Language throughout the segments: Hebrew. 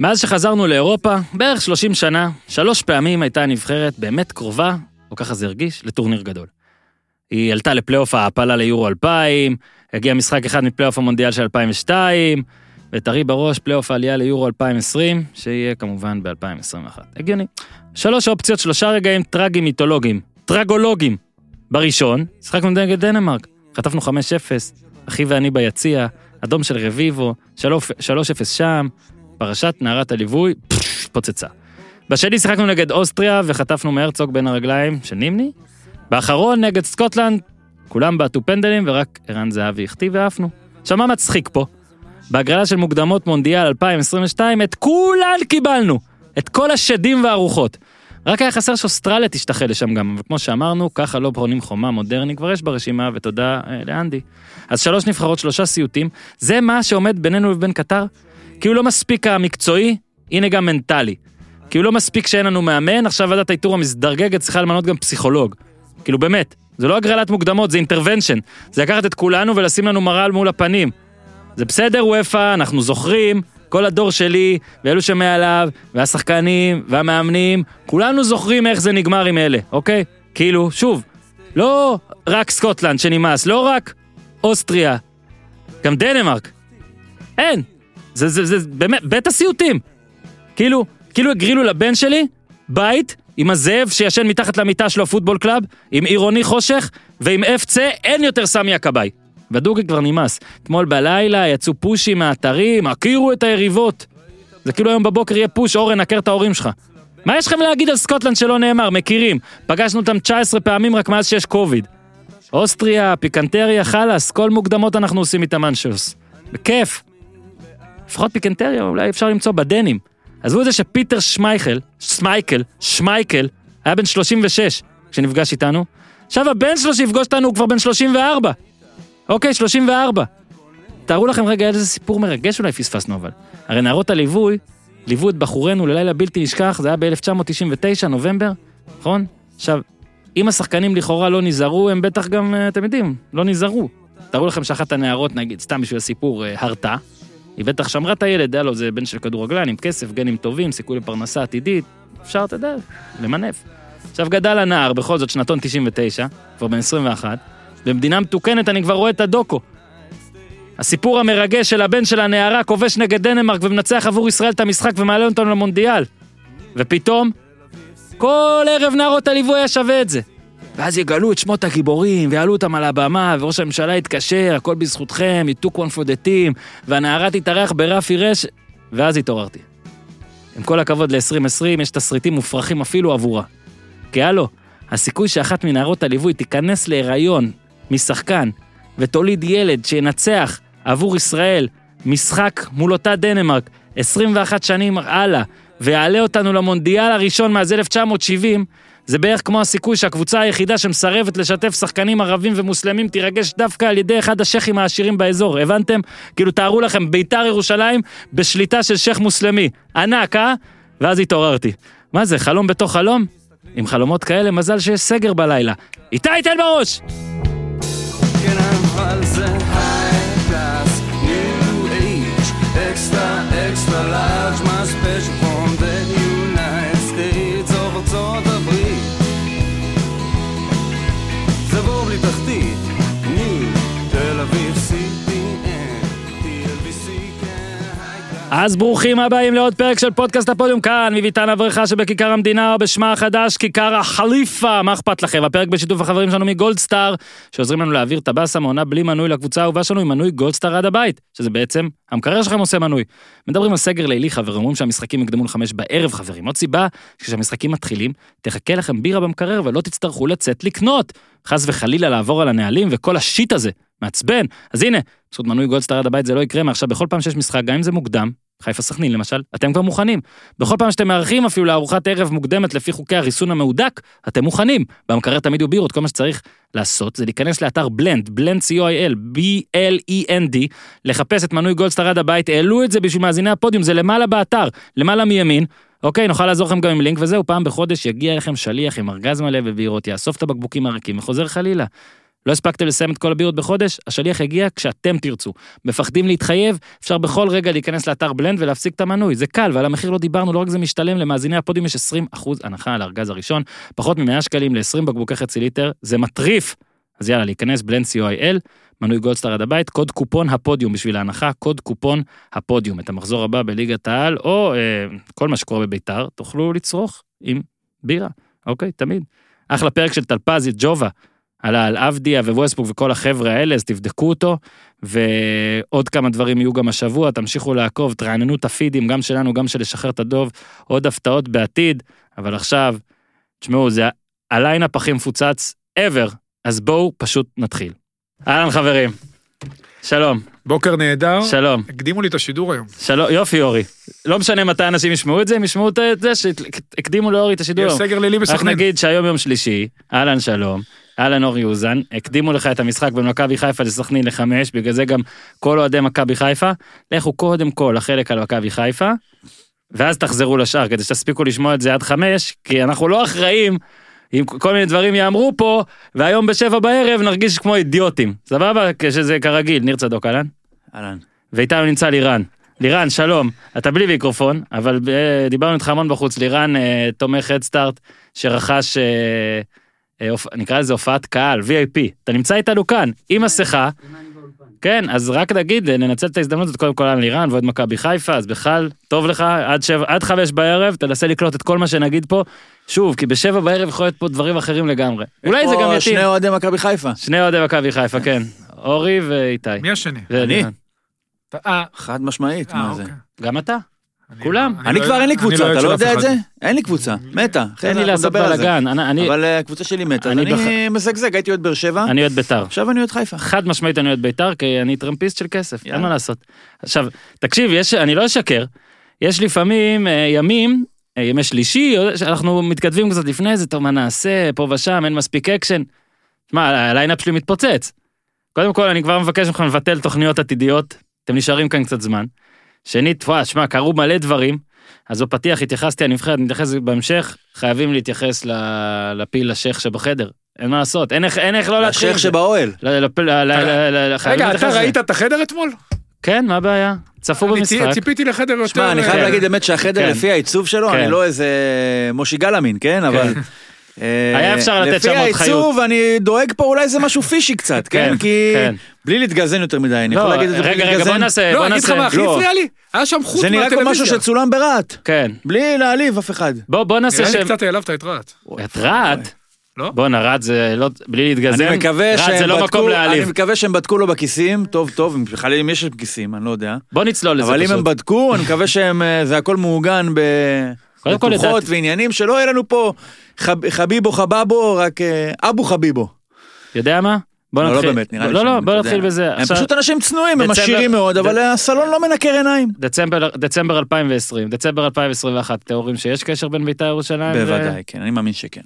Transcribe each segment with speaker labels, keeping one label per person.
Speaker 1: מאז שחזרנו לאירופה, בערך 30 שנה, שלוש פעמים הייתה הנבחרת באמת קרובה, או ככה זה הרגיש, לטורניר גדול. היא עלתה לפלייאוף ההעפלה ליורו 2000, הגיע משחק אחד מפלייאוף המונדיאל של 2002, וטרי בראש פלייאוף העלייה ליורו 2020, שיהיה כמובן ב-2021. הגיוני. שלוש אופציות, שלושה רגעים טרגיים מיתולוגיים, טרגולוגיים. בראשון, שיחקנו נגד דנמרק, חטפנו 5-0, אחי ואני ביציע, אדום של רביבו, 3-0 שם, פרשת נערת הליווי, פש, פוצצה. בשני שיחקנו נגד אוסטריה וחטפנו מהרצוג בין הרגליים של נימני. באחרון נגד סקוטלנד, כולם בעטו פנדלים ורק ערן זהבי החטיא ועפנו. שמע מצחיק פה. בהגרלה של מוקדמות מונדיאל 2022, את כולן קיבלנו! את כל השדים והרוחות. רק היה חסר שאוסטרליה תשתחל לשם גם, אבל כמו שאמרנו, ככה לא בונים חומה מודרני, כבר יש ברשימה, ותודה אה, לאנדי. אז שלוש נבחרות, שלושה סיוטים, זה מה שעומד בינינו ובין קטר? כאילו לא מספיק המקצועי, הנה גם מנטלי. כאילו לא מספיק שאין לנו מאמן, עכשיו ועדת האיתור המזדרגגת צריכה למנות גם פסיכולוג. כאילו באמת, זה לא הגרלת מוקדמות, זה אינטרוונשן. זה לקחת את כולנו ולשים לנו מרעל מול הפנים. זה בסדר, וופא, אנחנו זוכרים, כל הדור שלי, ואלו שמעליו, והשחקנים, והמאמנים, כולנו זוכרים איך זה נגמר עם אלה, אוקיי? כאילו, שוב, לא רק סקוטלנד שנמאס, לא רק אוסטריה, גם דנמרק. אין. זה, זה, זה, באמת, בית הסיוטים. כאילו, כאילו הגרילו לבן שלי בית עם הזאב שישן מתחת למיטה שלו פוטבול קלאב, עם עירוני חושך ועם FC אין יותר סמי הכבאי. ודוגי כבר נמאס. אתמול בלילה יצאו פושים מהאתרים, הכירו את היריבות. זה כאילו היום בבוקר יהיה פוש, אורן, הכר את ההורים שלך. מה יש לכם להגיד על סקוטלנד שלא נאמר? מכירים. פגשנו אותם 19 פעמים רק מאז שיש קוביד. אוסטריה, פיקנטריה, חלאס, כל מוקדמות אנחנו עושים איתם אנשוס. בכיף. לפחות פיקנטריה, אולי אפשר למצוא בדנים. עזבו את זה שפיטר שמייכל, סמייקל, שמייקל, היה בן 36 כשנפגש איתנו. עכשיו הבן שלו שיפגוש אותנו הוא כבר בן 34. אוקיי, 34. תארו לכם רגע איזה סיפור מרגש אולי פספסנו אבל. הרי נערות הליווי, ליוו את בחורינו ללילה בלתי נשכח, זה היה ב-1999, נובמבר, נכון? עכשיו, אם השחקנים לכאורה לא נזהרו, הם בטח גם, אה, אתם יודעים, לא נזהרו. תארו לכם שאחת הנערות, נגיד, סתם בשביל הסיפור, אה, הרתה. היא בטח שמרה את הילד, היה לו זה בן של כדורגלן עם כסף, גנים טובים, סיכוי לפרנסה עתידית, אפשר, אתה יודע, למנף. עכשיו גדל הנער, בכל זאת, שנתון 99, כבר בן 21, במדינה מתוקנת אני כבר רואה את הדוקו. הסיפור המרגש של הבן של הנערה כובש נגד דנמרק ומנצח עבור ישראל את המשחק ומעלה אותנו למונדיאל. ופתאום, כל ערב נערות הליווי היה שווה את זה. ואז יגלו את שמות הגיבורים, ויעלו אותם על הבמה, וראש הממשלה יתקשר, הכל בזכותכם, you took one for the team, והנערה תתארח ברפי רש, ואז התעוררתי. עם כל הכבוד ל-2020, יש תסריטים מופרכים אפילו עבורה. כי הלו, הסיכוי שאחת מנערות הליווי תיכנס להיריון משחקן ותוליד ילד שינצח עבור ישראל משחק מול אותה דנמרק 21 שנים הלאה ויעלה אותנו למונדיאל הראשון מאז 1970, זה בערך כמו הסיכוי שהקבוצה היחידה שמסרבת לשתף שחקנים ערבים ומוסלמים תירגש דווקא על ידי אחד השייחים העשירים באזור, הבנתם? כאילו תארו לכם, ביתר ירושלים בשליטה של שייח מוסלמי. ענק, אה? ואז התעוררתי. מה זה, חלום בתוך חלום? עם חלומות כאלה, מזל שיש סגר בלילה. איתי תן בראש!
Speaker 2: כן, אבל זה high class, new age, extra, extra large, my special from the United States of ארצות הברית. זה בור בלי תחתית, new, תל אביב, CPN, TLBC, כן, high class.
Speaker 1: אז ברוכים הבאים לעוד פרק של פודקאסט הפודיום כאן, מביתן הברכה שבכיכר המדינה, או בשמה החדש, כיכר החליפה, מה אכפת לכם? הפרק בשיתוף החברים שלנו מגולדסטאר, שעוזרים לנו להעביר את הבאסה מעונה בלי מנוי לקבוצה האהובה שלנו, עם מנוי גולדסטאר עד הבית, שזה בעצם, המקרר שלכם עושה מנוי. מדברים על סגר לילי, חברים, אומרים שהמשחקים יקדמו לחמש בערב, חברים. עוד סיבה, כשהמשחקים מתחילים, תחכה לכם בירה במקרר ולא תצטרכו לצאת לקנות. חס וחלילה לעבור על הנהלים וכל השיט הזה, מעצבן. אז הנה, בזכות מנוי גולדסטאר עד הבית זה לא יקרה מעכשיו, בכל פעם שיש משחק, גם אם זה מוקדם, חיפה סכנין למשל, אתם כבר מוכנים. בכל פעם שאתם מארחים אפילו לארוחת ערב מוקדמת לפי חוקי הריסון המהודק, אתם מוכנים. במקרר תמיד יהיו בירות, כל מה שצריך לעשות זה להיכנס לאתר בלנד, בלנד co.il, b-l-e-n-d, E לחפש את מנוי גולדסטאר עד הבית, העלו את זה בשביל מאזיני הפודיום, זה למעלה באתר, למעלה מימין. אוקיי, נוכל לעזור לכם גם עם לינק וזהו, פעם בחודש יגיע אליכם שליח עם ארגז מלא בבירות, יאסוף את הבקבוקים הרכים וחוזר חלילה. לא הספקתם לסיים את כל הבירות בחודש, השליח יגיע כשאתם תרצו. מפחדים להתחייב, אפשר בכל רגע להיכנס לאתר בלנד ולהפסיק את המנוי. זה קל, ועל המחיר לא דיברנו, לא רק זה משתלם, למאזיני הפודיום יש 20% הנחה על הארגז הראשון, פחות מ-100 שקלים ל-20 בקבוקי חצי ליטר, זה מטריף! אז יאללה, להיכנס בלנד co.il, מנוי גולדסטאר עד הבית, קוד קופון הפודיום בשביל ההנחה, קוד קופון הפודיום. את המחזור הבא בליגת העל, או אה, כל מה שקורה בביתר, תוכלו לצרוך עם בירה, אוקיי? תמיד. אחלה פרק של טלפזי, ג'ובה, עלה על עבדיה וווסטבוק וכל החבר'ה האלה, אז תבדקו אותו, ועוד כמה דברים יהיו גם השבוע, תמשיכו לעקוב, תרעננו את הפידים, גם שלנו, גם של לשחרר את הדוב, עוד הפתעות בעתיד, אבל עכשיו, תשמעו, זה הליינאפ הכי מפוצץ ever, אז בואו פשוט נתחיל. אהלן חברים, שלום,
Speaker 3: בוקר נהדר.
Speaker 1: שלום,
Speaker 3: הקדימו לי את השידור היום.
Speaker 1: שלום, יופי אורי. לא משנה מתי אנשים ישמעו את זה, הם ישמעו את זה שהקדימו לאורי את
Speaker 2: לא.
Speaker 1: השידור.
Speaker 3: יש סגר לילי
Speaker 1: רק
Speaker 3: בסכנין.
Speaker 1: נגיד שהיום יום שלישי, אהלן שלום, אהלן אורי אוזן, הקדימו לך את המשחק בין מכבי חיפה לסכנין לחמש, בגלל זה גם כל אוהדי מכבי חיפה, לכו קודם כל לחלק על מכבי חיפה, ואז תחזרו לשאר כדי שתספיקו לשמוע את זה עד חמש, כי אנחנו לא אחראים. אם כל מיני דברים יאמרו פה, והיום בשבע בערב נרגיש כמו אידיוטים. סבבה? כשזה כרגיל, ניר צדוק, אהלן?
Speaker 4: אהלן.
Speaker 1: ואיתנו נמצא לירן. לירן, שלום. אתה בלי מיקרופון, אבל אה, דיברנו איתך המון בחוץ. לירן, אה, תומך הדסטארט, שרכש, אה, אה, הופ- נקרא לזה הופעת קהל, VIP. אתה נמצא איתנו כאן, עם מסכה. כן, אז רק נגיד, אה, ננצל את ההזדמנות הזאת קודם כל על לירן ועוד מכבי חיפה, אז בכלל, טוב לך, עד, שבע, עד חמש בערב, תנסה לקלוט את כל מה שנגיד פה. שוב, כי בשבע בערב יכול להיות פה דברים אחרים לגמרי. אולי זה גם
Speaker 4: פה
Speaker 1: יתאים.
Speaker 4: אה, שני אוהדי מכבי חיפה.
Speaker 3: אה,
Speaker 1: שני אוהדי מכבי חיפה, כן. אורי ואיתי.
Speaker 3: מי השני?
Speaker 1: ולירן.
Speaker 3: אה,
Speaker 4: חד משמעית,
Speaker 3: אה,
Speaker 4: מה זה?
Speaker 3: אוקיי.
Speaker 1: גם אתה.
Speaker 3: אני-
Speaker 1: כולם.
Speaker 4: אני
Speaker 3: לא-
Speaker 4: כבר אין לי
Speaker 3: אני
Speaker 4: קבוצה, אתה
Speaker 3: אוהד
Speaker 4: לא
Speaker 3: של
Speaker 4: יודע
Speaker 3: אף
Speaker 4: את זה?
Speaker 3: אחד.
Speaker 4: אין לי קבוצה, מתה.
Speaker 1: תן לי
Speaker 4: אנחנו
Speaker 1: לעשות
Speaker 4: נדבר על זה.
Speaker 1: בלאגן. אני- אני-
Speaker 4: אבל אה, הקבוצה שלי מתה, אז
Speaker 1: אני
Speaker 4: אני מזגזג, הייתי אוהד באר שבע,
Speaker 1: אני אוהד בית"ר.
Speaker 4: עכשיו אני אוהד חיפה.
Speaker 1: חד משמעית אני אוהד בית"ר, כי אני טרמפיסט של כסף, אין
Speaker 4: יאללה.
Speaker 1: מה לעשות. עכשיו, תקשיב, יש, אני לא אשקר, יש לפעמים אה, ימים, אה, ימי שלישי, אנחנו מתכתבים קצת לפני זה, טוב, מה נעשה, פה ושם, אין מספיק אקשן. תשמע, הליינאפ שלי מתפוצץ. קודם כל, אני כבר מבקש מכם לבטל תוכניות עתידיות, אתם נשארים כאן קצת זמן. שנית, וואי, שמע, קרו מלא דברים, אז בפתיח התייחסתי לנבחרת, נתייחס בהמשך, חייבים להתייחס ל- לפיל השייח שבחדר. אין מה לעשות, אין איך, אין איך לא להתחיל. עם
Speaker 4: השייח
Speaker 1: זה.
Speaker 4: שבאוהל.
Speaker 1: לא, לא, לא, לא, לא, לא, לא, חייבים
Speaker 3: רגע,
Speaker 1: להתייחס
Speaker 3: אתה
Speaker 1: לזה.
Speaker 3: ראית את החדר אתמול?
Speaker 1: כן, מה הבעיה? צפו
Speaker 3: אני
Speaker 1: במשחק.
Speaker 3: צי- ציפיתי לחדר יותר... אה, לא,
Speaker 4: שמע, אני
Speaker 1: כן.
Speaker 4: חייב להגיד באמת
Speaker 1: כן.
Speaker 4: שהחדר לפי העיצוב שלו,
Speaker 1: כן.
Speaker 4: אני לא איזה מושי גלאמין, כן? אבל... אה,
Speaker 1: היה אפשר לתת שם עוד
Speaker 4: לפי העיצוב אני דואג פה אולי זה משהו פישי קצת,
Speaker 1: כן,
Speaker 4: כן? כי
Speaker 1: כן.
Speaker 4: בלי להתגזן יותר מדי, אני
Speaker 1: לא,
Speaker 4: יכול להגיד את זה בלי
Speaker 1: רגע,
Speaker 4: להתגזן.
Speaker 1: רגע, בוא נעשה,
Speaker 3: לא,
Speaker 1: אה, בוא
Speaker 3: אני אגיד לך
Speaker 1: נעשה.
Speaker 3: מה הכי
Speaker 4: לא.
Speaker 3: הפריע לי? היה שם חוט
Speaker 4: זה נראה כמו משהו
Speaker 3: מהטלוויזיה.
Speaker 4: שצולם ברהט,
Speaker 1: כן.
Speaker 4: בלי להעליב אף אחד.
Speaker 1: בוא, בוא נעשה
Speaker 3: נראה
Speaker 1: ש...
Speaker 3: לי קצת העלבת את רהט.
Speaker 1: את רהט?
Speaker 3: לא?
Speaker 1: בואנה, רהט זה לא... בלי להתגזם.
Speaker 4: אני מקווה
Speaker 1: רהט זה
Speaker 4: שהם
Speaker 1: לא מקום
Speaker 4: בדקו, אני
Speaker 1: להעליב.
Speaker 4: מקווה שהם בדקו לו בכיסים, טוב טוב, אם בכלל אם יש כיסים, אני לא יודע.
Speaker 1: בוא נצלול לזה
Speaker 4: אבל אם הם
Speaker 1: פשוט.
Speaker 4: בדקו, אני מקווה שהם, אה, זה הכל מעוגן ב...
Speaker 1: קודם כל,
Speaker 4: בטוחות
Speaker 1: לדעתי-
Speaker 4: ועניינים, שלא יהיה לנו פה חב- חביבו חבבו, רק אה, אבו חביבו.
Speaker 1: יודע מה? בוא
Speaker 4: לא,
Speaker 1: נתחיל.
Speaker 4: לא באמת, נראה לי
Speaker 1: לא,
Speaker 4: שהם,
Speaker 1: לא,
Speaker 4: אתה
Speaker 1: בוא
Speaker 4: יודע.
Speaker 1: נתחיל בזה.
Speaker 4: הם
Speaker 1: עכשיו,
Speaker 4: פשוט אנשים צנועים, הם
Speaker 1: דצמבר-
Speaker 4: עשירים מאוד,
Speaker 1: ד-
Speaker 4: אבל הסלון לא מנקר עיניים.
Speaker 1: דצמבר- דצמבר 2020, דצמבר 2021, תיאורים שיש קשר בין בית"ר ירושלים? אה, ו-
Speaker 4: בוודאי, כן, אני מאמין שכן.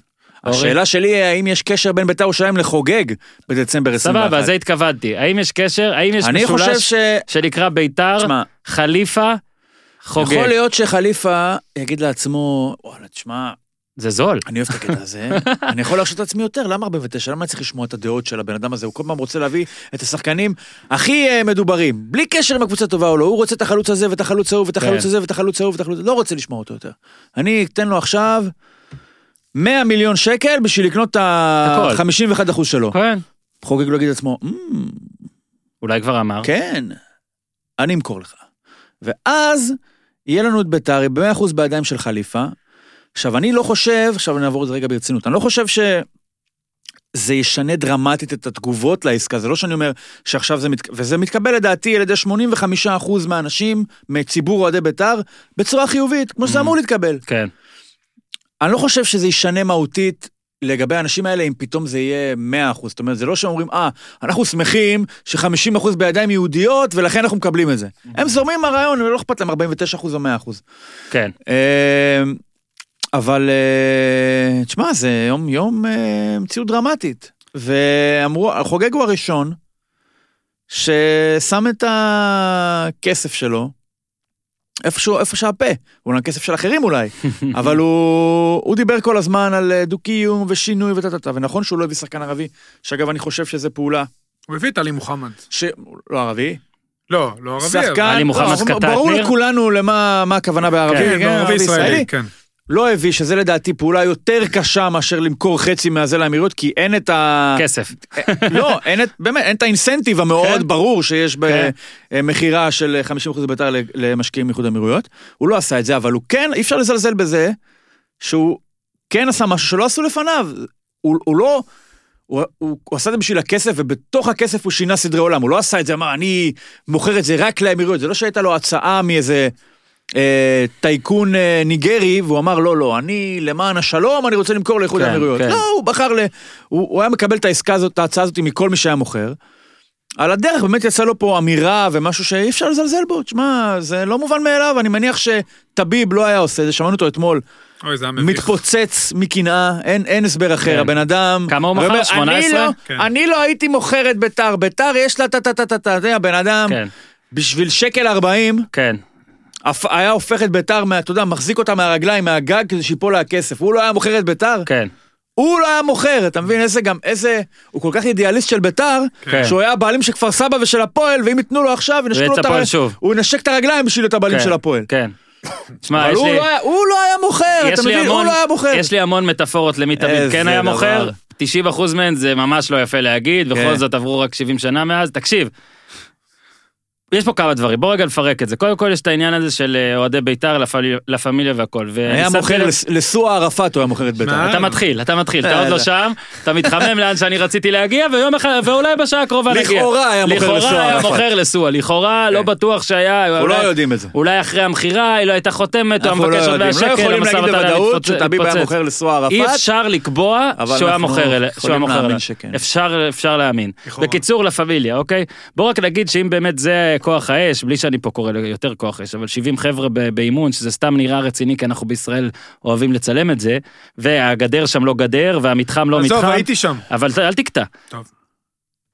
Speaker 1: אורי?
Speaker 4: השאלה שלי היא האם יש קשר בין בית"ר ירושלים לחוגג בדצמבר 21.
Speaker 1: סבבה, אז זה התכוונתי. האם יש קשר? האם יש
Speaker 4: אני חושב
Speaker 1: משולש
Speaker 4: ש...
Speaker 1: שנקרא בית"ר,
Speaker 4: תשמע,
Speaker 1: חליפה, חוגג?
Speaker 4: יכול להיות שחליפה יגיד לעצמו, וואלה, תשמע,
Speaker 1: זה זול.
Speaker 4: אני אוהב את הקטע הזה, אני יכול להרשות לעצמי יותר, למה 49? למה אני צריך לשמוע את הדעות של הבן אדם הזה? הוא כל פעם רוצה להביא את השחקנים הכי אה, מדוברים, בלי קשר אם הקבוצה טובה או לא, הוא רוצה את החלוץ הזה ואת החלוץ ההוא ואת החלוץ
Speaker 1: כן.
Speaker 4: הזה ואת החלוץ ההוא ואת החלוץ, לא רוצה לשמוע אותו יותר. אני אתן לו עכשיו 100 מיליון שקל בשביל לקנות את
Speaker 1: הכל.
Speaker 4: ה-51% שלו.
Speaker 1: כן.
Speaker 4: חוגג לא יגיד לעצמו, "מ,
Speaker 1: אולי כבר אמר.
Speaker 4: כן, אני אמכור לך. ואז יהיה לנו את בית"ר, היא ב-100% בידיים של חליפה. עכשיו, אני לא חושב, עכשיו נעבור את זה רגע ברצינות, אני לא חושב ש... זה ישנה דרמטית את התגובות לעסקה, זה לא שאני אומר שעכשיו זה מתקבל, וזה מתקבל לדעתי על ידי 85% מהאנשים, מציבור אוהדי בית"ר, בצורה חיובית, כמו שזה אמור להתקבל.
Speaker 1: כן.
Speaker 4: אני לא חושב שזה ישנה מהותית לגבי האנשים האלה אם פתאום זה יהיה 100%. זאת אומרת, זה לא שהם אומרים, אה, אנחנו שמחים ש-50% בידיים יהודיות ולכן אנחנו מקבלים את זה. הם זורמים עם הרעיון, ולא אכפת להם 49% או 100%.
Speaker 1: כן.
Speaker 4: אה, אבל אה, תשמע, זה יום, יום אה, מציאות דרמטית. ואמרו, חוגג הוא הראשון ששם את הכסף שלו איפשהו, איפה שהפה, אולי כסף של אחרים אולי, אבל הוא, הוא דיבר כל הזמן על אה, דו-קיום ושינוי וטה-טה-טה, ונכון שהוא לא הביא שחקן ערבי, שאגב, אני חושב שזו פעולה,
Speaker 3: הוא הביא את עלי מוחמד.
Speaker 4: ש... לא ערבי,
Speaker 3: לא, לא ערבי. אבל-
Speaker 4: שחקן,
Speaker 1: עלי מוחמד
Speaker 4: לא,
Speaker 1: קטעת
Speaker 4: ברור
Speaker 1: ניר?
Speaker 4: לכולנו למה מה הכוונה בערבי,
Speaker 1: כן,
Speaker 3: כן, לא, ערבי ישראלי, כן.
Speaker 4: לא הביא, שזה לדעתי פעולה יותר קשה מאשר למכור חצי מהזה לאמירויות, כי אין את ה...
Speaker 1: כסף.
Speaker 4: לא, אין את, באמת, אין את האינסנטיב המאוד
Speaker 1: כן.
Speaker 4: ברור שיש
Speaker 1: כן.
Speaker 4: במכירה של 50% בית"ר ל- למשקיעים מאיחוד אמירויות. הוא לא עשה את זה, אבל הוא כן, אי אפשר לזלזל בזה, שהוא כן עשה משהו שלא עשו לפניו. הוא, הוא לא... הוא, הוא, הוא עשה את זה בשביל הכסף, ובתוך הכסף הוא שינה סדרי עולם. הוא לא עשה את זה, אמר, אני מוכר את זה רק לאמירויות. זה לא שהייתה לו הצעה מאיזה אה, טייקון אה, ניגרי, והוא אמר, לא, לא, אני למען השלום, אני רוצה למכור לאיחוד
Speaker 1: כן,
Speaker 4: האמירויות.
Speaker 1: כן.
Speaker 4: לא, הוא בחר ל... הוא, הוא היה מקבל את העסקה הזאת, את ההצעה הזאת מכל מי שהיה מוכר. על הדרך באמת יצא לו פה אמירה ומשהו שאי אפשר לזלזל בו, תשמע, זה לא מובן מאליו, אני מניח שטביב לא היה עושה את זה, שמענו אותו אתמול,
Speaker 3: אוי, זה היה מביך.
Speaker 4: מתפוצץ מקנאה, אין, אין הסבר אחר,
Speaker 1: כן.
Speaker 4: הבן אדם...
Speaker 1: כמה הוא מכר?
Speaker 4: ואומר,
Speaker 1: 18?
Speaker 4: אני לא,
Speaker 3: כן.
Speaker 4: אני לא הייתי מוכר את ביתר, ביתר יש לה טה-טה-טה-טה, אתה יודע, הבן אדם,
Speaker 1: כן,
Speaker 4: בשביל שקל 40,
Speaker 1: כן.
Speaker 4: הפ- היה הופך את ביתר, מה- אתה יודע, מחזיק אותה מהרגליים, מהגג, כדי שיפול לה הכסף. הוא לא היה מוכר את ביתר?
Speaker 1: כן,
Speaker 4: הוא לא היה מוכר, אתה מבין איזה גם, איזה, הוא כל כך אידיאליסט של ביתר,
Speaker 1: כן.
Speaker 4: שהוא היה הבעלים של כפר סבא ושל הפועל, ואם ייתנו לו עכשיו, ינשקו
Speaker 1: יהיה
Speaker 4: לו
Speaker 1: את
Speaker 4: את
Speaker 1: הפועל
Speaker 4: הר-
Speaker 1: שוב.
Speaker 4: הוא ינשק את הרגליים בשביל להיות הבעלים
Speaker 1: כן,
Speaker 4: של הפועל.
Speaker 1: כן. תשמע,
Speaker 4: אבל
Speaker 1: יש
Speaker 4: הוא
Speaker 1: לי...
Speaker 4: לא היה- הוא לא היה מוכר,
Speaker 1: יש
Speaker 4: אתה
Speaker 1: לי
Speaker 4: מבין? הוא
Speaker 1: המון-
Speaker 4: לא היה מוכר.
Speaker 1: יש לי המון מטאפורות למי תמיד
Speaker 4: איזה
Speaker 1: כן היה
Speaker 4: דבר.
Speaker 1: מוכר, 90% מהן זה ממש לא יפה להגיד, בכל
Speaker 4: כן.
Speaker 1: זאת עברו רק 70 שנה מאז, תקשיב. יש פה כמה דברים, בוא רגע נפרק את זה. קודם כל יש את העניין הזה של אה, אוהדי בית"ר, לה פמיליה- לה פמיליה והכל. ואני
Speaker 4: היה
Speaker 1: שמתי לב-
Speaker 4: מוכר לס- לסואה ערפאת, הוא היה מוכר את ביתר.
Speaker 3: שמע,
Speaker 1: אתה מתחיל, אתה מתחיל, אתה עוד לא
Speaker 4: לא.
Speaker 1: שם, אתה מתחמם לאן שאני רציתי להגיע, ויום אחד, ואולי בשעה הקרובה נגיע.
Speaker 4: לכאורה היה מוכר לסואה
Speaker 1: לכאורה היה
Speaker 4: ערפאת.
Speaker 1: מוכר לסואה, לכאורה לא בטוח שהיה...
Speaker 4: אנחנו לא
Speaker 1: אולי-
Speaker 4: יודעים את זה.
Speaker 1: אולי אחרי המכירה היא לא הייתה חותמת, הוא היה
Speaker 4: אנחנו לא
Speaker 1: מבקש עוד
Speaker 4: יודעים,
Speaker 1: 100
Speaker 4: לא
Speaker 1: שקל,
Speaker 4: יכולים
Speaker 1: המשא
Speaker 4: להגיד
Speaker 1: ומתן היה
Speaker 4: בוודאות
Speaker 1: מתפוצ-
Speaker 4: שטביב היה
Speaker 1: מתפוצץ.
Speaker 4: מוכר לסואה
Speaker 1: אי
Speaker 4: ערפאת.
Speaker 1: אפשר לקבוע
Speaker 4: אבל
Speaker 1: שהוא היה
Speaker 4: אנחנו
Speaker 1: מוכר אליה. שהוא היה
Speaker 4: יכולים
Speaker 1: מוכר
Speaker 4: להאמין
Speaker 1: אליה.
Speaker 4: שכן.
Speaker 1: אפשר, אפשר להאמין.
Speaker 3: לכאורה.
Speaker 1: בקיצור, לה פמיליה, אוקיי? בוא רק נגיד שאם באמת זה כוח האש, בלי שאני פה קורא לו יותר כוח אש, אבל 70 חבר'ה ב- באימון, שזה סתם נראה רציני, כי אנחנו בישראל אוהבים לצלם את זה, והגדר שם לא גדר, והמתחם לא מתחם.
Speaker 3: עזוב, הייתי שם.
Speaker 1: אבל ת- אל תקטע.
Speaker 3: טוב.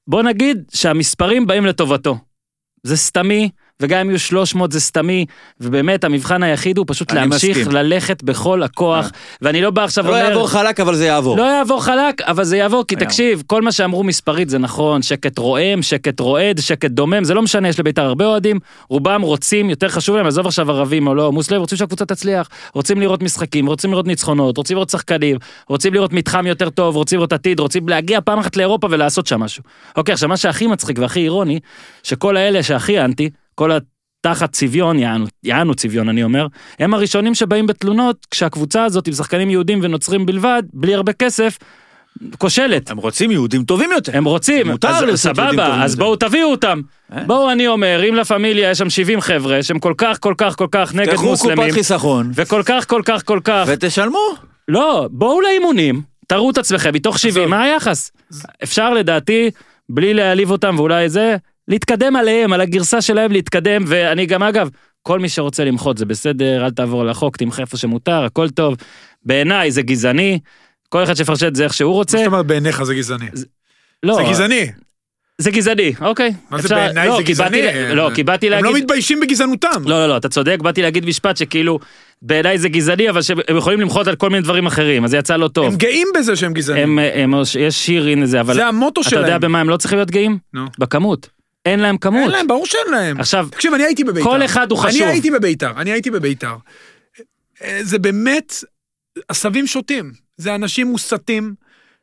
Speaker 1: בוא נגיד שהמספרים באים לטובתו. זה סתמי, וגם אם יהיו 300 זה סתמי, ובאמת המבחן היחיד הוא פשוט
Speaker 4: אני
Speaker 1: להמשיך
Speaker 4: מסכים. אה.
Speaker 1: ללכת בכל הכוח, ואני לא בא עכשיו
Speaker 4: לא
Speaker 1: אומר...
Speaker 4: יעבור חלק, אבל זה יעבור.
Speaker 1: לא יעבור חלק, אבל זה יעבור, כי
Speaker 4: יעבור.
Speaker 1: תקשיב, כל מה שאמרו מספרית זה נכון, שקט רועם, שקט רועד, שקט דומם, זה לא משנה, יש לביתר הרבה אוהדים, רובם רוצים, יותר חשוב להם, עזוב עכשיו ערבים או לא, מוסלמים, רוצים שהקבוצה תצליח, רוצים לראות משחקים, רוצים לראות ניצחונות, רוצים לראות שחקנים, רוצים לראות מתחם יותר טוב, רוצים לראות עתיד, רוצים להגיע פעם אחת לאירופה ולעשות שם משהו. אוקיי, עכשיו מה שהכי מצחיק והכי אירוני, שכל האלה שהכי אנטי, כל ה... תחת צביון, יענו, יענו צביון אני אומר, הם הראשונים שבאים בתלונות כשהקבוצה הזאת עם שחקנים יהודים ונוצרים בלבד, בלי הרבה כסף, כושלת.
Speaker 4: הם רוצים יהודים טובים יותר.
Speaker 1: הם רוצים,
Speaker 4: מותר
Speaker 1: אז
Speaker 4: לעשות יהודים
Speaker 1: סבבה,
Speaker 4: טובים
Speaker 1: אז
Speaker 4: יותר.
Speaker 1: בואו תביאו אותם. בואו אני אומר, אם לה פמיליה יש שם 70 חבר'ה שהם כל כך כל כך כל כך נגד
Speaker 4: תלכו
Speaker 1: מוסלמים,
Speaker 4: קופת חיסכון,
Speaker 1: וכל כך כל כך כל כך,
Speaker 4: ותשלמו.
Speaker 1: לא, בואו לאימונים, תראו את עצמכם מתוך 70, מה היחס? אפשר לדעתי, בלי להעליב אותם ואולי זה, להתקדם עליהם, על הגרסה שלהם להתקדם, ואני גם אגב, כל מי שרוצה למחות זה בסדר, אל תעבור על החוק, תמחה איפה שמותר, הכל טוב. בעיניי זה גזעני, כל אחד שיפרשן את זה איך שהוא
Speaker 3: מה
Speaker 1: רוצה.
Speaker 3: זאת אומרת בעיניך זה גזעני?
Speaker 1: כן. לא,
Speaker 3: זה גזעני.
Speaker 1: זה גזעני, אוקיי.
Speaker 3: מה זה
Speaker 1: אפשר-
Speaker 3: בעיניי
Speaker 1: לא,
Speaker 3: זה
Speaker 1: כי באתי
Speaker 3: גזעני?
Speaker 1: ל- לא, כי באתי
Speaker 3: הם
Speaker 1: להגיד...
Speaker 3: לא מתביישים בגזענותם.
Speaker 1: לא, לא, לא, אתה צודק, באתי להגיד משפט שכאילו, בעיניי זה גזעני, אבל שהם יכולים למחות על כל מיני דברים אחרים, אז זה יצא לא טוב.
Speaker 3: הם גאים בזה שהם גזענים.
Speaker 1: הם, הם, יש שיר, הנה זה, אבל
Speaker 3: זה המוטו
Speaker 1: אתה יודע
Speaker 3: שלהם.
Speaker 1: במה הם לא צריכים להיות גאים?
Speaker 3: נו.
Speaker 1: בכמות. אין להם כמות.
Speaker 3: אין להם, ברור שאין להם.
Speaker 1: עכשיו,
Speaker 3: תקשיב, אני הייתי בביתר.
Speaker 1: כל אחד הוא חשוב.
Speaker 3: אני הייתי בביתר, אני הייתי בביתר. אה, זה באמת, עשבים שוטים. זה אנשים מוסתים,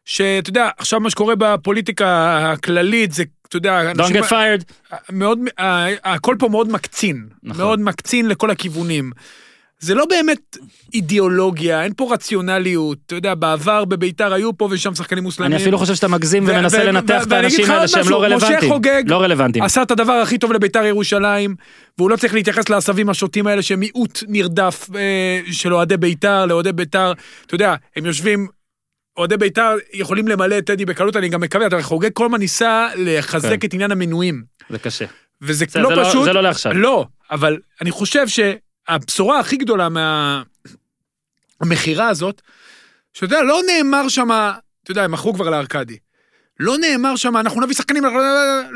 Speaker 3: שאתה יודע, עכשיו מה שקורה בפוליטיקה הכללית, זה, אתה יודע,
Speaker 1: Don't
Speaker 3: אנשים...
Speaker 1: get fired.
Speaker 3: מאוד, ה- הכל פה מאוד מקצין.
Speaker 1: נכון.
Speaker 3: נכון. מאוד מקצין לכל הכיוונים. זה לא באמת אידיאולוגיה, אין פה רציונליות. אתה יודע, בעבר בביתר היו פה ושם שחקנים מוסלמים.
Speaker 1: אני אפילו חושב שאתה מגזים
Speaker 3: ו-
Speaker 1: ומנסה
Speaker 3: ו-
Speaker 1: לנתח
Speaker 3: ו-
Speaker 1: את
Speaker 3: ואני אגיד
Speaker 1: האנשים
Speaker 3: לך
Speaker 1: האלה
Speaker 3: עוד
Speaker 1: שהם לא
Speaker 3: משהו, משה
Speaker 1: רלוונטיים.
Speaker 3: חוגג
Speaker 1: לא רלוונטיים.
Speaker 3: עשה את הדבר הכי טוב לביתר ירושלים, והוא לא צריך להתייחס לעשבים השוטים האלה שהם מיעוט נרדף אה, של אוהדי ביתר, לאוהדי ביתר, אתה יודע, הם יושבים, אוהדי ביתר יכולים למלא את טדי בקלות, אני גם מקווה, אתה חוגג כל הזמן ניסה לחזק
Speaker 1: כן.
Speaker 3: את עניין המינויים,
Speaker 1: זה קשה.
Speaker 3: וזה
Speaker 1: בסדר,
Speaker 3: לא
Speaker 1: זה לא-
Speaker 3: פשוט,
Speaker 1: זה לא לעכשיו.
Speaker 3: לא, אבל אני חושב שהבשורה הכי גדולה מה... המכירה הזאת, שאתה יודע, לא נאמר שם, אתה יודע, הם מכרו כבר לארקדי. לא נאמר שם, אנחנו נביא שחקנים, לא, אנחנו...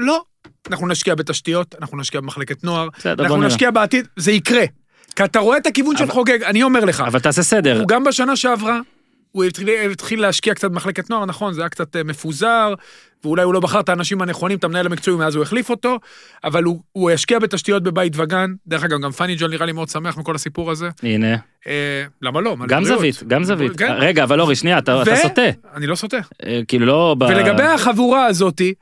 Speaker 3: לא. אנחנו נשקיע בתשתיות, אנחנו נשקיע במחלקת נוער,
Speaker 1: בסדר, בוא
Speaker 3: אנחנו
Speaker 1: נראה.
Speaker 3: נשקיע בעתיד, זה יקרה. כי אתה רואה את הכיוון של חוגג, אני אומר לך.
Speaker 1: אבל תעשה סדר.
Speaker 3: הוא גם בשנה שעברה, הוא התחיל, התחיל להשקיע קצת במחלקת נוער, נכון, זה היה קצת אה, מפוזר, ואולי הוא לא בחר את האנשים הנכונים, את המנהל המקצועי, מאז הוא החליף אותו, אבל הוא, הוא השקיע בתשתיות בבית וגן, דרך אגב, גם פאני ג'ון נראה לי מאוד שמח מכל הסיפור הזה.
Speaker 1: הנה,
Speaker 3: אה, למה לא? מה
Speaker 1: גם
Speaker 3: לבריאות?
Speaker 1: זווית, גם זווית.
Speaker 3: כן.
Speaker 1: רגע, אבל אורי, שנייה, אתה אתה
Speaker 3: ו-
Speaker 1: סוטה.
Speaker 3: אני לא סוטה.
Speaker 1: אה, כאילו לא... ב-
Speaker 3: ולגבי החבורה הזאתי,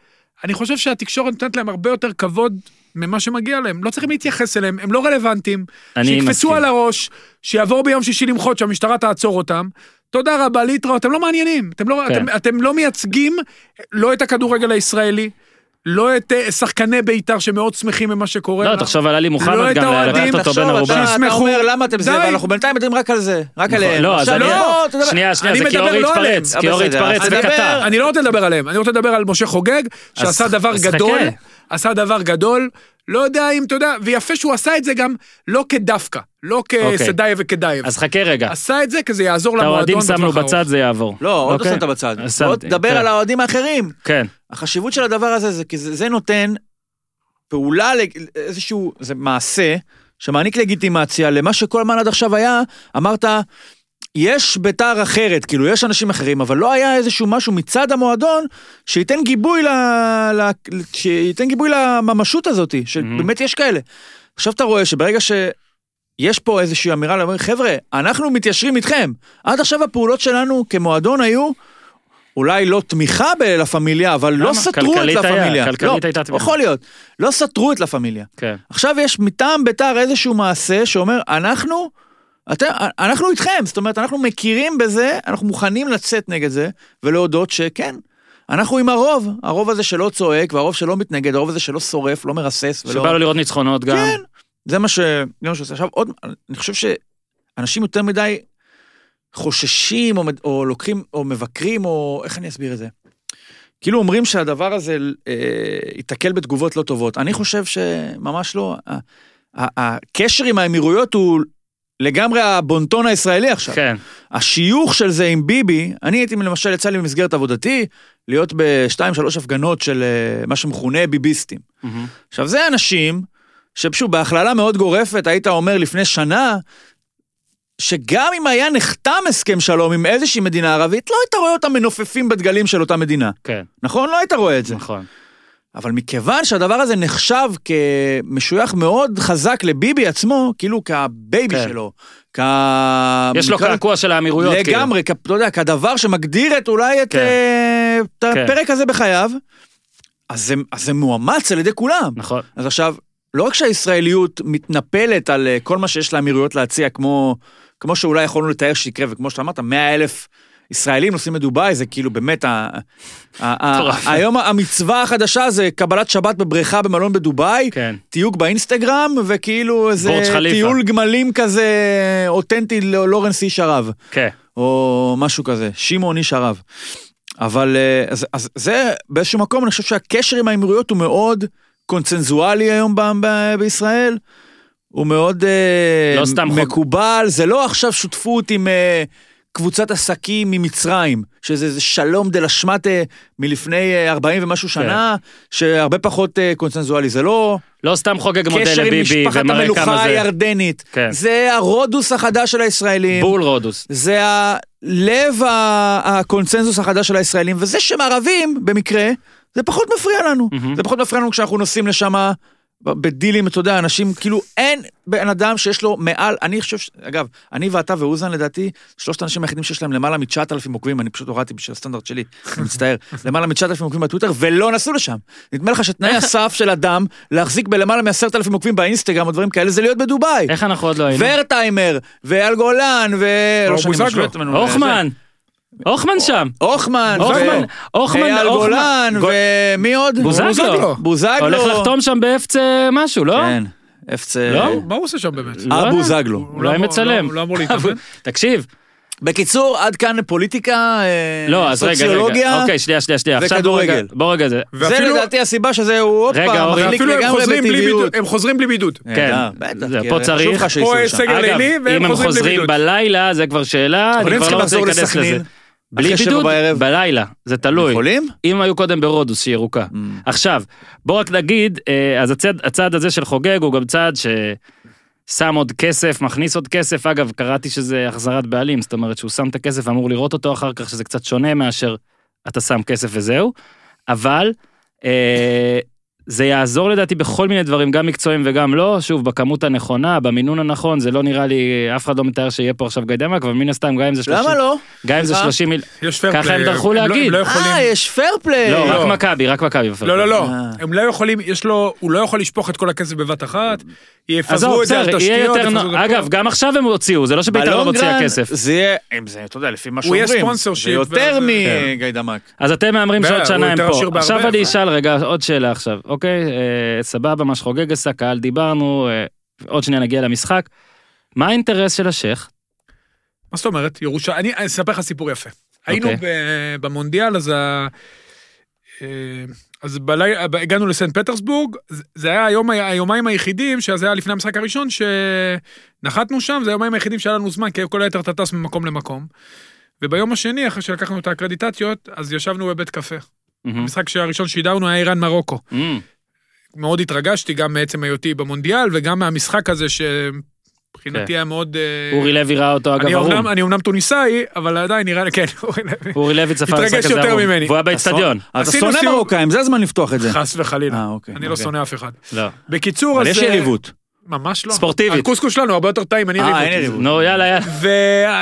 Speaker 3: אני חושב שהתקשורת נותנת להם הרבה יותר כבוד ממה שמגיע להם. לא צריכים להתייחס אליהם, הם לא רלוונטיים.
Speaker 1: אני מסכים.
Speaker 3: שיקפצו על הראש, שיעבור ביום שישי למחות, שהמשטרה תעצור אותם. תודה רבה, להתראות, אתם לא מעניינים. אתם לא,
Speaker 1: כן.
Speaker 3: אתם, אתם לא מייצגים לא את הכדורגל הישראלי, לא את אה, שחקני בית"ר שמאוד שמחים ממה שקורה.
Speaker 1: לא,
Speaker 3: לה.
Speaker 1: תחשוב על עלי
Speaker 3: לא
Speaker 1: מוחמד
Speaker 3: את
Speaker 1: גם,
Speaker 3: האוהדים,
Speaker 1: לקחת אותו
Speaker 4: תחשוב,
Speaker 1: בן
Speaker 4: אתה-
Speaker 1: ערובה.
Speaker 4: אתה
Speaker 3: שישמחו.
Speaker 4: אומר למה אתם זה,
Speaker 3: די.
Speaker 4: אבל אנחנו בינתיים מדברים רק על זה, רק עליהם.
Speaker 1: לא, אז
Speaker 4: עכשיו,
Speaker 1: אני...
Speaker 4: לא, אתה יודע-
Speaker 1: שנייה, שנייה,
Speaker 3: אני
Speaker 1: זה כי
Speaker 3: מדבר
Speaker 1: אורי
Speaker 3: לא עליהם.
Speaker 1: התפרץ, כי
Speaker 4: אבל
Speaker 1: אורי
Speaker 4: בסדר,
Speaker 1: התפרץ
Speaker 4: אז דבר.
Speaker 1: וקטע.
Speaker 3: אני לא רוצה לדבר עליהם, אני רוצה לדבר על משה חוגג, שעשה דבר
Speaker 1: אז
Speaker 3: גדול,
Speaker 1: חכה.
Speaker 3: עשה דבר גדול, לא יודע אם אתה יודע, ויפה שהוא עשה את זה גם לא כדווקא, לא כסדייב וכדייב.
Speaker 1: אוקיי. אז חכה רגע,
Speaker 3: עשה את זה כי זה יעזור
Speaker 1: את
Speaker 3: למועדון
Speaker 1: האוהדים שמנו
Speaker 3: בטווח ארוך.
Speaker 1: בצד, זה יעבור.
Speaker 4: לא, עוד לא
Speaker 1: אוקיי?
Speaker 4: שמת בצד.
Speaker 1: אז
Speaker 4: בוא
Speaker 1: שמתי,
Speaker 4: תדבר
Speaker 1: כן.
Speaker 4: על האוהדים האחרים.
Speaker 1: כן,
Speaker 4: החשיבות של הדבר הזה, זה כי זה זה נותן פעולה, לג- איזשהו, זה מעשה, שמעניק לגיטימציה למה שכל הזמן עד עכשיו היה, אמרת, יש ביתר אחרת, כאילו, יש אנשים אחרים, אבל לא היה איזשהו משהו מצד המועדון שייתן גיבוי, ל... ל... שייתן גיבוי לממשות הזאת, שבאמת יש כאלה. עכשיו אתה רואה שברגע ש... יש פה איזושהי אמירה לאומרים, חבר'ה, אנחנו מתיישרים איתכם. עד עכשיו הפעולות שלנו כמועדון היו אולי לא תמיכה בלה פמיליה, אבל לא
Speaker 1: למה?
Speaker 4: סתרו את
Speaker 1: כלכלית
Speaker 4: לה
Speaker 1: היה,
Speaker 4: פמיליה.
Speaker 1: כלכלית
Speaker 4: לא,
Speaker 1: הייתה תמיכה.
Speaker 4: יכול להיות. לא סתרו את לה פמיליה.
Speaker 1: כן.
Speaker 4: עכשיו יש מטעם ביתר איזשהו מעשה שאומר, אנחנו, אתם, אנחנו איתכם, זאת אומרת, אנחנו מכירים בזה, אנחנו מוכנים לצאת נגד זה, ולהודות שכן, אנחנו עם הרוב, הרוב הזה שלא צועק, והרוב שלא מתנגד, הרוב הזה שלא שורף, לא מרסס, ולא...
Speaker 1: שבא לו לראות ניצחונות גם.
Speaker 4: כן, זה מה ש... זה מה שעושה. עכשיו עוד, אני חושב שאנשים יותר מדי חוששים, או, מד- או לוקחים, או מבקרים, או איך אני אסביר את זה? כאילו אומרים שהדבר הזה אה, ייתקל בתגובות לא טובות. אני חושב שממש לא. ה- ה- הקשר עם האמירויות הוא לגמרי הבונטון הישראלי עכשיו.
Speaker 1: כן,
Speaker 4: השיוך של זה עם ביבי, אני הייתי למשל, יצא לי במסגרת עבודתי, להיות בשתיים, שלוש הפגנות של אה, מה שמכונה ביביסטים.
Speaker 1: מהמם.
Speaker 4: עכשיו, זה אנשים שפשוט בהכללה מאוד גורפת, היית אומר לפני שנה, שגם אם היה נחתם הסכם שלום עם איזושהי מדינה ערבית, לא היית רואה אותם מנופפים בדגלים של אותה מדינה.
Speaker 1: כן,
Speaker 4: נכון? לא היית רואה את זה.
Speaker 1: נכון.
Speaker 4: אבל מכיוון שהדבר הזה נחשב כמשוייך מאוד חזק לביבי עצמו, כאילו כבייבי
Speaker 1: כן.
Speaker 4: שלו, כ...
Speaker 1: יש לו
Speaker 4: נקרא לזה-
Speaker 1: קעקוע של האמירויות, כאילו.
Speaker 4: לגמרי, כ- אתה יודע, כדבר שמגדיר את אולי את
Speaker 1: כן.
Speaker 4: אה, את
Speaker 1: כן.
Speaker 4: הפרק הזה בחייו, אז זה- אז זה מאומץ על ידי כולם.
Speaker 1: נכון.
Speaker 4: אז עכשיו, לא רק שהישראליות מתנפלת על אה, כל מה שיש לאמירויות להציע, כמו, כמו שאולי יכולנו לתאר שיקרה, וכמו שאתה אמרת, 100 אלף ישראלים נוסעים לדובאי, זה כאילו באמת, ה, ה, ה,
Speaker 1: מטורף.
Speaker 4: היום המצווה החדשה זה קבלת שבת בבריכה במלון בדובאי,
Speaker 1: כן.
Speaker 4: תיוג באינסטגרם, וכאילו איזה
Speaker 1: בורג' חליפה.
Speaker 4: טיול גמלים כזה אותנטי לורנס איש ערב.
Speaker 1: כן.
Speaker 4: או משהו כזה, שמעון איש ערב. אבל אה, אז, אז זה באיזשהו מקום, אני חושב שהקשר עם האמירויות הוא מאוד קונצנזואלי היום ב, ב, בישראל. הוא מאוד אה,
Speaker 1: לא סתם חוק.
Speaker 4: מקובל, זה לא עכשיו שותפות עם אה, קבוצת עסקים ממצרים, שזה איזה שלום דה לה שמאטה מלפני אה, 40 ומשהו שנה,
Speaker 1: כן.
Speaker 4: שהרבה פחות אה, קונצנזואלי, זה לא...
Speaker 1: לא סתם חוגג מודל
Speaker 4: קשר עם
Speaker 1: לביבי
Speaker 4: משפחת
Speaker 1: ומראה
Speaker 4: המלוכה
Speaker 1: כמה זה...
Speaker 4: הירדנית,
Speaker 1: כן.
Speaker 4: זה הרודוס החדש של הישראלים.
Speaker 1: בול רודוס.
Speaker 4: זה הלב ה- הקונצנזוס החדש של הישראלים, וזה שהם ערבים, במקרה, זה פחות מפריע לנו.
Speaker 1: מהמם.
Speaker 4: זה פחות מפריע לנו כשאנחנו נוסעים לשם בדילים, אתה יודע, אנשים, כאילו, אין בן אדם שיש לו מעל, אני חושב, ש- אגב, אני ואתה ואוזן, לדעתי, שלושת האנשים היחידים שיש להם למעלה מ-9,000 עוקבים, אני פשוט הורדתי בשביל הסטנדרט שלי, אני מצטער, למעלה מ-9,000 עוקבים בטוויטר, ולא נסעו לשם. נדמה לך שתנאי הסף של אדם להחזיק בלמעלה מ-10,000 עוקבים באינסטגרם או דברים כאלה, זה להיות בדובאי.
Speaker 1: איך אנחנו עוד לא היינו?
Speaker 4: ורטהיימר, ואייל גולן, ו...
Speaker 3: או
Speaker 4: לא שאני
Speaker 3: בוזגלו.
Speaker 4: משווה את עצמנו לזה.
Speaker 1: הוכמן! הוכמן שם!
Speaker 4: הוכמן,
Speaker 1: הוכמן, הוכמן,
Speaker 4: אייל
Speaker 1: הוכמן.
Speaker 4: גולן,
Speaker 1: גו-
Speaker 4: ומי עוד?
Speaker 1: בוזגלו.
Speaker 4: בוזגלו.
Speaker 1: הולך לחתום שם באפצה משהו, לא?
Speaker 4: כן, אפצה.
Speaker 1: לא?
Speaker 3: אוקיי. מה הוא עושה שם באמת?
Speaker 1: לא.
Speaker 4: אבו זגלו.
Speaker 3: הוא לא
Speaker 1: אולי
Speaker 3: אמור-
Speaker 1: מצלם.
Speaker 3: לא- לא אמור להתאמן.
Speaker 1: תקשיב,
Speaker 4: בקיצור, עד כאן פוליטיקה, אה,
Speaker 1: לא, אז רגע, רגע.
Speaker 4: סוציולוגיה.
Speaker 1: אוקיי, שנייה, שנייה, שנייה. עכשיו בוא
Speaker 4: וכדורגל.
Speaker 1: רגע, בוא רגע, זה.
Speaker 4: זה
Speaker 3: ואפילו-
Speaker 4: לדעתי הסיבה שזה, הוא עוד
Speaker 1: רגע, אוקיי.
Speaker 4: פעם,
Speaker 1: אורי.
Speaker 4: מחליק
Speaker 3: אפילו הם
Speaker 4: לגמרי
Speaker 3: חוזרים בלי בידוד,
Speaker 4: בטבעיות.
Speaker 3: הם חוזרים בלי בידוד.
Speaker 1: כן.
Speaker 4: נהדר, בטח,
Speaker 1: זה,
Speaker 4: כי
Speaker 1: פה
Speaker 4: חשוב
Speaker 1: צריך-
Speaker 4: לך
Speaker 3: פה
Speaker 4: שייסעו לשם.
Speaker 3: סגל
Speaker 1: אגב,
Speaker 3: לילי,
Speaker 1: אם
Speaker 3: והם
Speaker 1: הם
Speaker 3: חוזרים בלי
Speaker 1: חוזרים
Speaker 3: בידוד.
Speaker 1: בלילה, זה כבר שאלה,
Speaker 4: אבל
Speaker 1: אני
Speaker 4: הם
Speaker 1: כבר
Speaker 4: צריכים
Speaker 1: לא רוצה
Speaker 4: לחזור
Speaker 1: להיכנס
Speaker 4: לסכנין.
Speaker 1: לזה. בלי
Speaker 4: אחרי שבע
Speaker 1: בידוד,
Speaker 4: בערב.
Speaker 1: בלילה, זה תלוי.
Speaker 4: יכולים?
Speaker 1: אם היו קודם ברודוס שהיא ירוקה. עכשיו, בוא רק נגיד, אה, אז הצעד, הצעד הזה של חוגג הוא גם צעד ש... שם עוד כסף, מכניס עוד כסף. אגב, קראתי שזה החזרת בעלים, זאת אומרת שהוא שם את הכסף, אמור לראות אותו אחר כך, שזה קצת שונה מאשר אתה שם כסף וזהו. אבל אה, זה יעזור לדעתי בכל מיני דברים, גם מקצועיים וגם לא. שוב, בכמות הנכונה, במינון הנכון, זה לא נראה לי, אף אחד לא מתאר שיהיה פה עכשיו גיא דמק, אבל מן הסתם, גם אם זה 30...
Speaker 4: למה לא?
Speaker 1: גם אם זה
Speaker 4: סליחה?
Speaker 1: 30 מיל...
Speaker 3: יש פייר
Speaker 1: ככה
Speaker 3: פליי,
Speaker 1: הם טרחו
Speaker 3: לא-
Speaker 1: להגיד.
Speaker 3: הם לא יכולים...
Speaker 4: אה, יש פייר פליי.
Speaker 1: לא,
Speaker 3: לא.
Speaker 1: רק מכבי, רק מכבי. בפרק.
Speaker 3: לא, לא, לא.
Speaker 4: אה.
Speaker 3: הם לא יכולים, יש לו, הוא לא יכול לשפוך את כל הכסף בבת אחת,
Speaker 1: עזוב,
Speaker 3: יפזרו את זה על
Speaker 1: בסדר, יהיה
Speaker 3: תשתיות,
Speaker 1: יותר...
Speaker 3: יפזרו
Speaker 1: נו-
Speaker 3: את זה פה.
Speaker 1: אגב, גם עכשיו הם הוציאו, זה לא שביתר לא מוציאה
Speaker 4: בלונגרן
Speaker 1: כסף.
Speaker 4: זה יהיה, אם זה, אתה יודע, לפי מה
Speaker 3: הוא
Speaker 4: שאומרים.
Speaker 3: יהיה sponsorship
Speaker 4: זה כן. יותר
Speaker 3: וזה-
Speaker 4: מגיא דמק.
Speaker 1: אז אתם מהמרים שעוד
Speaker 3: הוא
Speaker 1: שנה הם
Speaker 3: יותר עשיר
Speaker 1: פה.
Speaker 3: בהרבה,
Speaker 1: עכשיו אני
Speaker 3: אבל-
Speaker 1: אשאל רגע עוד שאלה עכשיו, אוקיי? אה, סבבה, מה שחוגג עשה, קהל דיברנו, אה, עוד שנייה נגיע למשחק. מה האינטרס של השייח?
Speaker 3: מה זאת אומרת? ירושה... אני אני אספר לך סיפור יפה. היינו
Speaker 1: אוקיי.
Speaker 3: ב- במונדיאל, אז ה... אה, אז בלילה, הגענו לסנט פטרסבורג, זה- זה היה היום, היומיים היחידים, שזה היה לפני המשחק הראשון, שנחתנו שם, זה היומיים היחידים שהיה לנו זמן, כי כל היתר אתה טס ממקום למקום. וביום השני, אחרי שלקחנו את האקרדיטציות, אז ישבנו בבית קפה.
Speaker 1: מהמם.
Speaker 3: המשחק שהראשון שידרנו היה איראן-מרוקו.
Speaker 1: מהמם.
Speaker 3: מאוד התרגשתי גם מעצם היותי במונדיאל וגם מהמשחק הזה
Speaker 1: כן.
Speaker 3: שמבחינתי היה מאוד... אה,
Speaker 1: אורי לוי ראה אותו, אגב,
Speaker 3: אני
Speaker 1: ערום.
Speaker 3: אמנם- אני אמנם טוניסאי, אבל עדיין נראה לי, כן, אורי לוי.
Speaker 1: אורי לוי צפה
Speaker 3: התרגש
Speaker 1: במשחק הזה
Speaker 3: יותר
Speaker 1: ערום.
Speaker 3: ממני.
Speaker 1: והוא היה באצטדיון.
Speaker 4: אז אתה
Speaker 3: עשינו
Speaker 4: שונא
Speaker 3: סיור-
Speaker 4: מרוקאים, זה הזמן לפתוח את זה.
Speaker 3: חס
Speaker 4: אה,
Speaker 3: וחלילה.
Speaker 4: אוקיי.
Speaker 3: אני לא
Speaker 1: אוקיי.
Speaker 3: שונא אף אחד.
Speaker 1: לא.
Speaker 3: בקיצור,
Speaker 4: אבל
Speaker 3: אז...
Speaker 4: יש
Speaker 3: אה,
Speaker 4: יריבות.
Speaker 3: ממש לא.
Speaker 1: ספורטיבית.
Speaker 3: הקוסקוס שלנו הרבה יותר טעים, אני
Speaker 4: אה, אין
Speaker 3: יריבות.
Speaker 4: יריבות.
Speaker 1: נו, יאללה, יאללה.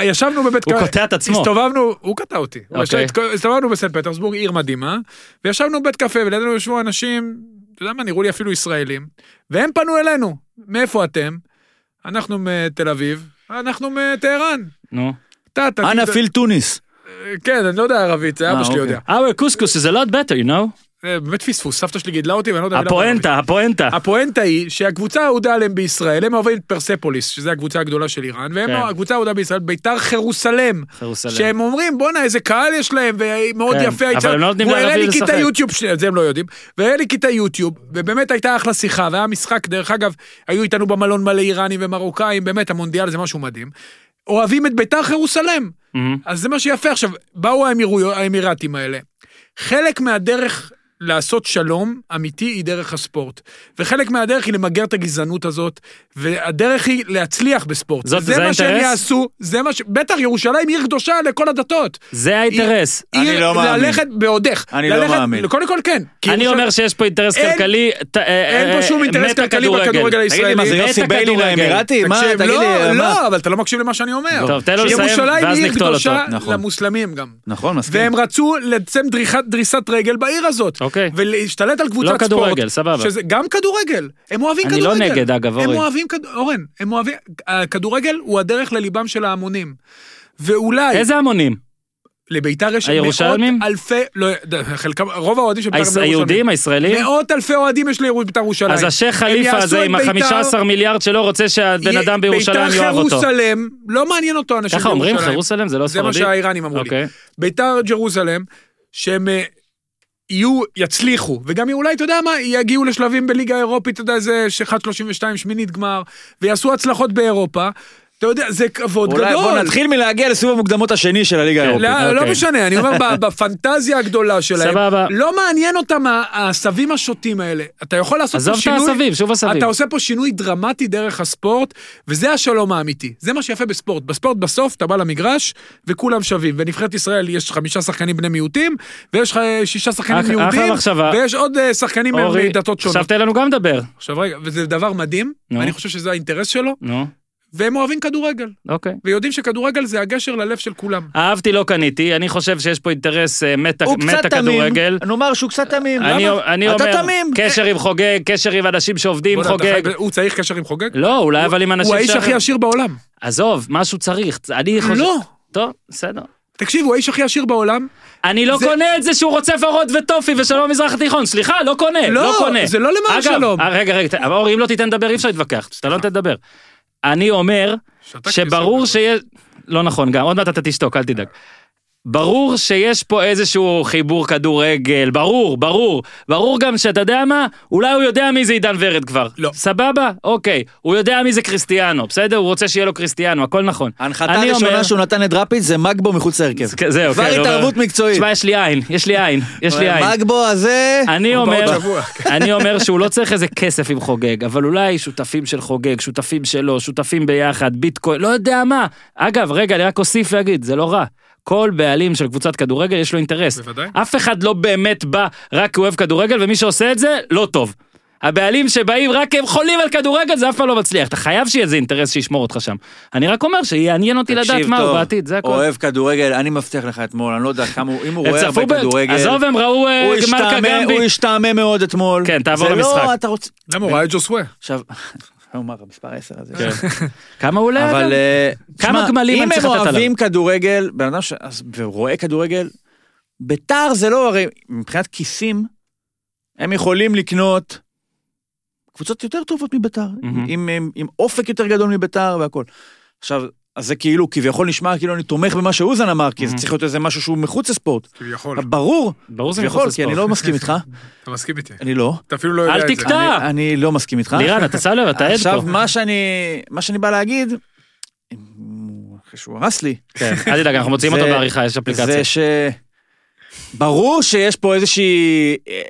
Speaker 3: וישבנו בבית
Speaker 1: הוא
Speaker 3: קפה-
Speaker 1: קוטע את עצמו.
Speaker 3: הסתובבנו, הוא קטע אותי. הוא
Speaker 1: אוקיי.
Speaker 3: ישב- הסתובבנו בסנט פטרסבורג, עיר מדהימה, וישבנו בבית קפה, ולידינו ישבו אנשים, אתה יודע מה, נראו לי אפילו ישראלים, והם פנו אלינו, מאיפה אתם? אנחנו מתל אביב, אנחנו מטהרן.
Speaker 1: נו.
Speaker 3: אתה, אתה,
Speaker 4: אנא
Speaker 3: אתה-
Speaker 4: פיל תוניס.
Speaker 3: כן, אני לא יודע ערבית, זה
Speaker 4: אה,
Speaker 3: אבא שלי
Speaker 4: אוקיי.
Speaker 3: יודע.
Speaker 1: Our couscous is a lot לא better, you know?
Speaker 3: זה אה, באמת פספוס, סבתא שלי גידלה אותי, ואני לא יודע... מילה בערבית.
Speaker 1: הפואנטה, הפואנטה.
Speaker 3: הפואנטה היא שהקבוצה האהודה עליהם בישראל, הם אוהבים את פרספוליס, שזו הקבוצה הגדולה של איראן, והם
Speaker 1: כן.
Speaker 3: הקבוצה האהודה בישראל, ביתר חרוסלם.
Speaker 1: חרוסלם.
Speaker 3: שהם אומרים בואנה איזה קהל יש להם ומאוד
Speaker 1: כן,
Speaker 3: יפה
Speaker 1: אבל
Speaker 3: הייתה,
Speaker 1: הם לא נותנים
Speaker 3: והוא הראה לי
Speaker 1: לערבים
Speaker 3: כיתה
Speaker 1: לשחק.
Speaker 3: יוטיוב, שנייה, את זה הם לא יודעים, והראה לי כיתה יוטיוב ובאמת הייתה אחלה שיחה והיה משחק דרך אגב היו איתנו במלון מלא איראנים ומרוקאים באמת המונדיאל זה משהו מדהים. אוהבים את ביתר חרוסלם
Speaker 1: מהמם.
Speaker 3: אז זה מה שיפה עכשיו באו האמירויות- האמירתים האלה. חלק מהדרך לעשות שלום אמיתי היא דרך הספורט וחלק מהדרך היא למגר את הגזענות הזאת והדרך היא להצליח בספורט.
Speaker 1: זאת- זה
Speaker 3: זה מה שהם
Speaker 1: האינטרס?
Speaker 3: יעשו זה מה ש... בטח ירושלים היא עיר קדושה לכל הדתות.
Speaker 1: זה האינטרס.
Speaker 4: אני
Speaker 3: עיר-
Speaker 4: לא מאמין.
Speaker 3: ללכת בעודך.
Speaker 4: אני לא
Speaker 3: ללכת-
Speaker 4: מאמין.
Speaker 3: קודם כל כן. כי
Speaker 1: אני
Speaker 3: ירושלים-
Speaker 1: אומר שיש פה אינטרס
Speaker 3: אין-
Speaker 1: כלכלי. ת- אה,
Speaker 3: אין
Speaker 1: אה,
Speaker 3: פה שום
Speaker 1: אה,
Speaker 3: אינטרס
Speaker 1: מת
Speaker 3: כלכלי בכדורגל הישראלי.
Speaker 4: תגיד לי, מה זה
Speaker 1: בית
Speaker 4: יוסי ביילי
Speaker 1: הכדורגל.
Speaker 4: לאמירתי? מה,
Speaker 3: תקשיב,
Speaker 4: תגיד
Speaker 3: לא,
Speaker 4: לי, אה, מה?
Speaker 3: לא, אבל אתה לא מקשיב למה שאני אומר.
Speaker 1: טוב, תן לו לסיים,
Speaker 3: שירושלים
Speaker 1: ואז
Speaker 3: היא עיר
Speaker 1: נקטול אותו.
Speaker 3: קדושה
Speaker 4: נכון.
Speaker 3: למוסלמים גם.
Speaker 4: נכון, מסכים.
Speaker 3: והם רצו לצם דריכת, דריסת רגל בעיר הזאת.
Speaker 1: אוקיי.
Speaker 3: ולהשתלט על קבוצת
Speaker 1: לא
Speaker 3: ספורט.
Speaker 1: כדורגל, סבבה.
Speaker 3: שזה גם כדורגל. הם אוהבים
Speaker 1: אני לא
Speaker 3: כדורגל.
Speaker 1: נגד, אגב,
Speaker 3: הם
Speaker 1: אורן.
Speaker 3: אוהבים כדורגל, אורן, הם אוהבים... הכדורגל הוא הדרך לליבם של ההמונים. ואולי
Speaker 1: איזה המונים?
Speaker 3: לביתר יש
Speaker 1: הירושלמים?
Speaker 3: מאות אלפי, לא, חלקם, רוב האוהדים של ביתר הם לא ירושלמים.
Speaker 1: היהודים, הישראלים?
Speaker 3: מאות אלפי אוהדים יש לביתר ירושלים.
Speaker 1: אז השייח
Speaker 3: הם
Speaker 1: חליפה
Speaker 3: יעשו
Speaker 1: הזה
Speaker 3: את
Speaker 1: עם
Speaker 3: בית"ר-
Speaker 1: ה-15 מיליארד שלו רוצה שהבן
Speaker 3: י-
Speaker 1: אדם בירושלים יאהב אותו.
Speaker 3: ביתר חרוסלם, לא מעניין אותו אנשים
Speaker 1: ככה אומרים
Speaker 3: בירושלים.
Speaker 1: חרוסלם? זה לא
Speaker 3: זה מה
Speaker 1: ספרדי?
Speaker 3: שהאיראנים אמרו לי.
Speaker 1: אוקיי.
Speaker 3: ביתר ג'רוזלם, שהם אה, יהיו, יצליחו, וגם אולי, אתה יודע מה, יגיעו לשלבים בליגה האירופית, אתה יודע, זה שחד 32 שמינית גמר, ויעשו הצלחות באירופה, אתה יודע, זה כבוד
Speaker 4: אולי
Speaker 3: גדול.
Speaker 4: בוא נתחיל מלהגיע לסיבוב המוקדמות השני של הליגה האירופית.
Speaker 3: לא,
Speaker 1: אוקיי.
Speaker 3: לא משנה, אני אומר, ב- בפנטזיה הגדולה שלהם,
Speaker 1: סבבה.
Speaker 3: לא מעניין אותם ה- העשבים השוטים האלה. אתה יכול לעשות פה
Speaker 1: עזוב את
Speaker 3: שינוי...
Speaker 1: העשבים, שוב עשבים.
Speaker 3: אתה עושה פה שינוי דרמטי דרך הספורט, וזה השלום האמיתי. זה מה שיפה בספורט. בספורט בסוף אתה בא למגרש, וכולם שווים. בנבחרת ישראל יש חמישה שחקנים בני מיעוטים, ויש לך אה, שישה שחקנים
Speaker 1: אח- אחלה
Speaker 3: יהודים,
Speaker 1: מחשבה.
Speaker 3: ויש עוד אה, שחקנים
Speaker 1: אורי,
Speaker 3: מדתות
Speaker 1: עכשיו
Speaker 3: שונות.
Speaker 1: תן לנו גם לדבר.
Speaker 3: עכשיו רגע, וזה דבר מדהים,
Speaker 1: נו.
Speaker 3: אני חושב שזה האינטרס שלו,
Speaker 1: נו,
Speaker 3: והם אוהבים כדורגל,
Speaker 1: אוקיי.
Speaker 3: ויודעים שכדורגל זה הגשר ללב של כולם.
Speaker 1: אהבתי, לא קניתי, אני חושב שיש פה אינטרס אה, מת
Speaker 4: הוא
Speaker 1: מת
Speaker 4: קצת תמים,
Speaker 1: הכדורגל.
Speaker 4: נאמר שהוא קצת תמים,
Speaker 1: אני
Speaker 4: למה?
Speaker 1: אני
Speaker 4: אתה
Speaker 1: אומר,
Speaker 4: תמים.
Speaker 1: קשר עם חוגג, קשר עם אנשים שעובדים,
Speaker 3: בוא'נה, אתה
Speaker 1: חוגג.
Speaker 3: חי- הוא צריך קשר עם חוגג?
Speaker 1: לא, אולי אבל עם אנשים
Speaker 3: הוא האיש
Speaker 1: ש-
Speaker 3: הכי עשיר בעולם.
Speaker 1: עזוב, משהו צריך. אני חושב...
Speaker 3: לא.
Speaker 1: טוב, בסדר.
Speaker 3: תקשיב, הוא האיש הכי עשיר בעולם.
Speaker 1: אני לא
Speaker 3: זה-
Speaker 1: קונה את זה שהוא רוצה ורוד וטופי ושלום המזרח התיכון, סליחה, לא קונה,
Speaker 3: לא,
Speaker 1: לא קונה.
Speaker 3: זה לא למען
Speaker 1: אגב,
Speaker 3: שלום.
Speaker 1: אה, רגע, רגע, ת- אבל אורי, אם לא תיתן לדבר אי אפשר להתווכח, אתה לא נותן לדבר. אני אומר
Speaker 3: שתקתי,
Speaker 1: שברור
Speaker 3: בסדר.
Speaker 1: שיש... לא נכון גם, עוד מעט אתה תשתוק, אל תדאג. ברור שיש פה איזשהו חיבור כדורגל, ברור, ברור. ברור גם שאתה יודע מה, אולי הוא יודע מי זה עידן ורד כבר.
Speaker 3: לא.
Speaker 1: סבבה? אוקיי. הוא יודע מי זה קריסטיאנו, בסדר? הוא רוצה שיהיה לו קריסטיאנו, הכל נכון.
Speaker 4: ההנחתה
Speaker 1: אני אומר-
Speaker 4: הראשונה שהוא נתן לדראפיץ' זה מגבו מחוץ להרכב.
Speaker 1: זה- זהו,
Speaker 4: כבר
Speaker 1: כן, הוא אומר-
Speaker 4: התערבות מקצועית.
Speaker 1: תשמע, יש לי עין, יש לי עין, יש לי עין.
Speaker 4: מגבו הזה...
Speaker 1: אני
Speaker 3: עוד
Speaker 1: אומר,
Speaker 3: שבוע.
Speaker 4: כן.
Speaker 1: אני אומר שהוא לא צריך איזה כסף עם חוגג, אבל אולי שותפים של חוגג, שותפים שלו, שותפים ביחד, ביטקוין, לא יודע מה. אגב, רגע, אני רק אוסיף ואגיד, זה לא רע. כל בעלים של קבוצת כדורגל יש לו אינטרס.
Speaker 3: בוודאי.
Speaker 1: אף אחד לא באמת בא רק כי הוא אוהב כדורגל, ומי שעושה את זה, לא טוב. הבעלים שבאים רק כי הם חולים על כדורגל, זה אף פעם לא מצליח. אתה חייב שיהיה איזה אינטרס שישמור אותך שם. אני רק אומר שיעניין אותי לדעת
Speaker 4: תקשיב
Speaker 1: מה הוא
Speaker 4: טוב,
Speaker 1: בעתיד, זה הכל.
Speaker 4: אוהב כדורגל, אני מבטיח לך אתמול, אני לא יודע כמה הוא, אם הוא
Speaker 1: הם
Speaker 4: רואה
Speaker 1: צפו
Speaker 4: הרבה
Speaker 1: ב-
Speaker 4: כדורגל...
Speaker 1: עזוב, הם ראו אה,
Speaker 4: הוא
Speaker 1: גמר
Speaker 4: השתעמם-
Speaker 1: קגמבי.
Speaker 4: הוא השתעמם מאוד אתמול.
Speaker 1: כן, תעבור
Speaker 4: זה
Speaker 1: למשחק.
Speaker 4: לא, אתה רוצה...
Speaker 3: למה הוא ראה את ג'וסווה?
Speaker 4: עכשיו, הוא אמר, המספר 10 הזה.
Speaker 1: כן. כמה הוא עולה?
Speaker 4: אבל...
Speaker 1: אגב?
Speaker 4: אה,
Speaker 1: כמה
Speaker 4: תשמע,
Speaker 1: גמלים אני
Speaker 4: אם
Speaker 1: צריך
Speaker 4: הם
Speaker 1: לתת עליו?
Speaker 4: אוהבים כדורגל, בן אדם ש... אז- ורואה כדורגל, ביתר זה לא, הרי מבחינת כיסים, הם יכולים לקנות קבוצות יותר טובות מביתר,
Speaker 1: מהמם.
Speaker 4: עם- עם- עם אופק יותר גדול מביתר והכל. עכשיו, אז זה כאילו, כביכול נשמע כאילו אני תומך במה שאוזן אמר, כי זה
Speaker 1: מהמם.
Speaker 4: צריך להיות איזה משהו שהוא מחוץ לספורט.
Speaker 3: כביכול.
Speaker 4: ברור,
Speaker 1: ברור שזה
Speaker 4: כביכול,
Speaker 1: מחוץ
Speaker 4: כי אני
Speaker 1: לספורט.
Speaker 4: לא מסכים איתך,
Speaker 3: אתה מסכים איתי.
Speaker 4: אני לא.
Speaker 3: אתה אפילו לא יודע
Speaker 1: אל
Speaker 3: את זה.
Speaker 1: תקטע. אתה.
Speaker 4: אני- אני לא מסכים איתך.
Speaker 1: לירן, אתה שם לב, אתה עד פה.
Speaker 4: עכשיו, מה שאני, מה שאני בא להגיד, אחרי שהוא הרס לי,
Speaker 1: כן, אל תדאג, אנחנו מוציאים
Speaker 4: זה-
Speaker 1: אותו בעריכה, יש אפליקציה.
Speaker 4: זה ש... ברור שיש פה איזושהי אה,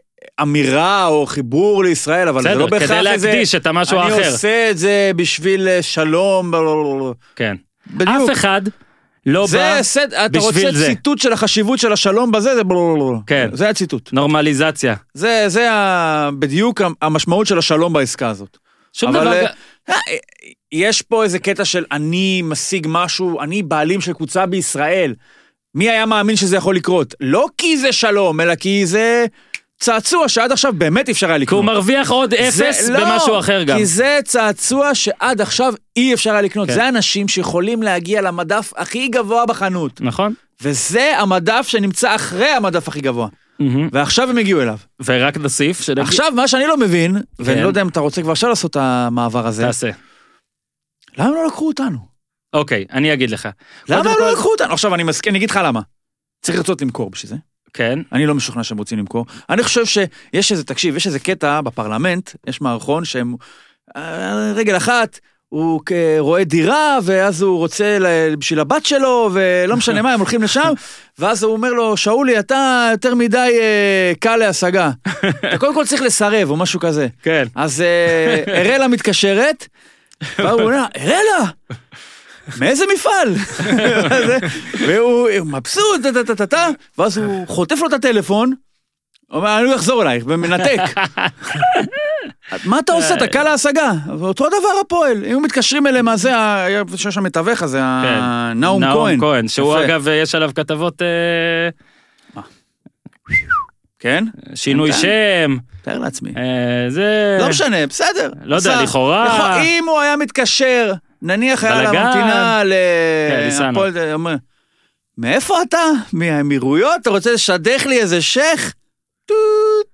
Speaker 4: אמירה או חיבור לישראל, אבל זה
Speaker 1: בסדר,
Speaker 4: לא בהכרח
Speaker 1: כדי
Speaker 4: איזה...
Speaker 1: להקדיש את המשהו
Speaker 4: אני
Speaker 1: האחר.
Speaker 4: עושה את זה בשביל אה, שלום, בלולולולול.
Speaker 1: כן.
Speaker 4: בדיוק.
Speaker 1: אף אחד לא
Speaker 4: זה
Speaker 1: בא...
Speaker 4: סט, אתה
Speaker 1: בשביל
Speaker 4: רוצה
Speaker 1: זה.
Speaker 4: ציטוט של החשיבות של השלום בזה, זה בלולולולול.
Speaker 1: כן.
Speaker 4: זה הציטוט.
Speaker 1: נורמליזציה.
Speaker 4: זה, זה ה... בדיוק ה- המשמעות של השלום בעסקה הזאת.
Speaker 1: שום
Speaker 4: אבל,
Speaker 1: דבר...
Speaker 4: אה, אה, יש פה איזה קטע של אני משיג משהו, אני בעלים של קבוצה בישראל. מי היה מאמין שזה יכול לקרות? לא כי זה שלום, אלא כי זה צעצוע שעד עכשיו באמת אי אפשר היה
Speaker 1: כי הוא
Speaker 4: לקנות.
Speaker 1: מרוויח עוד
Speaker 4: זה-
Speaker 1: אפס
Speaker 4: לא,
Speaker 1: במשהו אחר גם.
Speaker 4: כי זה צעצוע שעד עכשיו אי אפשר היה לקנות.
Speaker 1: כן.
Speaker 4: זה אנשים שיכולים להגיע למדף הכי גבוה בחנות.
Speaker 1: נכון?
Speaker 4: וזה המדף שנמצא אחרי המדף הכי גבוה.
Speaker 1: מהמם.
Speaker 4: ועכשיו הם הגיעו אליו.
Speaker 1: ורק נוסיף שנגיד...
Speaker 4: עכשיו, מה שאני לא מבין,
Speaker 1: כן.
Speaker 4: ואני לא יודע אם אתה רוצה כבר עכשיו לעשות את המעבר הזה,
Speaker 1: תעשה.
Speaker 4: למה הם לא לקחו אותנו?
Speaker 1: אוקיי, אני אגיד לך.
Speaker 4: למה
Speaker 1: קודם
Speaker 4: הם לא
Speaker 1: כל-
Speaker 4: לקחו אותנו? עכשיו אני מסכים, אני אגיד לך למה. צריך לרצות למכור בשביל זה.
Speaker 1: כן.
Speaker 4: אני לא משוכנע שהם רוצים למכור. אני חושב שיש איזה, תקשיב, יש איזה קטע בפרלמנט, יש מערכון שהם... אה, רגל אחת, הוא כ- רואה דירה, ואז הוא רוצה ל- בשביל הבת שלו, ולא משנה מה, הם הולכים לשם, ואז הוא אומר לו, שאולי, אתה יותר מדי אה, קל להשגה. אתה קודם כל צריך לסרב, או משהו כזה.
Speaker 1: כן.
Speaker 4: אז אה, אראלה מתקשרת, והוא עונה, אראלה, מאיזה מפעל? והוא מבסוט, טה-טה-טה-טה, ואז הוא חוטף לו את הטלפון, אומר, אני אחזור אלייך, ומנתק. מה אתה עושה? אתה קל להשגה. אותו דבר הפועל, אם מתקשרים אליהם, אז זה, ה- יש שם מתווך הזה, ה-
Speaker 1: כן.
Speaker 4: אה, נאום כהן.
Speaker 1: כהן, שהוא
Speaker 4: יפה.
Speaker 1: אגב, יש עליו כתבות אה,
Speaker 4: כן?
Speaker 1: שינוי
Speaker 4: כן.
Speaker 1: שם,
Speaker 4: תאר לעצמי.
Speaker 1: אה, זה...
Speaker 4: לא משנה, בסדר.
Speaker 1: לא יודע,
Speaker 4: בסדר.
Speaker 1: לכאורה-
Speaker 4: יכול- אם הוא היה מתקשר, נניח היה לה
Speaker 1: בלגן.
Speaker 4: ממתינה ל...
Speaker 1: כן, ניסן.
Speaker 4: הפועל תל אביב, אומר, מאיפה אתה? מהאמירויות? אתה רוצה לשדך לי איזה שייח? טוט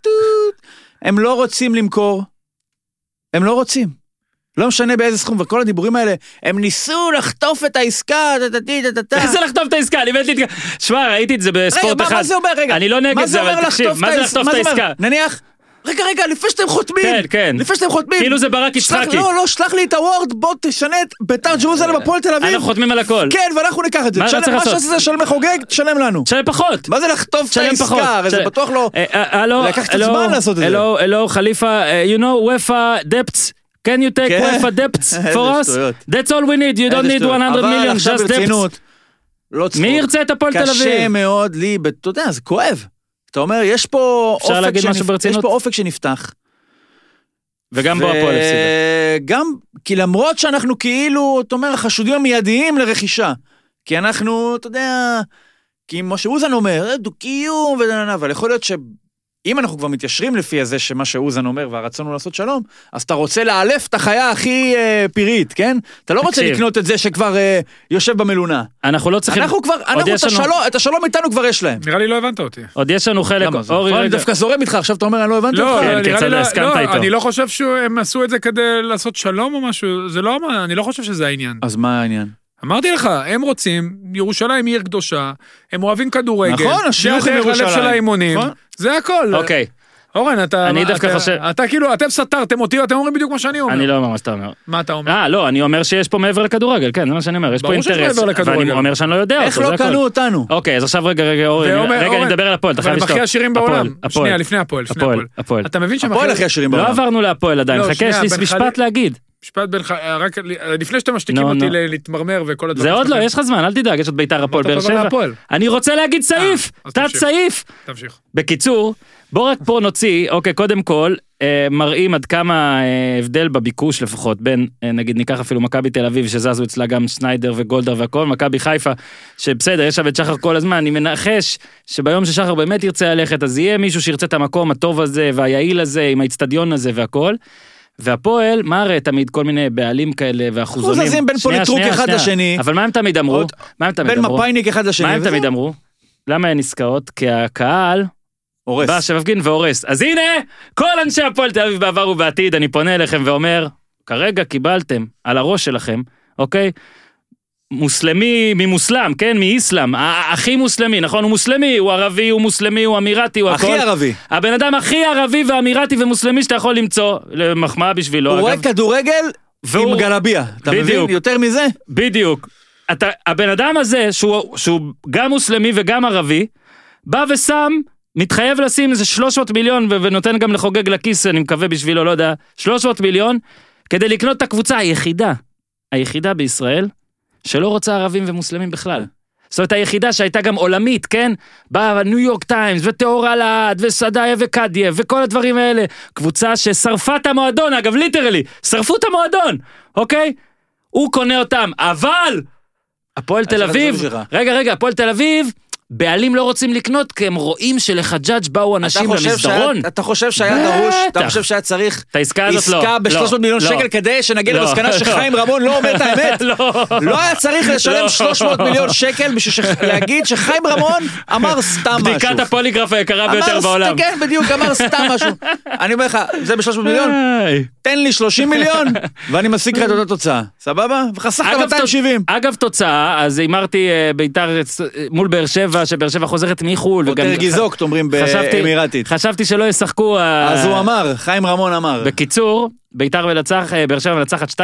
Speaker 4: טוט. הם לא רוצים למכור. הם לא רוצים. לא משנה באיזה סכום, וכל הדיבורים האלה, הם ניסו לחטוף את העסקה, טה-טה-טה, טה-טה.
Speaker 1: איזה לחטוף את העסקה, אני באמת... התק- שמע, ראיתי את זה
Speaker 4: רגע,
Speaker 1: בספורט
Speaker 4: מה-
Speaker 1: אחד.
Speaker 4: מה זה אומר? רגע,
Speaker 1: אני לא נגד
Speaker 4: מה
Speaker 1: זה, אבל
Speaker 4: אומר
Speaker 1: תקשיב,
Speaker 4: לחטוף
Speaker 1: מה
Speaker 4: את
Speaker 1: זה
Speaker 4: העס-
Speaker 1: לחטוף
Speaker 4: מה
Speaker 1: את
Speaker 4: זה אומר?
Speaker 1: העסקה?
Speaker 4: נניח, רגע, רגע, לפני שאתם חותמים,
Speaker 1: כן, כן.
Speaker 4: לפני שאתם חותמים,
Speaker 1: כאילו זה ברק
Speaker 4: שלח-
Speaker 1: יצחקי.
Speaker 4: לא, לא, שלח לי את הוורד, בוא תשנה את ביתר ג'רוזלם הפועל תל אביב,
Speaker 1: אה, אנחנו חותמים על הכל.
Speaker 4: כן, ואנחנו ניקח את זה,
Speaker 1: מה אתה
Speaker 4: תשלם-
Speaker 1: צריך
Speaker 4: מה
Speaker 1: לעשות?
Speaker 4: שעשית שלם לחוגג, תשלם לנו,
Speaker 1: תשלם פחות.
Speaker 4: מה זה לחטוף את
Speaker 1: תשלם פחות.
Speaker 4: העסקה, הרי זה
Speaker 1: תשלם-
Speaker 4: בטוח לא,
Speaker 1: אה, אה, הלו,
Speaker 4: לקח קצת
Speaker 1: הלו,
Speaker 4: זמן לעשות את זה.
Speaker 1: הלו, הלו, חליפה, אה, you know, ופא depths. Can you take
Speaker 4: כן.
Speaker 1: ופא depths
Speaker 4: איזה
Speaker 1: for us?
Speaker 4: שטויות.
Speaker 1: That's all we need, you don't
Speaker 4: איזה
Speaker 1: need
Speaker 4: שטויות.
Speaker 1: 100
Speaker 4: אבל
Speaker 1: מיליון,
Speaker 4: עכשיו
Speaker 1: just depths.
Speaker 4: ברצינות, לא צחוק,
Speaker 1: מי ירצה את הפועל תל
Speaker 4: קשה
Speaker 1: אביב?
Speaker 4: מאוד לי, ב- אתה יודע, זה כואב. אתה אומר, יש פה
Speaker 1: אפשר
Speaker 4: אופק
Speaker 1: להגיד משהו
Speaker 4: שנפ- יש
Speaker 1: ברצינות?
Speaker 4: פה אופק שנפתח.
Speaker 1: וגם בו
Speaker 4: ו-
Speaker 1: הפועל הפסידה.
Speaker 4: גם, כי למרות שאנחנו כאילו, אתה אומר, החשודים המיידיים לרכישה. כי אנחנו, אתה יודע, כי כמו שאוזן אומר, "אה, דו-קיום, ודננה", אבל יכול להיות שאם אנחנו כבר מתיישרים לפי הזה שמה שאוזן אומר והרצון הוא לעשות שלום, אז אתה רוצה לאלף את החיה הכי אה, פירית, כן? אתה לא רוצה
Speaker 1: תקשיב.
Speaker 4: לקנות את זה שכבר אה, יושב במלונה.
Speaker 1: אנחנו לא צריכים...
Speaker 4: אנחנו כבר, אנחנו את
Speaker 1: יש לנו-
Speaker 4: השלום, את השלום איתנו כבר יש להם.
Speaker 3: נראה לי לא הבנת אותי.
Speaker 1: עוד יש לנו חלק...
Speaker 4: למה זה?
Speaker 3: נכון,
Speaker 1: אורי,
Speaker 4: אני
Speaker 1: רגע.
Speaker 4: דווקא זורם איתך, עכשיו אתה אומר, אני לא הבנתי
Speaker 3: לא,
Speaker 4: אותך.
Speaker 1: כן,
Speaker 3: נראה לי
Speaker 1: כצל'ה,
Speaker 3: לא-
Speaker 1: הסכמת איתו.
Speaker 3: לא, אני לא חושב שהם עשו את זה כדי לעשות שלום או משהו, זה לא, אמר- אני לא חושב שזה העניין.
Speaker 4: אז מה העניין?
Speaker 3: אמרתי לך, הם רוצים, ירושלים היא עיר קדושה, הם אוהבים כדורגל.
Speaker 4: נכון, השיוך עם
Speaker 3: זה הדרך הלב
Speaker 4: ירושלים.
Speaker 3: של האימונים,
Speaker 4: נכון.
Speaker 3: זה הכל.
Speaker 1: אוקיי,
Speaker 3: אורן, אתה...
Speaker 1: אני דווקא
Speaker 3: אתה-
Speaker 1: חושב-
Speaker 3: אתה כאילו, אתם סתרתם אותי, אתם אומרים בדיוק מה שאני אומר.
Speaker 1: אני לא אומר מה שאתה אומר.
Speaker 3: מה אתה אומר?
Speaker 1: אה, לא, אני אומר שיש פה מעבר לכדורגל, כן, זה מה שאני אומר, יש פה
Speaker 3: ברור שיש
Speaker 1: אינטרס,
Speaker 3: מעבר לכדורגל.
Speaker 1: ואני אומר שאני לא יודע
Speaker 4: איך
Speaker 1: אותו,
Speaker 4: לא
Speaker 1: זה הכל.
Speaker 4: קנו אותנו?
Speaker 1: אוקיי, אז עכשיו רגע, רגע, אורן,
Speaker 3: ואומר-
Speaker 1: רגע, אני
Speaker 3: אורן,
Speaker 1: מדבר על הפועל, אתה חייב
Speaker 3: אבל הם
Speaker 1: לשתוק.
Speaker 3: הכי עשירים
Speaker 1: הפועל,
Speaker 3: בעולם.
Speaker 1: הפועל,
Speaker 3: שנייה, לפני הפועל, לפני
Speaker 1: הפועל,
Speaker 3: הפועל.
Speaker 1: הפועל.
Speaker 3: אתה מבין שהם
Speaker 4: הפועל
Speaker 3: הכי-
Speaker 4: הכי עשירים
Speaker 1: לא
Speaker 4: בעולם.
Speaker 1: עברנו להפועל עדיין,
Speaker 3: לא,
Speaker 1: חכה, יש
Speaker 3: שנייה,
Speaker 1: לי
Speaker 3: בן
Speaker 1: משפט
Speaker 3: חלי-
Speaker 1: להגיד.
Speaker 3: משפט בינך, אה, רק לפני שאתם משתיקים
Speaker 1: נו,
Speaker 3: אותי
Speaker 1: נו.
Speaker 3: ל- להתמרמר וכל הדברים.
Speaker 1: זה עוד לא,
Speaker 3: שלכם.
Speaker 1: יש לך זמן, אל תדאג, יש עוד ביתר הפועל
Speaker 3: אתה
Speaker 1: באר
Speaker 3: כבר
Speaker 1: שבע.
Speaker 3: להפועל.
Speaker 1: אני רוצה להגיד סעיף,
Speaker 3: אה, אז
Speaker 1: תת
Speaker 3: תמשיך.
Speaker 1: סעיף.
Speaker 3: תמשיך.
Speaker 1: בקיצור, בוא רק פה נוציא, אוקיי, קודם כל, אה, מראים עד כמה אה, הבדל בביקוש לפחות, בין, אה, נגיד ניקח אפילו מכבי תל אביב, שזזו אצלה גם שניידר וגולדהר והכל, מכבי חיפה, שבסדר, יש שם את שחר כל הזמן, אני מנחש שביום ששחר באמת ירצה ללכת, אז יהיה מישהו שירצה את המקום הטוב הזה, והיעיל הזה, עם האיצטדיון הזה והכל. והפועל, מה הרי תמיד כל מיני בעלים כאלה ואחוזונים.
Speaker 4: זזים בין
Speaker 1: שנייה,
Speaker 4: פוליטרוק
Speaker 1: שנייה,
Speaker 4: אחד
Speaker 1: שנייה.
Speaker 4: לשני.
Speaker 1: אבל מה הם תמיד אמרו?
Speaker 4: עוד-
Speaker 1: מה הם תמיד
Speaker 4: בין
Speaker 1: אמרו?
Speaker 4: מפאיניק אחד לשני.
Speaker 1: מה הם
Speaker 4: וזה
Speaker 1: תמיד אמרו? למה הן עסקאות? כי הקהל
Speaker 4: הורס.
Speaker 1: בא שמפגין והורס. אז הנה, כל אנשי הפועל תל אביב בעבר ובעתיד, אני פונה אליכם ואומר, כרגע קיבלתם על הראש שלכם, אוקיי? מוסלמי ממוסלם, כן? מאיסלאם, הכי מוסלמי, נכון? הוא מוסלמי, הוא ערבי, הוא מוסלמי, הוא אמירתי, הוא הכל.
Speaker 4: הכי ערבי.
Speaker 1: הבן אדם הכי ערבי ואמירתי ומוסלמי שאתה יכול למצוא, מחמאה בשבילו,
Speaker 4: הוא
Speaker 1: לא, אגב.
Speaker 4: רואה כדורגל
Speaker 1: והוא-
Speaker 4: עם גלביה. אתה מבין?
Speaker 1: בדיוק.
Speaker 4: יותר מזה?
Speaker 1: בדיוק. אתה, הבן אדם הזה, שהוא, שהוא גם מוסלמי וגם ערבי, בא ושם, מתחייב לשים איזה 300 מיליון, ו- ונותן גם לחוגג לכיס, אני מקווה בשבילו, לא יודע, 300 מיליון, כדי לקנות את הקבוצה היחידה, היחידה בישראל, שלא רוצה ערבים ומוסלמים בכלל. זאת אומרת, היחידה שהייתה גם עולמית, כן? באה ניו יורק טיימס, וטהורה להד, וסדאיה וקדיה, וכל הדברים האלה. קבוצה ששרפה את המועדון, אגב, ליטרלי, שרפו את המועדון, אוקיי? הוא קונה אותם, אבל הפועל תל
Speaker 4: השאלה
Speaker 1: אביב,
Speaker 4: הזאת שלך.
Speaker 1: רגע, רגע, הפועל תל אביב, בעלים לא רוצים לקנות, כי הם רואים שלחג'אג' באו אנשים
Speaker 4: אתה חושב
Speaker 1: למסדרון.
Speaker 4: שהיה- אתה חושב שהיה דרוש, אתה
Speaker 1: בטח.
Speaker 4: חושב שהיה צריך
Speaker 1: את העסקה הזאת לא.
Speaker 4: עסקה ב-300
Speaker 1: לא,
Speaker 4: מיליון
Speaker 1: לא.
Speaker 4: שקל כדי שנגיע
Speaker 1: לא,
Speaker 4: למסקנה
Speaker 1: לא.
Speaker 4: שחיים רמון לא אומר את האמת?
Speaker 1: לא.
Speaker 4: לא היה צריך לשלם
Speaker 1: לא.
Speaker 4: 300 מיליון שקל בשביל שח- להגיד שחיים רמון אמר סתם משהו.
Speaker 1: בדיקת הפוליגרף היקרה
Speaker 4: אמר
Speaker 1: ביותר
Speaker 4: סת-
Speaker 1: בעולם.
Speaker 4: כן, בדיוק, אמר סתם משהו. אני אומר לך, זה ב-300 מיליון,
Speaker 1: היי.
Speaker 4: תן לי 30 מיליון, ואני משיג לך את אותה תוצאה. סבבה? וחסכת
Speaker 1: אגב,
Speaker 4: 270.
Speaker 1: ת- אגב תוצאה, אז הימרתי אה, ביתר אה, מול באר שבע, שבאר שבע חוזרת מחו"ל. וגם-
Speaker 4: יותר גיזוקט אומרים
Speaker 1: חשבתי- אה,
Speaker 4: באמירתית.
Speaker 1: חשבתי שלא ישחקו. ה-
Speaker 4: אז הוא אמר, חיים רמון אמר.
Speaker 1: בקיצור, ביתר מנצח, אה, באר שבע מנצחת 2-1,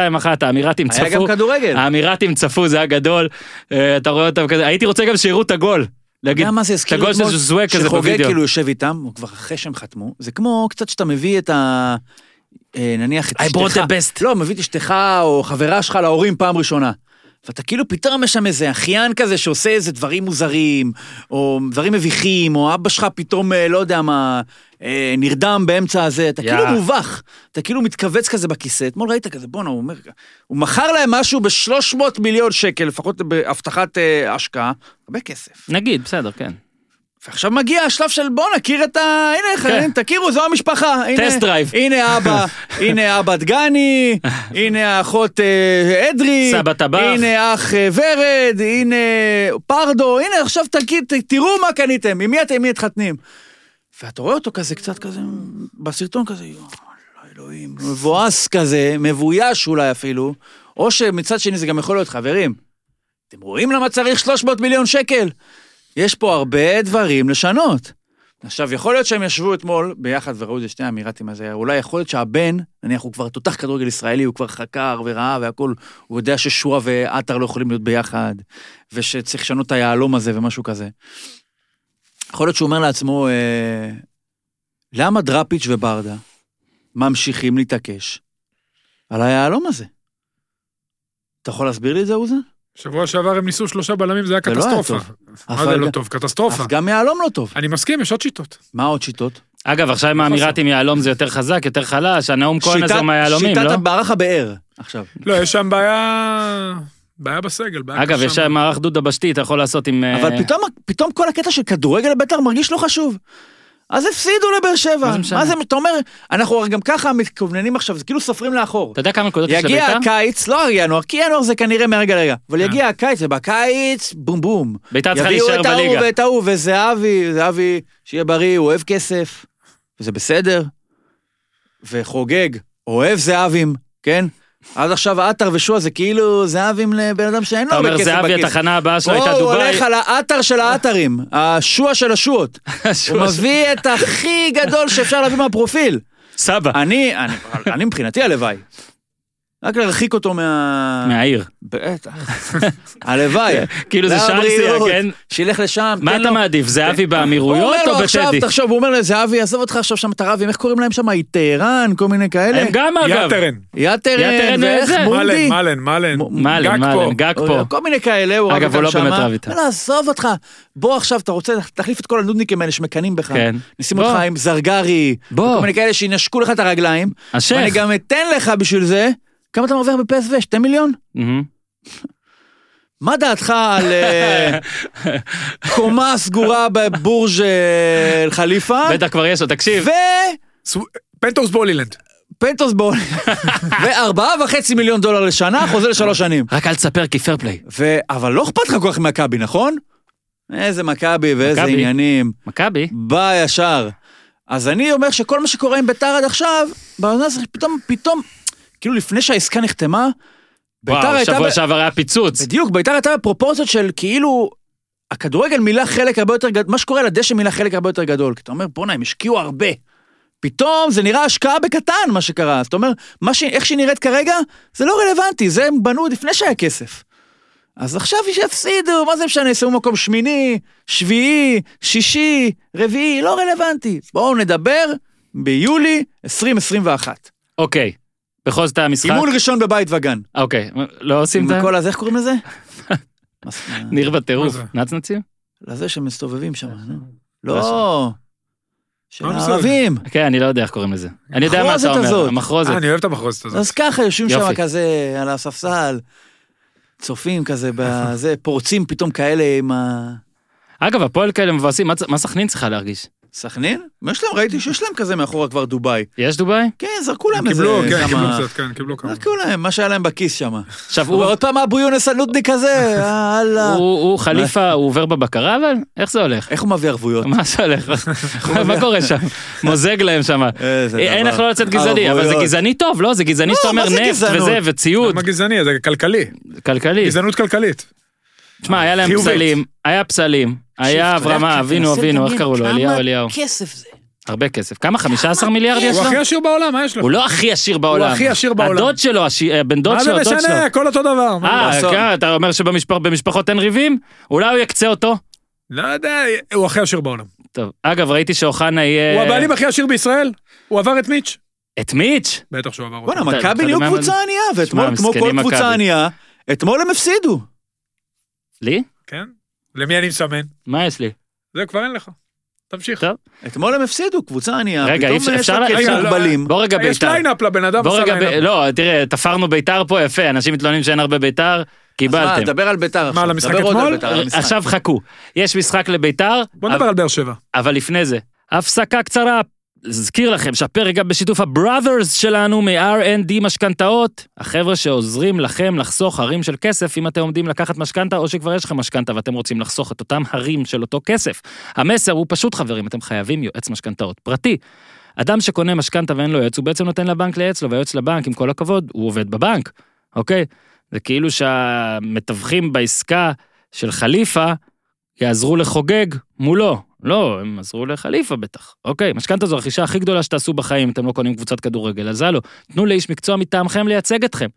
Speaker 1: האמירתים צפו.
Speaker 4: היה גם כדורגל.
Speaker 1: האמירתים צפו, זה היה גדול. אה, אתה רואה אותם כזה, הייתי רוצה גם שיראו את הגול.
Speaker 4: אתה
Speaker 1: להגיד,
Speaker 4: יודע מה זה
Speaker 1: את
Speaker 4: הזכיר
Speaker 1: הגול של זוהה כזה
Speaker 4: שחוגג
Speaker 1: בווידאו.
Speaker 4: כאילו יושב איתם, הוא כבר אחרי שהם חתמו, זה כמו קצת שאתה מביא את ה... אה, נניח את
Speaker 1: I brought
Speaker 4: אשתך,
Speaker 1: the best.
Speaker 4: לא, מביא את אשתך או חברה שלך להורים פעם ראשונה. ואתה כאילו פתאום יש שם איזה אחיין כזה שעושה איזה דברים מוזרים, או דברים מביכים, או אבא שלך פתאום, אה, לא יודע מה, אה, נרדם באמצע הזה, אתה
Speaker 1: יאה.
Speaker 4: כאילו מובך, אתה כאילו מתכווץ כזה בכיסא, אתמול ראית כזה, בואנה, הוא אומר, הוא מכר להם משהו ב-300 מיליון שקל, לפחות בהבטחת אה, השקעה, הרבה כסף.
Speaker 1: נגיד, בסדר, כן.
Speaker 4: ועכשיו מגיע השלב של בוא נכיר את ה... הנה, חברים, תכירו, זו המשפחה. הנה-
Speaker 1: טסט דרייב.
Speaker 4: הנה אבא, הנה אבא דגני, הנה האחות אה, אדרי,
Speaker 1: סבא טבח.
Speaker 4: הנה אח אה, ורד, הנה פרדו, הנה עכשיו תכיר, ת- תראו מה קניתם, עם מי אתם, עם מי מתחתנים. ואתה רואה אותו כזה, קצת כזה, בסרטון כזה, "יואו, לא אלוהים, מבואס כזה, מבויש אולי אפילו, או שמצד שני זה גם יכול להיות, חברים, אתם רואים למה צריך 300 מיליון שקל? יש פה הרבה דברים לשנות. עכשיו, יכול להיות שהם ישבו אתמול ביחד וראו את זה שני האמירתים הזה, אולי יכול להיות שהבן, נניח הוא כבר תותח כדורגל ישראלי, הוא כבר חקר וראה והכול, הוא יודע ששועה ועטר לא יכולים להיות ביחד, ושצריך לשנות את היהלום הזה ומשהו כזה. יכול להיות שהוא אומר לעצמו, אה, למה דראפיץ' וברדה ממשיכים להתעקש על היהלום הזה? אתה יכול להסביר לי את זה, אוזן?
Speaker 3: שבוע שעבר הם ניסו שלושה בלמים, זה היה
Speaker 4: זה לא היה
Speaker 3: קטסטרופה.
Speaker 4: טוב.
Speaker 3: מה
Speaker 4: אבל
Speaker 3: זה
Speaker 4: גם-
Speaker 3: לא טוב? קטסטרופה.
Speaker 4: אז גם יהלום לא טוב.
Speaker 3: אני מסכים, יש עוד שיטות.
Speaker 4: מה עוד שיטות?
Speaker 1: אגב, עכשיו עם האמירתים יהלום זה יותר חזק, יותר חלש, הנאום כהן הזה הוא מהיהלומים,
Speaker 4: שיטת
Speaker 1: לא?
Speaker 4: המערך הבאר. עכשיו,
Speaker 3: לא, יש שם בעיה... בעיה בסגל, בעיה
Speaker 1: אגב,
Speaker 3: קשה
Speaker 1: יש שם
Speaker 3: מאוד.
Speaker 1: מערך דודה בשתי, אתה יכול לעשות עם... אה,
Speaker 4: אבל פתאום, פתאום כל הקטע של כדורגל בית"ר מרגיש לא חשוב. אז הפסידו לבאר שבע.
Speaker 1: זה משנה?
Speaker 4: מה זה, אתה אומר, אנחנו הרי גם ככה מתכווננים עכשיו, זה כאילו סופרים לאחור.
Speaker 1: אתה יודע כמה נקודות יש
Speaker 4: יגיע
Speaker 1: לביתר?
Speaker 4: הקיץ, לא הרי ינואר, כי ינואר זה כנראה מהרגע לרגע, אבל יגיע הקיץ, ובקיץ, בום בום.
Speaker 1: אה. ביתר צריכה
Speaker 4: יביאו
Speaker 1: להישאר
Speaker 4: את ההוא
Speaker 1: בליגה.
Speaker 4: ואת ההוא, וזהבי, זהבי, שיהיה בריא, הוא אוהב כסף, וזה בסדר. וחוגג, אוהב זהבים, כן? עד עכשיו עטר ושועה זה כאילו זהב עם בן אדם שאין לו
Speaker 1: אתה
Speaker 4: הרבה
Speaker 1: אומר
Speaker 4: כסף
Speaker 1: זהבי
Speaker 4: בכיס.
Speaker 1: התחנה הבאה שלו
Speaker 4: פה
Speaker 1: הייתה
Speaker 4: הוא
Speaker 1: דובאי.
Speaker 4: הולך על העטר של העטרים, השוע של השועות. הוא
Speaker 1: שהוא-
Speaker 4: מביא את הכי גדול שאפשר להביא מהפרופיל.
Speaker 1: סבא,
Speaker 4: אני, אני- אני מבחינתי הלוואי. רק להרחיק אותו מה...
Speaker 1: מהעיר.
Speaker 4: בטח. הלוואי.
Speaker 1: כאילו זה
Speaker 4: לבריאות.
Speaker 1: שרסיה, כן?
Speaker 4: שילך לשם.
Speaker 1: מה
Speaker 4: תן
Speaker 1: אתה
Speaker 4: לו-
Speaker 1: מעדיף, זהבי
Speaker 4: לא- הוא אומר
Speaker 1: באמירויות
Speaker 4: לו
Speaker 1: או
Speaker 4: עכשיו,
Speaker 1: בטדי?
Speaker 4: תחשוב, הוא אומר לזהבי, עזוב אותך עכשיו שם את הרבים, איך קוראים להם שם? היא טהרן, כל מיני כאלה.
Speaker 1: הם גם אגב.
Speaker 3: יאטרן.
Speaker 4: יתרן,
Speaker 1: יתרן
Speaker 4: ואיך
Speaker 1: זה.
Speaker 4: אה, מונדי.
Speaker 3: מאלן, מאלן, מאלן.
Speaker 4: מ-
Speaker 1: מאלן,
Speaker 3: גג פה.
Speaker 1: מאלן, גג פה.
Speaker 4: כל מיני כאלה, הוא רב
Speaker 1: אגב, הוא
Speaker 4: איתם
Speaker 1: לא
Speaker 4: שמה.
Speaker 1: באמת רב איתם.
Speaker 4: לא, עזוב אותך, בוא עכשיו, אתה רוצה, תחליף את כל הנודניקים האלה שמקנאים בך.
Speaker 1: כן.
Speaker 4: נשים
Speaker 1: בוא.
Speaker 4: אותך עם זרגרי,
Speaker 1: בוא.
Speaker 4: כל מיני כאלה שינשקו לך את הרגליים.
Speaker 1: השייח.
Speaker 4: ואני גם אתן לך בשביל זה, כמה אתה מרוויח בפסו? 2 מיליון?
Speaker 1: מהמם.
Speaker 4: מה דעתך על אה, קומה סגורה בבורז' אה, אל-חליפה?
Speaker 1: בטח כבר יש לו, תקשיב.
Speaker 3: פנטורס בולילנד.
Speaker 4: ופנטוס בול. וארבעה וחצי מיליון דולר לשנה, חוזה לשלוש שנים.
Speaker 1: רק אל תספר כי פייר פליי.
Speaker 4: ו... אבל לא אכפת לך כל כך ממכבי, נכון? איזה מכבי ואיזה
Speaker 1: מכבי.
Speaker 4: עניינים.
Speaker 1: מכבי?
Speaker 4: בא ישר. אז אני אומר שכל מה שקורה עם ביתר עד עכשיו, בעונה הזאת פתאום, פתאום, כאילו לפני שהעסקה נחתמה, ביתר
Speaker 1: וואו,
Speaker 4: הייתה...
Speaker 1: שבוע
Speaker 4: ב-
Speaker 1: שעבר היה פיצוץ.
Speaker 4: בדיוק, ביתר הייתה בפרופורציות של כאילו, הכדורגל מילא חלק הרבה יותר גדול, מה שקורה לדשא מילא חלק הרבה יותר גדול. כי אתה אומר, בואנה, הם השקיעו הרבה. פתאום זה נראה השקעה בקטן, מה שקרה. אז אתה אומר, מה ש... איך שהיא נראית כרגע, זה לא רלוונטי, זה הם בנו עוד לפני שהיה כסף. אז עכשיו שיפסידו, מה זה משנה, יסיימו מקום שמיני, שביעי, שישי, רביעי, לא רלוונטי. בואו נדבר ביולי 2021.
Speaker 1: אוקיי. בכל זאת היה משחק.
Speaker 4: אימון ראשון בבית וגן.
Speaker 1: אוקיי. לא עושים את
Speaker 4: עם
Speaker 1: זה?
Speaker 4: כל הזה, איך קוראים לזה? מס-
Speaker 1: ניר בטירוף.
Speaker 3: מה זה?
Speaker 1: נצנצים?
Speaker 4: לזה שמסתובבים שם, נו.
Speaker 1: לא
Speaker 4: לא, של
Speaker 3: לא
Speaker 4: הערבים.
Speaker 1: כן, אני לא יודע איך קוראים לזה. אני יודע מה
Speaker 4: המחרוזת
Speaker 1: אתה אומר.
Speaker 4: הזאת.
Speaker 1: המחרוזת.
Speaker 3: אה, אני אוהב את המחרוזת הזאת.
Speaker 4: אז ככה יושבים שם
Speaker 1: יופי.
Speaker 4: כזה על הספסל, צופים כזה בזה, פורצים פתאום כאלה עם ה...
Speaker 1: אגב, הפועל כאלה מבואסים, מה צ- מה סכנין צריכה להרגיש?
Speaker 4: סכנין? מה יש להם? ראיתי שיש להם כזה מאחורה כבר דובאי.
Speaker 1: יש דובאי?
Speaker 4: כן, זרקו להם איזה...
Speaker 3: קיבלו,
Speaker 4: כמה-
Speaker 3: כן, קיבלו קצת, כן, קיבלו כמה.
Speaker 4: זרקו להם, מה שהיה להם בכיס שם.
Speaker 1: עכשיו, הוא-
Speaker 4: ועוד פעם אבו יונס הנודניק הזה,
Speaker 1: הוא-
Speaker 4: יאללה.
Speaker 1: הוא חליפה, הוא עובר בבקרה אבל? איך זה הולך?
Speaker 4: איך הוא מביא ערבויות?
Speaker 1: מה זה הולך? מה קורה שם? מוזג להם שם.
Speaker 4: איזה
Speaker 1: אין
Speaker 4: דבר.
Speaker 1: איך לא לצאת גזעני, אבל זה
Speaker 4: ערבויות.
Speaker 1: גזעני טוב, לא? זה גזעני
Speaker 4: לא,
Speaker 1: שאתה אומר
Speaker 4: מה זה
Speaker 1: נפט
Speaker 4: גזענות?
Speaker 1: וזה, וציוד,
Speaker 3: מה גזעני? זה כלכלי.
Speaker 1: כלכלי.
Speaker 3: גזענות כלכלית.
Speaker 1: תשמע, היה להם
Speaker 3: חיובית.
Speaker 1: פסלים, היה פסלים, היה
Speaker 4: תקשיב,
Speaker 1: אברהם, אה,
Speaker 4: אתה יודע,
Speaker 1: אבינו,
Speaker 4: תנסה
Speaker 1: אבינו, איך
Speaker 4: לדמיין
Speaker 1: קראו לו?
Speaker 4: כמה
Speaker 1: אליהו, אליהו.
Speaker 4: כסף זה.
Speaker 1: הרבה כסף. כמה? 15 מיליארד יש
Speaker 3: הוא הכי
Speaker 1: לו?
Speaker 3: עשיר בעולם, מה יש לו?
Speaker 1: הוא לא הכי עשיר בעולם.
Speaker 3: הכי עשיר בעולם.
Speaker 1: הדוד שלו, השי- הבן דוד
Speaker 3: מה זה
Speaker 1: שלו, הדוד שלו.
Speaker 3: משנה? הכל אותו דבר.
Speaker 1: לא
Speaker 3: מה-
Speaker 1: אה,
Speaker 4: לעשות?
Speaker 1: כן, אתה אומר שבמשפחות אין ריבים? אולי הוא יקצה אותו?
Speaker 3: לא יודע, הוא הכי עשיר בעולם.
Speaker 1: טוב. אגב, ראיתי שאוחנה יהיה...
Speaker 3: הוא הבעלים הכי עשיר בישראל? הוא עבר את מיץ'?
Speaker 1: את מיץ'?
Speaker 3: בטח שהוא עבר אותו.
Speaker 4: בואנה,
Speaker 1: אתה- אתה
Speaker 4: מכבי נהיו
Speaker 1: יודע מה-
Speaker 4: קבוצה ענייה, ואתמול,
Speaker 1: שמע,
Speaker 4: כמו כל
Speaker 1: מסכנים
Speaker 4: קבוצה
Speaker 1: מכבי.
Speaker 4: ענייה, אתמול הם הפסידו.
Speaker 1: לי?
Speaker 3: כן? למי אני מסמן?
Speaker 1: מה יש
Speaker 3: אה,
Speaker 1: לי?
Speaker 3: זה כבר אין לך. תמשיך.
Speaker 1: טוב.
Speaker 4: אתמול הם הפסידו, קבוצה ענייה,
Speaker 1: רגע,
Speaker 4: פתאום
Speaker 1: אפשר-
Speaker 4: יש
Speaker 1: אפשר
Speaker 4: לה
Speaker 1: לה-
Speaker 4: כלים
Speaker 3: רגע, לא,
Speaker 4: מוגבלים.
Speaker 1: בוא רגע
Speaker 3: יש
Speaker 1: בית"ר.
Speaker 3: ליינאפ לבן אדם,
Speaker 1: בוא
Speaker 3: עשה
Speaker 1: רגע, ב...
Speaker 3: ליינאפ.
Speaker 1: לא, תראה, תפרנו בית"ר פה יפה, אנשים מתלוננים שאין הרבה בית"ר,
Speaker 4: אז מה,
Speaker 1: קיבלתם.
Speaker 4: דבר על ביתר עכשיו.
Speaker 3: על המשחק
Speaker 4: דבר עוד
Speaker 3: אתמול?
Speaker 4: על ביתר, על המשחק.
Speaker 1: עכשיו חכו, יש משחק לבית"ר,
Speaker 3: בוא נדבר על באר שבע.
Speaker 1: אבל לפני זה, הפסקה קצרה. אזכיר לכם שהפרק גם בשיתוף הבראדרס שלנו מ-R&D משכנתאות, החבר'ה שעוזרים לכם לחסוך הרים של כסף אם אתם עומדים לקחת משכנתה או שכבר יש לכם משכנתה ואתם רוצים לחסוך את אותם הרים של אותו כסף. המסר הוא פשוט חברים, אתם חייבים יועץ משכנתאות פרטי. אדם שקונה משכנתה ואין לו יועץ, הוא בעצם נותן לבנק לייעץ לו, והיועץ לבנק, עם כל הכבוד, הוא עובד בבנק, אוקיי? זה כאילו שהמתווכים בעסקה של חליפה יעזרו לחוגג מולו. לא, הם עזרו לחליפה בטח. אוקיי, משכנתה זו הרכישה הכי גדולה שתעשו בחיים אם אתם לא קונים קבוצת כדורגל, אז הלו, תנו לאיש מקצוע מטעמכם לייצג אתכם.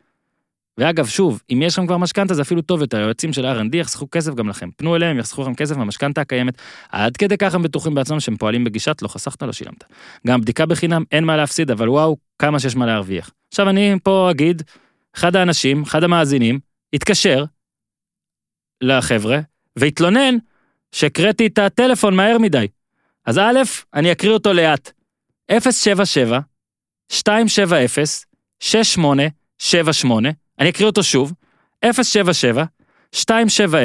Speaker 1: ואגב, שוב, אם יש לכם כבר משכנתה זה אפילו טוב יותר, היועצים של R&D יחסכו כסף גם לכם. פנו אליהם, יחסכו לכם כסף מהמשכנתה הקיימת, עד כדי כך הם בטוחים בעצמם שהם פועלים בגישת לא חסכת, לא שילמת. גם בדיקה בחינם, אין מה להפסיד, אבל וואו, כמה שיש מה להרוויח. עכשיו אני פה אגיד, אחד האנשים, אחד המאזינים, התקשר לחבר'ה, והתלונן שהקראתי את הטלפון מהר מדי. אז א', אני אקריא אותו לאט. 077 270 6878 אני אקריא אותו שוב. 077 270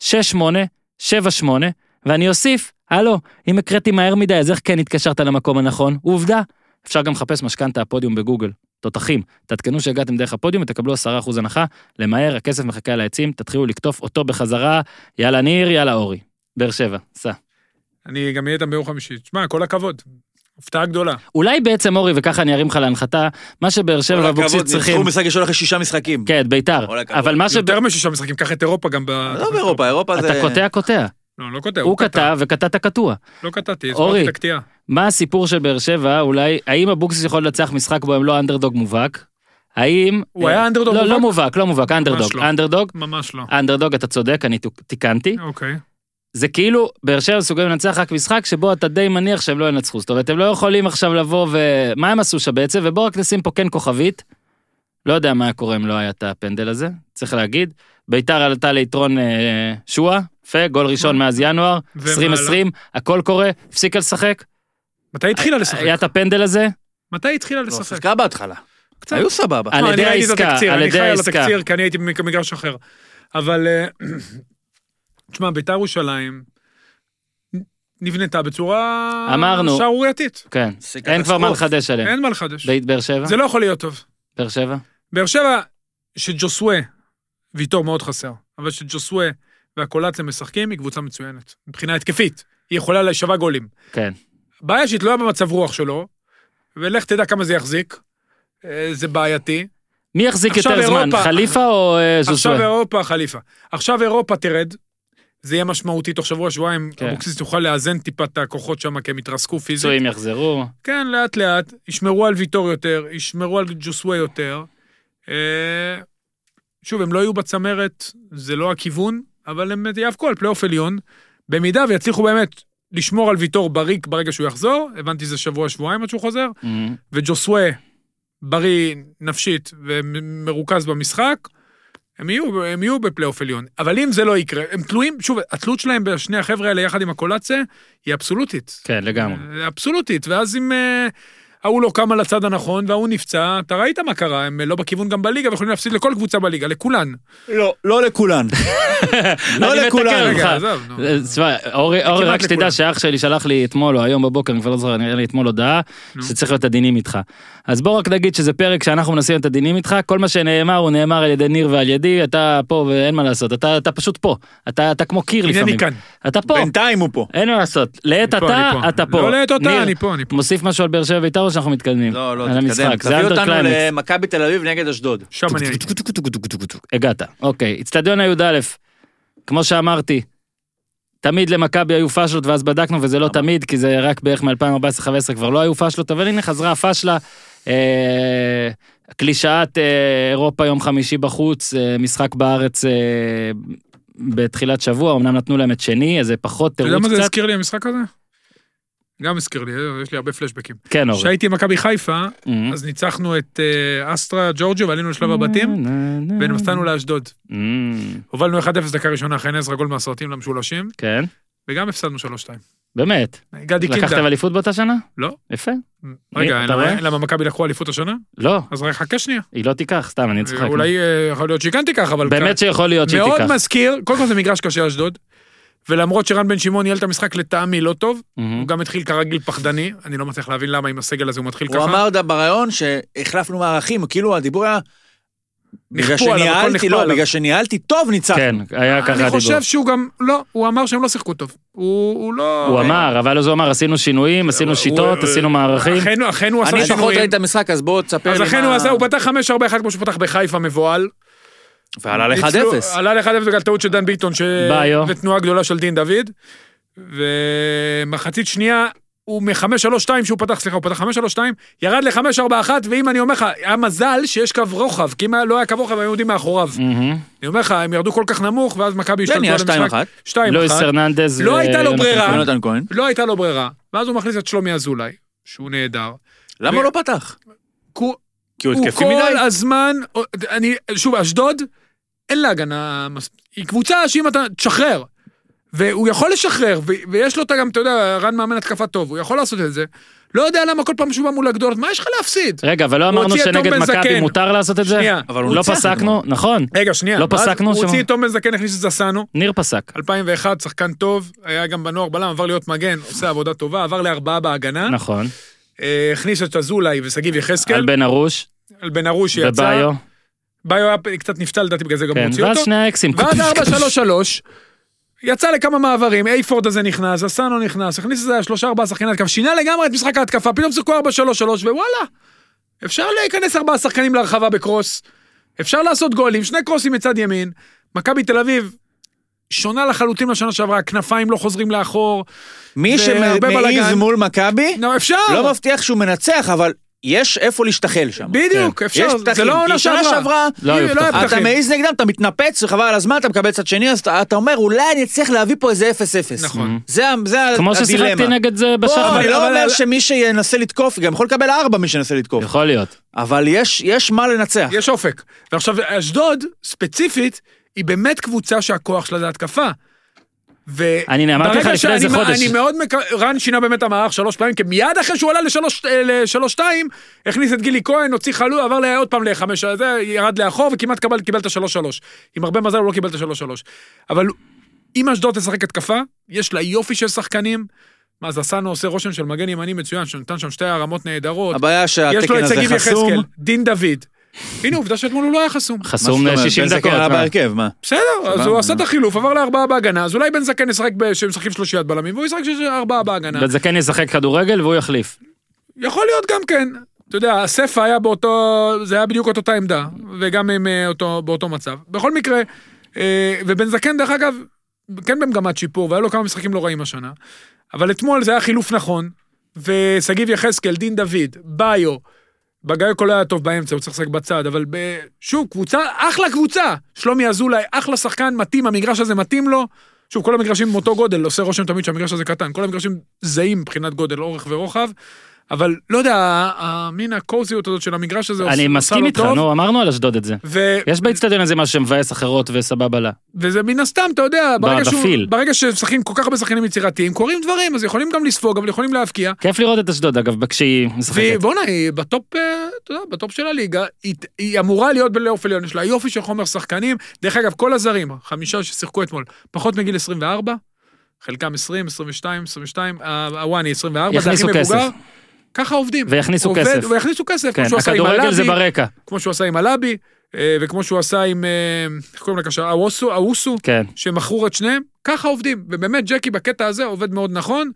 Speaker 1: 6878 ואני אוסיף, הלו, אם הקראתי מהר מדי, אז איך כן התקשרת למקום הנכון? עובדה. אפשר גם לחפש משכנתה הפודיום בגוגל. תותחים, תעדכנו שהגעתם דרך הפודיום ותקבלו 10% הנחה, למהר, הכסף מחכה על העצים, תתחילו לקטוף אותו בחזרה, יאללה ניר, יאללה אורי. באר שבע, סע.
Speaker 3: אני גם אהיה איתם ביום חמישי. תשמע, כל הכבוד. הפתעה גדולה.
Speaker 1: אולי בעצם, אורי, וככה אני ארים לך להנחתה, מה שבאר שבע ואבוקסיס צריכים...
Speaker 4: ניצחו משחק ראשון אחרי שישה משחקים.
Speaker 1: כן, ביתר.
Speaker 4: כל הכבוד.
Speaker 1: אבל מה ש...
Speaker 3: יותר משישה משחקים, קח את אירופה גם ב...
Speaker 4: לא באירופה, אירופה זה...
Speaker 1: אתה קוטע קוטע.
Speaker 3: לא, לא קוטע,
Speaker 1: הוא קטע וקטעת קטוע.
Speaker 3: לא קטעתי,
Speaker 1: אורי.
Speaker 3: הסברתי את הקטיעה.
Speaker 1: מה הסיפור של באר שבע, אולי, האם אבוקסיס יכול לנצח משחק בו הם לא אנדרדוג מובהק? האם...
Speaker 3: הוא
Speaker 1: אה,
Speaker 3: היה אנדרדוג
Speaker 1: לא, לא מובהק,
Speaker 3: מובהק?
Speaker 1: לא מובהק, אנדרדוג.
Speaker 3: לא.
Speaker 1: אנדרדוג,
Speaker 3: ממש לא.
Speaker 1: אנדרדוג, אתה צודק, אני תוק- תיקנתי.
Speaker 3: אוקיי.
Speaker 1: זה כאילו, באר שבע מסוגלים לנצח רק משחק שבו אתה די מניח שהם לא ינצחו. זאת אומרת, הם לא יכולים עכשיו לבוא ו... מה הם עשו שם בעצם? ובואו רק נשים פה כן כוכבית. לא יודע מה היה קורה אם לא היה את הפנדל הזה, צריך להגיד. ביתר עלתה ליתרון אה, שועה, יפה, גול ראשון מאז ינואר,
Speaker 3: ומה
Speaker 1: 2020, הכל קורה, הפסיקה לשחק.
Speaker 3: מתי היא התחילה לשחק?
Speaker 1: היה את הפנדל הזה,
Speaker 3: מתי היא התחילה
Speaker 4: לא,
Speaker 3: לשחק?
Speaker 4: שיחקה בהתחלה.
Speaker 3: קצת.
Speaker 4: היו סבבה.
Speaker 1: על
Speaker 3: לא, אני
Speaker 1: ידי
Speaker 3: ראיתי את
Speaker 1: העסקה,
Speaker 3: התקציר,
Speaker 1: על
Speaker 3: אני
Speaker 1: ידי
Speaker 3: חי על
Speaker 1: העסקה.
Speaker 3: התקציר, כי אני הייתי במגרש אחר. אבל, אה, תשמע, ביתר ירושלים נבנתה בצורה
Speaker 1: אמרנו.
Speaker 3: שערורייתית.
Speaker 1: כן.
Speaker 4: זה
Speaker 1: אין כבר מה
Speaker 4: קטסטרופה.
Speaker 1: לחדש עליהם.
Speaker 3: אין מה לחדש.
Speaker 1: בית באר שבע?
Speaker 3: זה לא יכול להיות טוב.
Speaker 1: באר שבע?
Speaker 3: באר שבע, שג'וסווה, ויטור מאוד חסר, אבל שג'וסווה והקולציה משחקים, היא קבוצה מצוינת. מבחינה התקפית, היא יכולה להישבע גולים.
Speaker 1: כן.
Speaker 3: בעיה שהיא תלויה במצב רוח שלו, ולך תדע כמה זה יחזיק. אה, זה בעייתי.
Speaker 1: מי יחזיק
Speaker 3: עכשיו
Speaker 1: יותר זמן,
Speaker 3: אירופה.
Speaker 1: חליפה או אה,
Speaker 3: עכשיו
Speaker 1: זוסווה?
Speaker 3: אירופה חליפה. עכשיו אירופה תרד, זה יהיה משמעותי תוך שבוע, שבועיים,
Speaker 1: כן.
Speaker 3: אבוקסיס תוכל לאזן טיפה את הכוחות שם, כי הם יתרסקו פיזית.
Speaker 1: פצועים יחזרו.
Speaker 3: כן, לאט לאט, ישמרו על ויטור יותר, ישמרו על ג'וסווה יותר. אה, שוב, הם לא יהיו בצמרת, זה לא הכיוון, אבל הם יאבקו על פלייאוף עליון. במידה ויצליחו באמת לשמור על ויטור בריא ברגע שהוא יחזור, הבנתי זה שבוע, שבועיים עד שהוא חוזר,
Speaker 1: אמ,
Speaker 3: וג'וסווה בריא נפשית ומרוכז במשחק, הם יהיו, הם יהיו בפלייאוף עליון. אבל אם זה לא יקרה, הם תלויים, שוב, התלות שלהם בשני החבר'ה האלה יחד עם הקולציה, היא אבסולוטית.
Speaker 1: כן, לגמרי.
Speaker 3: אה, אבסולוטית, ואז אם אה, ההוא לא קם על הצד הנכון וההוא נפצע, אתה ראית מה קרה, הם אה, לא בכיוון גם בליגה, ויכולים להפסיד לכל קבוצה בליגה, לכולן.
Speaker 4: לא, לא לכולן. לא
Speaker 1: אני מתקן
Speaker 4: לכולן.
Speaker 1: אותך.
Speaker 3: רגע, עזוב, נו.
Speaker 1: אה, תשמע, אורי, אורי,
Speaker 3: כמעט
Speaker 1: רק שתדע
Speaker 3: לכולם.
Speaker 1: שאח שלי שלח לי אתמול, או היום בבוקר, אני כבר לא זוכר, נראה לי אתמול הודעה, שצריך להיות עדינים איתך. אז בוא רק נגיד שזה פרק שאנחנו מנסים להיות עדינים איתך, כל מה שנאמר הוא נאמר על ידי ניר ועל ידי, אתה פה ואין מה לעשות, אתה, אתה פשוט פה, אתה, אתה כמו קיר
Speaker 3: הנה אני
Speaker 1: לפעמים,
Speaker 3: כאן.
Speaker 1: אתה פה,
Speaker 4: בינתיים הוא פה.
Speaker 1: אין מה לעשות, לעת
Speaker 3: אני פה,
Speaker 1: עתה,
Speaker 3: אני פה.
Speaker 1: אתה פה.
Speaker 3: לא לעת עתה,
Speaker 1: ניר,
Speaker 3: אני פה, אני פה.
Speaker 1: מוסיף משהו על באר שבע בית"ר או שאנחנו מתקדמים?
Speaker 4: לא, לא,
Speaker 1: על
Speaker 4: תתקדם.
Speaker 1: המשחק, זה
Speaker 4: תביא אותנו
Speaker 1: אנדר
Speaker 4: למכבי תל אביב נגד אשדוד.
Speaker 3: שם אני הייתי.
Speaker 1: הגעת. אוקיי, אצטדיון הי"א, כמו שאמרתי, תמיד למכבי היו פאשלות ואז בדקנו וזה לא תמיד, כי זה רק בערך מ-2014-2015 כבר לא היו פאשלות, אבל הנה חזרה הפאשלה. אה, קלישאת אה, אירופה יום חמישי בחוץ, אה, משחק בארץ אה, בתחילת שבוע, אמנם נתנו להם את שני, אז זה פחות
Speaker 3: אתה יודע
Speaker 1: תירוץ
Speaker 3: מה זה
Speaker 1: קצת.
Speaker 3: הזכיר לי המשחק הזה? גם הזכיר לי, אה, יש לי הרבה פלשבקים.
Speaker 1: כן, אורי.
Speaker 3: כשהייתי עם מכבי חיפה,
Speaker 1: אמ.
Speaker 3: אז ניצחנו את אה, אסטרה ג'ורג'ו ועלינו לשלב
Speaker 1: אה. Mm,
Speaker 3: הבתים, ונסענו לאשדוד.
Speaker 1: אמ,
Speaker 3: הובלנו 1-0 דקה ראשונה, חן עזרא גול מהסרטים למשולשים,
Speaker 1: כן,
Speaker 3: וגם הפסדנו 3-2.
Speaker 1: באמת.
Speaker 3: גדי
Speaker 1: לקחתם
Speaker 3: קינדה.
Speaker 1: אליפות באותה שנה?
Speaker 3: לא.
Speaker 1: יפה.
Speaker 3: רגע,
Speaker 1: מי- אתה
Speaker 3: למה-
Speaker 1: רואה?
Speaker 3: למה מכבי לקחו אליפות השנה?
Speaker 1: לא,
Speaker 3: אז רק חכה שנייה.
Speaker 1: היא לא תיקח, סתם, אני צוחק.
Speaker 3: אולי אה, יכול להיות שהיא כן תיקח, אבל...
Speaker 1: באמת שיכול להיות שהיא
Speaker 3: מאוד
Speaker 1: תיקח.
Speaker 3: מזכיר, קודם כל זה מגרש קשה אשדוד, ולמרות שרן בן שמעון ניהל את המשחק לטעמי לא טוב,
Speaker 1: מהמם.
Speaker 3: הוא גם התחיל כרגיל פחדני, אני לא מצליח להבין למה עם הסגל הזה הוא מתחיל ככה.
Speaker 4: הוא אמר ד- בריאיון שהחלפנו מערכים, כאילו הדיבור היה... בגלל
Speaker 3: נכפו עליו, הכל
Speaker 4: שניהלתי,
Speaker 3: נכפה
Speaker 4: לא,
Speaker 3: עליו.
Speaker 4: בגלל שניהלתי טוב ניצחנו.
Speaker 1: כן, היה ככה
Speaker 3: אני
Speaker 1: דיבור.
Speaker 3: חושב שהוא גם, לא, הוא אמר שהם לא שיחקו טוב. הוא הוא לא...
Speaker 1: הוא אמר, אבל אז הוא אמר, עשינו שינויים, עשינו
Speaker 3: הוא-
Speaker 1: שיטות,
Speaker 3: הוא-
Speaker 1: עשינו מערכים.
Speaker 3: אכן- אכן הוא עשה
Speaker 4: אני פחות
Speaker 3: שינויים.
Speaker 4: ראיתי את המשחק, אז בוא תספר לי
Speaker 3: אז
Speaker 4: מה...
Speaker 3: לכן הוא עשה, הוא פתח 5-4-1 כמו שהוא פתח בחיפה מבוהל.
Speaker 4: ועלה ל
Speaker 3: ניצלו- אה,
Speaker 4: 1-0.
Speaker 3: עלה ל-1-0 בגלל טעות של דן ביטון, ש...
Speaker 1: ביו.
Speaker 3: ותנועה גדולה של דין דוד. ומחצית שנייה, הוא מ-5-3-2 שהוא פתח, סליחה, הוא פתח 5-3-2, ירד ל-5-4-1, ואם אני אומר לך, היה מזל שיש קו רוחב, כי אם היה- לא היה קו רוחב, הם היו עומדים מאחוריו.
Speaker 1: מהמם.
Speaker 3: אני אומר לך, הם ירדו כל כך נמוך, ואז מכבי
Speaker 4: זה
Speaker 3: השתלטו על
Speaker 4: נהיה 2-1.
Speaker 3: המשחק. 2-1.
Speaker 1: לואיס הרננדז.
Speaker 3: לא
Speaker 1: ו-
Speaker 3: הייתה לו ברירה.
Speaker 1: יונתן כהן.
Speaker 4: יונתן כהן.
Speaker 3: לא הייתה לו ברירה, ואז הוא מכניס את שלומי אזולאי, שהוא נהדר.
Speaker 4: למה הוא לא פתח?
Speaker 3: הוא
Speaker 4: כי הוא
Speaker 3: הוא
Speaker 4: התקפי
Speaker 3: כל
Speaker 4: מדי?
Speaker 3: הזמן, אה, אני, שוב, אשדוד, אין לה הגנה, מס- היא קבוצה שאם אתה, תשחרר. והוא יכול לשחרר, ו- ויש לו את גם, אתה יודע, רן מאמן התקפה טוב, הוא יכול לעשות את זה. לא יודע למה כל פעם שהוא בא מול הגדולות, מה יש לך להפסיד?
Speaker 1: רגע, אבל לא אמרנו
Speaker 3: הוציא את
Speaker 1: שנגד
Speaker 3: תום בן
Speaker 1: מכבי
Speaker 3: זקן.
Speaker 1: מותר לעשות את זה?
Speaker 3: שנייה. אה?
Speaker 4: אבל הוא
Speaker 1: לא
Speaker 4: ניצח
Speaker 1: פסקנו, נכון.
Speaker 3: רגע, שנייה.
Speaker 1: לא
Speaker 3: ואז
Speaker 1: פסקנו
Speaker 3: הוא
Speaker 1: שם.
Speaker 3: הוציא את תום בן זקן, הכניס את זסנו,
Speaker 1: ניר פסק.
Speaker 3: 2001, שחקן טוב, היה גם בנוער בלם, עבר להיות מגן, עושה עבודה טובה, עבר לארבעה בהגנה,
Speaker 1: נכון.
Speaker 3: אה, הכניס את אזולאי ושגיב יחזקאל,
Speaker 1: על בן ארוש
Speaker 3: בן ארוש כן. שיצא,
Speaker 1: וביו.
Speaker 3: ביו היה פ- קצת נפצע לדעתי, בגלל זה גם
Speaker 1: כן,
Speaker 3: הוציאו
Speaker 1: ואז
Speaker 3: אותו.
Speaker 1: שני האקסים.
Speaker 3: ואז 4-3-3, יצא לכמה מעברים, אייפורד הזה נכנס, אסנו נכנס, הכניס איזה שלושה ארבעה שחקני התקפה, שינה לגמרי את משחק ההתקפה, פתאום שיחקו 4-3-3 ווואלה, אפשר להיכנס ארבעה שחקנים להרחבה בקרוס, אפשר לעשות גולים, שני קרוסים מצד ימין, מכבי תל אביב שונה לחלוטין לשנה שעברה, הכנפיים לא חוזרים לאחור,
Speaker 4: מי
Speaker 3: זה הרבה
Speaker 4: שמעיז
Speaker 3: בלאגן.
Speaker 4: מול מכבי,
Speaker 3: נו אפשר,
Speaker 4: לא מבטיח שהוא מנצח, אבל יש איפה להשתחל שם.
Speaker 3: בדיוק, אפשר,
Speaker 4: כן. יש
Speaker 3: זה
Speaker 4: פתחים.
Speaker 3: לא
Speaker 4: כי
Speaker 3: עונה
Speaker 4: שנה
Speaker 3: שעברה,
Speaker 4: שעברה,
Speaker 1: לא היו
Speaker 3: הנה, לא היה
Speaker 1: פתחים.
Speaker 4: אתה
Speaker 3: פתחים,
Speaker 4: מעיז נגדם, אתה מתנפץ, וחבל על הזמן, אתה מקבל צד שני, אז אתה אתה אומר, אולי אני אצליח להביא פה איזה 0-0.
Speaker 3: נכון.
Speaker 4: זה ה- זה ה-
Speaker 1: כמו ששיחקתי
Speaker 4: הדילמה.
Speaker 1: נגד זה
Speaker 4: בוא,
Speaker 1: בשחר.
Speaker 4: אני לא
Speaker 3: אבל-
Speaker 4: אומר
Speaker 3: אבל-
Speaker 4: שמי שינסה לתקוף, גם יכול לקבל ארבע מי שינסה לתקוף.
Speaker 1: יכול להיות.
Speaker 4: אבל יש יש מה לנצח.
Speaker 3: יש אופק. ועכשיו, אשדוד, ספציפית, היא באמת קבוצה שהכוח שלה זה התקפה. ו...
Speaker 1: אני אמרתי לך
Speaker 3: ברגע
Speaker 1: לפני
Speaker 3: שאני-
Speaker 1: איזה חודש.
Speaker 3: אני מאוד מקווה, רן שינה באמת את המערך שלוש פעמים, כי מיד אחרי שהוא עלה לשלוש, אה, לשלוש שתיים, הכניס את גילי כהן, הוציא חלול, עבר ל- עוד פעם לחמש, אה, זה, ירד לאחור וכמעט קבל, קיבל את השלוש שלוש. עם הרבה מזל הוא לא קיבל את השלוש שלוש. אבל אם אשדוד תשחק התקפה, יש לה יופי של שחקנים. מה, אז אסנו עושה רושם של מגן ימני מצוין, שנתן שם שתי הרמות נהדרות.
Speaker 4: הבעיה
Speaker 3: יש לו
Speaker 4: שהתקן
Speaker 3: את
Speaker 4: הזה
Speaker 3: שגיב יחזקאל,
Speaker 4: חסום.
Speaker 3: דין דוד. הנה עובדה שאתמול הוא לא היה חסום.
Speaker 1: חסום 60
Speaker 4: בן זקן
Speaker 1: דקות.
Speaker 4: עלה
Speaker 1: מה?
Speaker 4: בהרכב, אה, מה? אה.
Speaker 3: בסדר, אז
Speaker 4: סבבה,
Speaker 3: הוא עשה
Speaker 4: נו.
Speaker 3: את החילוף, עבר לארבעה בהגנה, אז אולי בן זקן ישחק ב- שמשחקים שלושיית בלמים, והוא ישחק שיש ארבעה בהגנה.
Speaker 1: בן זקן ישחק כדורגל והוא יחליף.
Speaker 3: יכול להיות גם כן. אתה יודע, הספע היה באותו, זה היה בדיוק את אותה עמדה, וגם עם אה, אותו, באותו מצב. בכל מקרה, אה, ובן זקן, דרך אגב, כן במגמת שיפור, והיה לו כמה משחקים לא רעים השנה, אבל אתמול זה היה חילוף נכון, ושגיב יחזקאל, דין דוד, ביו, בגאיוקו לא היה טוב באמצע, הוא צריך לשחק בצד, אבל ב... שוב, קבוצה, אחלה קבוצה. שלומי אזולאי, אחלה שחקן, מתאים, המגרש הזה מתאים לו. שוב, כל המגרשים עם אותו גודל, עושה רושם תמיד שהמגרש הזה קטן, כל המגרשים זהים מבחינת גודל, אורך ורוחב, אבל לא יודע, ה- ה- מין הקוזיות הזאת של המגרש הזה עושה
Speaker 1: אני
Speaker 3: עושה
Speaker 1: מסכים
Speaker 3: לו
Speaker 1: איתך,
Speaker 3: טוב,
Speaker 1: נו, אמרנו על אשדוד את זה.
Speaker 3: ו-
Speaker 1: יש באצטדיון הזה משהו שמבאס אחרות וסבבה לה.
Speaker 3: וזה מן הסתם, אתה יודע, ברגע, שהוא,
Speaker 1: בפיל.
Speaker 3: ברגע שמשחקים כל כך הרבה שחקנים יצירתיים, קורים דברים, אז יכולים גם לספוג, אבל יכולים להבקיע.
Speaker 1: כיף לראות את אשדוד אגב, כשהיא משחקת.
Speaker 3: והיא, בואנה, היא בטופ, אה, אתה יודע, בטופ של הליגה, היא, היא אמורה להיות בלייאוף עליון, יש לה יופי של חומר שחקנים. דרך אגב, כל הזרים, חמישה ששיחקו אתמול, פחות מגיל 24, חלקם 20, 22, 22, ה- הוואני 24, זה הכי
Speaker 1: יכניסו
Speaker 3: מבוגר.
Speaker 1: כסף.
Speaker 3: ככה עובדים.
Speaker 1: ויכניסו
Speaker 3: עובד-
Speaker 1: כסף.
Speaker 3: ויכניסו כסף,
Speaker 1: כן,
Speaker 3: כמו שהוא עשה עם
Speaker 1: הכדורגל זה
Speaker 3: הלאבי,
Speaker 1: ברקע.
Speaker 3: כמו שהוא עשה עם הלאבי, אה, וכמו שהוא עשה עם, אה, איך קוראים לקשר? האוסו, האוסו.
Speaker 1: כן.
Speaker 3: שמכרו את שניהם, ככה עובדים. ובאמת, ג'קי בקטע הזה עובד מאוד נכון,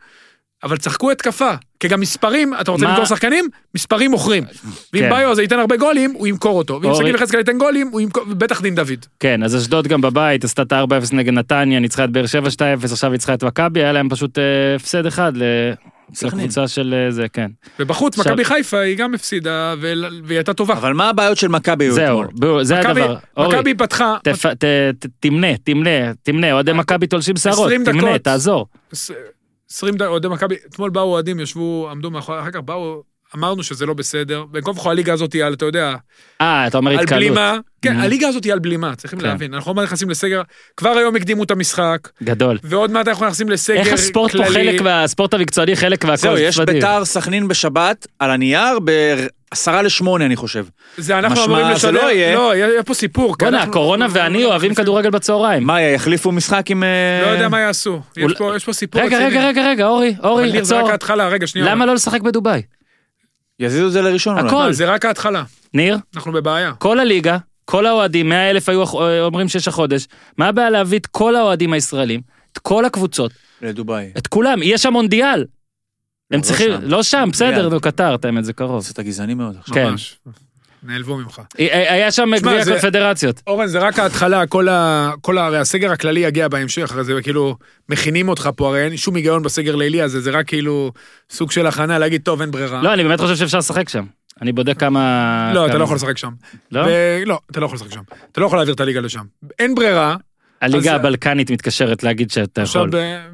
Speaker 3: אבל צחקו התקפה. כי גם מספרים, אתה רוצה
Speaker 1: מה-
Speaker 3: למכור שחקנים? מספרים מוכרים.
Speaker 1: כן.
Speaker 3: ואם ביו הזה ייתן הרבה גולים, הוא ימכור אותו. ואם
Speaker 1: אורי-
Speaker 3: שגיב יחזקאל ייתן גולים, הוא ימכור, בטח דין דוד.
Speaker 1: כן, אז אשדוד גם בבית, עשתה את ה-4-0 נגד נתניה, ניצחה את באר שבע 2-0, עכשיו ניצחה את מכבי, היה להם פשוט אה, הפסד אחד ל-
Speaker 4: סכנין.
Speaker 1: לקבוצה של אה, זה, כן.
Speaker 3: ובחוץ,
Speaker 1: עכשיו-
Speaker 3: מכבי חיפה היא גם הפסידה, ול- והיא הייתה טובה.
Speaker 4: אבל מה הבעיות של מכבי היו
Speaker 1: זהו,
Speaker 4: אתמול?
Speaker 1: בוא, זה
Speaker 3: מכבי-
Speaker 1: הדבר. אורי,
Speaker 3: מכבי פתחה,
Speaker 1: תפ- ת- ת- תמנה, תמנה, תמנה, אוהדי מכבי תולשים שערות,
Speaker 3: 20
Speaker 1: תמנה,
Speaker 3: אה, דקות.
Speaker 1: תעזור.
Speaker 3: עש- 20 דקות, אוהדי מכבי, אתמול באו אוהדים, ישבו, עמדו מאחורי, אחר כך באו, אמרנו שזה לא בסדר. וכל וכל הליגה הזאת היא על, אתה יודע,
Speaker 1: אה, אתה אומר
Speaker 3: על
Speaker 1: התקהלות.
Speaker 3: בלימה. כן,
Speaker 1: Mhm.
Speaker 3: הליגה הזאת היא על בלימה, צריכים
Speaker 1: כן.
Speaker 3: להבין. אנחנו עוד מעט נכנסים לסגר, כבר היום הקדימו את המשחק,
Speaker 1: גדול.
Speaker 3: ועוד מעט אנחנו נכנסים לסגר כללי.
Speaker 1: איך הספורט פה חלק, מה- הספורט המקצועני חלק והכל.
Speaker 4: זהו, יש
Speaker 1: מדהים.
Speaker 4: ביתר סכנין בשבת, על הנייר, בעשרה לשמונה אני חושב.
Speaker 3: זה אנחנו
Speaker 4: משמע,
Speaker 3: אמורים
Speaker 4: זה
Speaker 3: לשדר.
Speaker 4: לא יהיה.
Speaker 3: לא, יהיה פה סיפור. כי
Speaker 1: בוא'נה,
Speaker 3: אנחנו-
Speaker 1: כן, הקורונה
Speaker 3: אנחנו-
Speaker 1: ואני אוהבים כדורגל בצהריים.
Speaker 4: מה, יחליפו משחק עם... אה,
Speaker 3: לא יודע מה יעשו. יש
Speaker 1: אולי-
Speaker 3: פה- יש פה סיפור.
Speaker 1: רגע,
Speaker 3: רציני.
Speaker 1: רגע, רגע, רגע, אורי,
Speaker 3: אבל
Speaker 1: אורי,
Speaker 3: ניר, זה
Speaker 1: עצור.
Speaker 3: רק ההתחלה, רגע, שנייה.
Speaker 1: למה לא לשחק בדובאי?
Speaker 4: יזיזו את זה לראשון. אולי.
Speaker 1: הכל.
Speaker 3: אבל זה רק ההתחלה,
Speaker 1: ניר,
Speaker 3: אנחנו בבעיה.
Speaker 1: כל הליגה, כל האוהדים, 100 אלף היו אה, אומרים שיש החודש, מה הבעיה להביא את כל האוהדים הישראלים, את כל הקבוצות,
Speaker 4: לדובאי.
Speaker 1: את כולם, יהיה שם מונדיאל. הם
Speaker 4: לא
Speaker 1: צריכים,
Speaker 4: שם.
Speaker 1: לא שם, בסדר,
Speaker 4: מונדיאל.
Speaker 1: נו, קטר, את האמת, זה קרוב.
Speaker 4: אתה גזעני מאוד עכשיו.
Speaker 1: כן.
Speaker 3: ממש. נעלבו ממך.
Speaker 1: אה, היה שם
Speaker 3: שמע,
Speaker 1: גביע
Speaker 3: זה-
Speaker 1: הקונפדרציות.
Speaker 3: אורן, זה רק ההתחלה, כל ה... כל ה... הרי הסגר הכללי יגיע בהמשך, הרי זה כאילו, מכינים אותך פה, הרי אין שום היגיון בסגר לילי הזה, זה רק כאילו סוג של הכנה להגיד, טוב, אין ברירה.
Speaker 1: לא, אני באמת חושב שאפשר לשחק שם. אני בודק כמה...
Speaker 3: לא, אתה
Speaker 1: כמה-
Speaker 3: לא יכול לשחק שם.
Speaker 1: אה, לא?
Speaker 3: ו- לא, אתה לא יכול לשחק שם. אתה לא יכול להעביר את הליגה לשם. אין ברירה,
Speaker 1: הליגה
Speaker 3: אז-
Speaker 1: הבלקנית מתקשרת להגיד שאתה
Speaker 3: עכשיו
Speaker 1: יכול.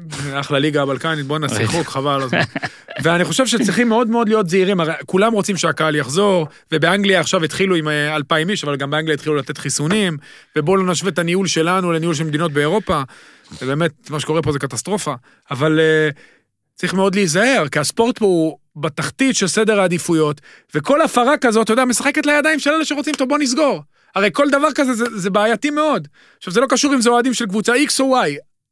Speaker 3: ב- אחלה ליגה הבלקנית, בואנה שיחוק, חבל על הזמן. ואני חושב שצריכים מאוד מאוד להיות זהירים, הרי כולם רוצים שהקהל יחזור, ובאנגליה עכשיו התחילו עם אה, 2,000 איש, אבל גם באנגליה התחילו לתת חיסונים, ובואו לא נשווה את הניהול שלנו לניהול של מדינות באירופה. זה באמת, מה שקורה פה זה קטסטרופה, אבל אה, צריך מאוד להיזהר, כי הספורט פה הוא בתחתית של סדר העדיפויות, וכל הפרה כזאת, אתה יודע, משחקת לידיים של אלה שרוצים אותו, בוא נסגור. הרי כל דבר כזה זה, זה בעייתי מאוד. עכשיו, זה לא קשור אם זה אוהדים של קבוצה X או Y.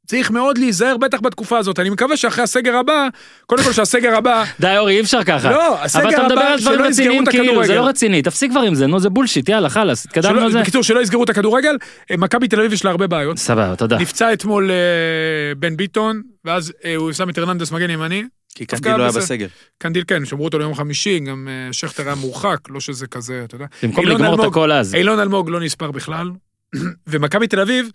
Speaker 3: צריך מאוד להיזהר, בטח בתקופה הזאת. אני מקווה שאחרי הסגר הבא, קודם כל שהסגר הבא,
Speaker 1: די אורי, אי אפשר ככה.
Speaker 3: לא, הסגר
Speaker 1: אבל אתה מדבר
Speaker 3: הבא,
Speaker 1: על דברים
Speaker 3: שלא יסגרו
Speaker 1: רציניים
Speaker 3: את
Speaker 1: כאילו, זה
Speaker 3: הכדורגל.
Speaker 1: לא רציני, תפסיק כבר עם זה, נו זה בולשיט, יאללה, חלאס, התקדמנו
Speaker 3: שלא-
Speaker 1: על זה.
Speaker 3: בקיצור, שלא יסגרו את הכדורגל. אה, מכבי תל אביב יש לה הרבה בעיות.
Speaker 1: סבבה, תודה.
Speaker 3: נפצע אתמול אה, בן ביטון, ואז אה, הוא שם את הרננדס מגן ימני.
Speaker 4: כי
Speaker 3: דווקא
Speaker 4: קנדי לא היה
Speaker 3: בסדר.
Speaker 4: בסגר.
Speaker 3: קנדיל כן, שמרו אותו ליום חמישי, גם אה, שכטר היה מורחק, לא שזה כזה, אתה יודע.
Speaker 1: במקום
Speaker 3: אילון
Speaker 1: לגמור את
Speaker 3: אלמוג-
Speaker 1: הכל אז.
Speaker 3: אילון אלמוג לא נספר בכלל, ומכבי תל אביב,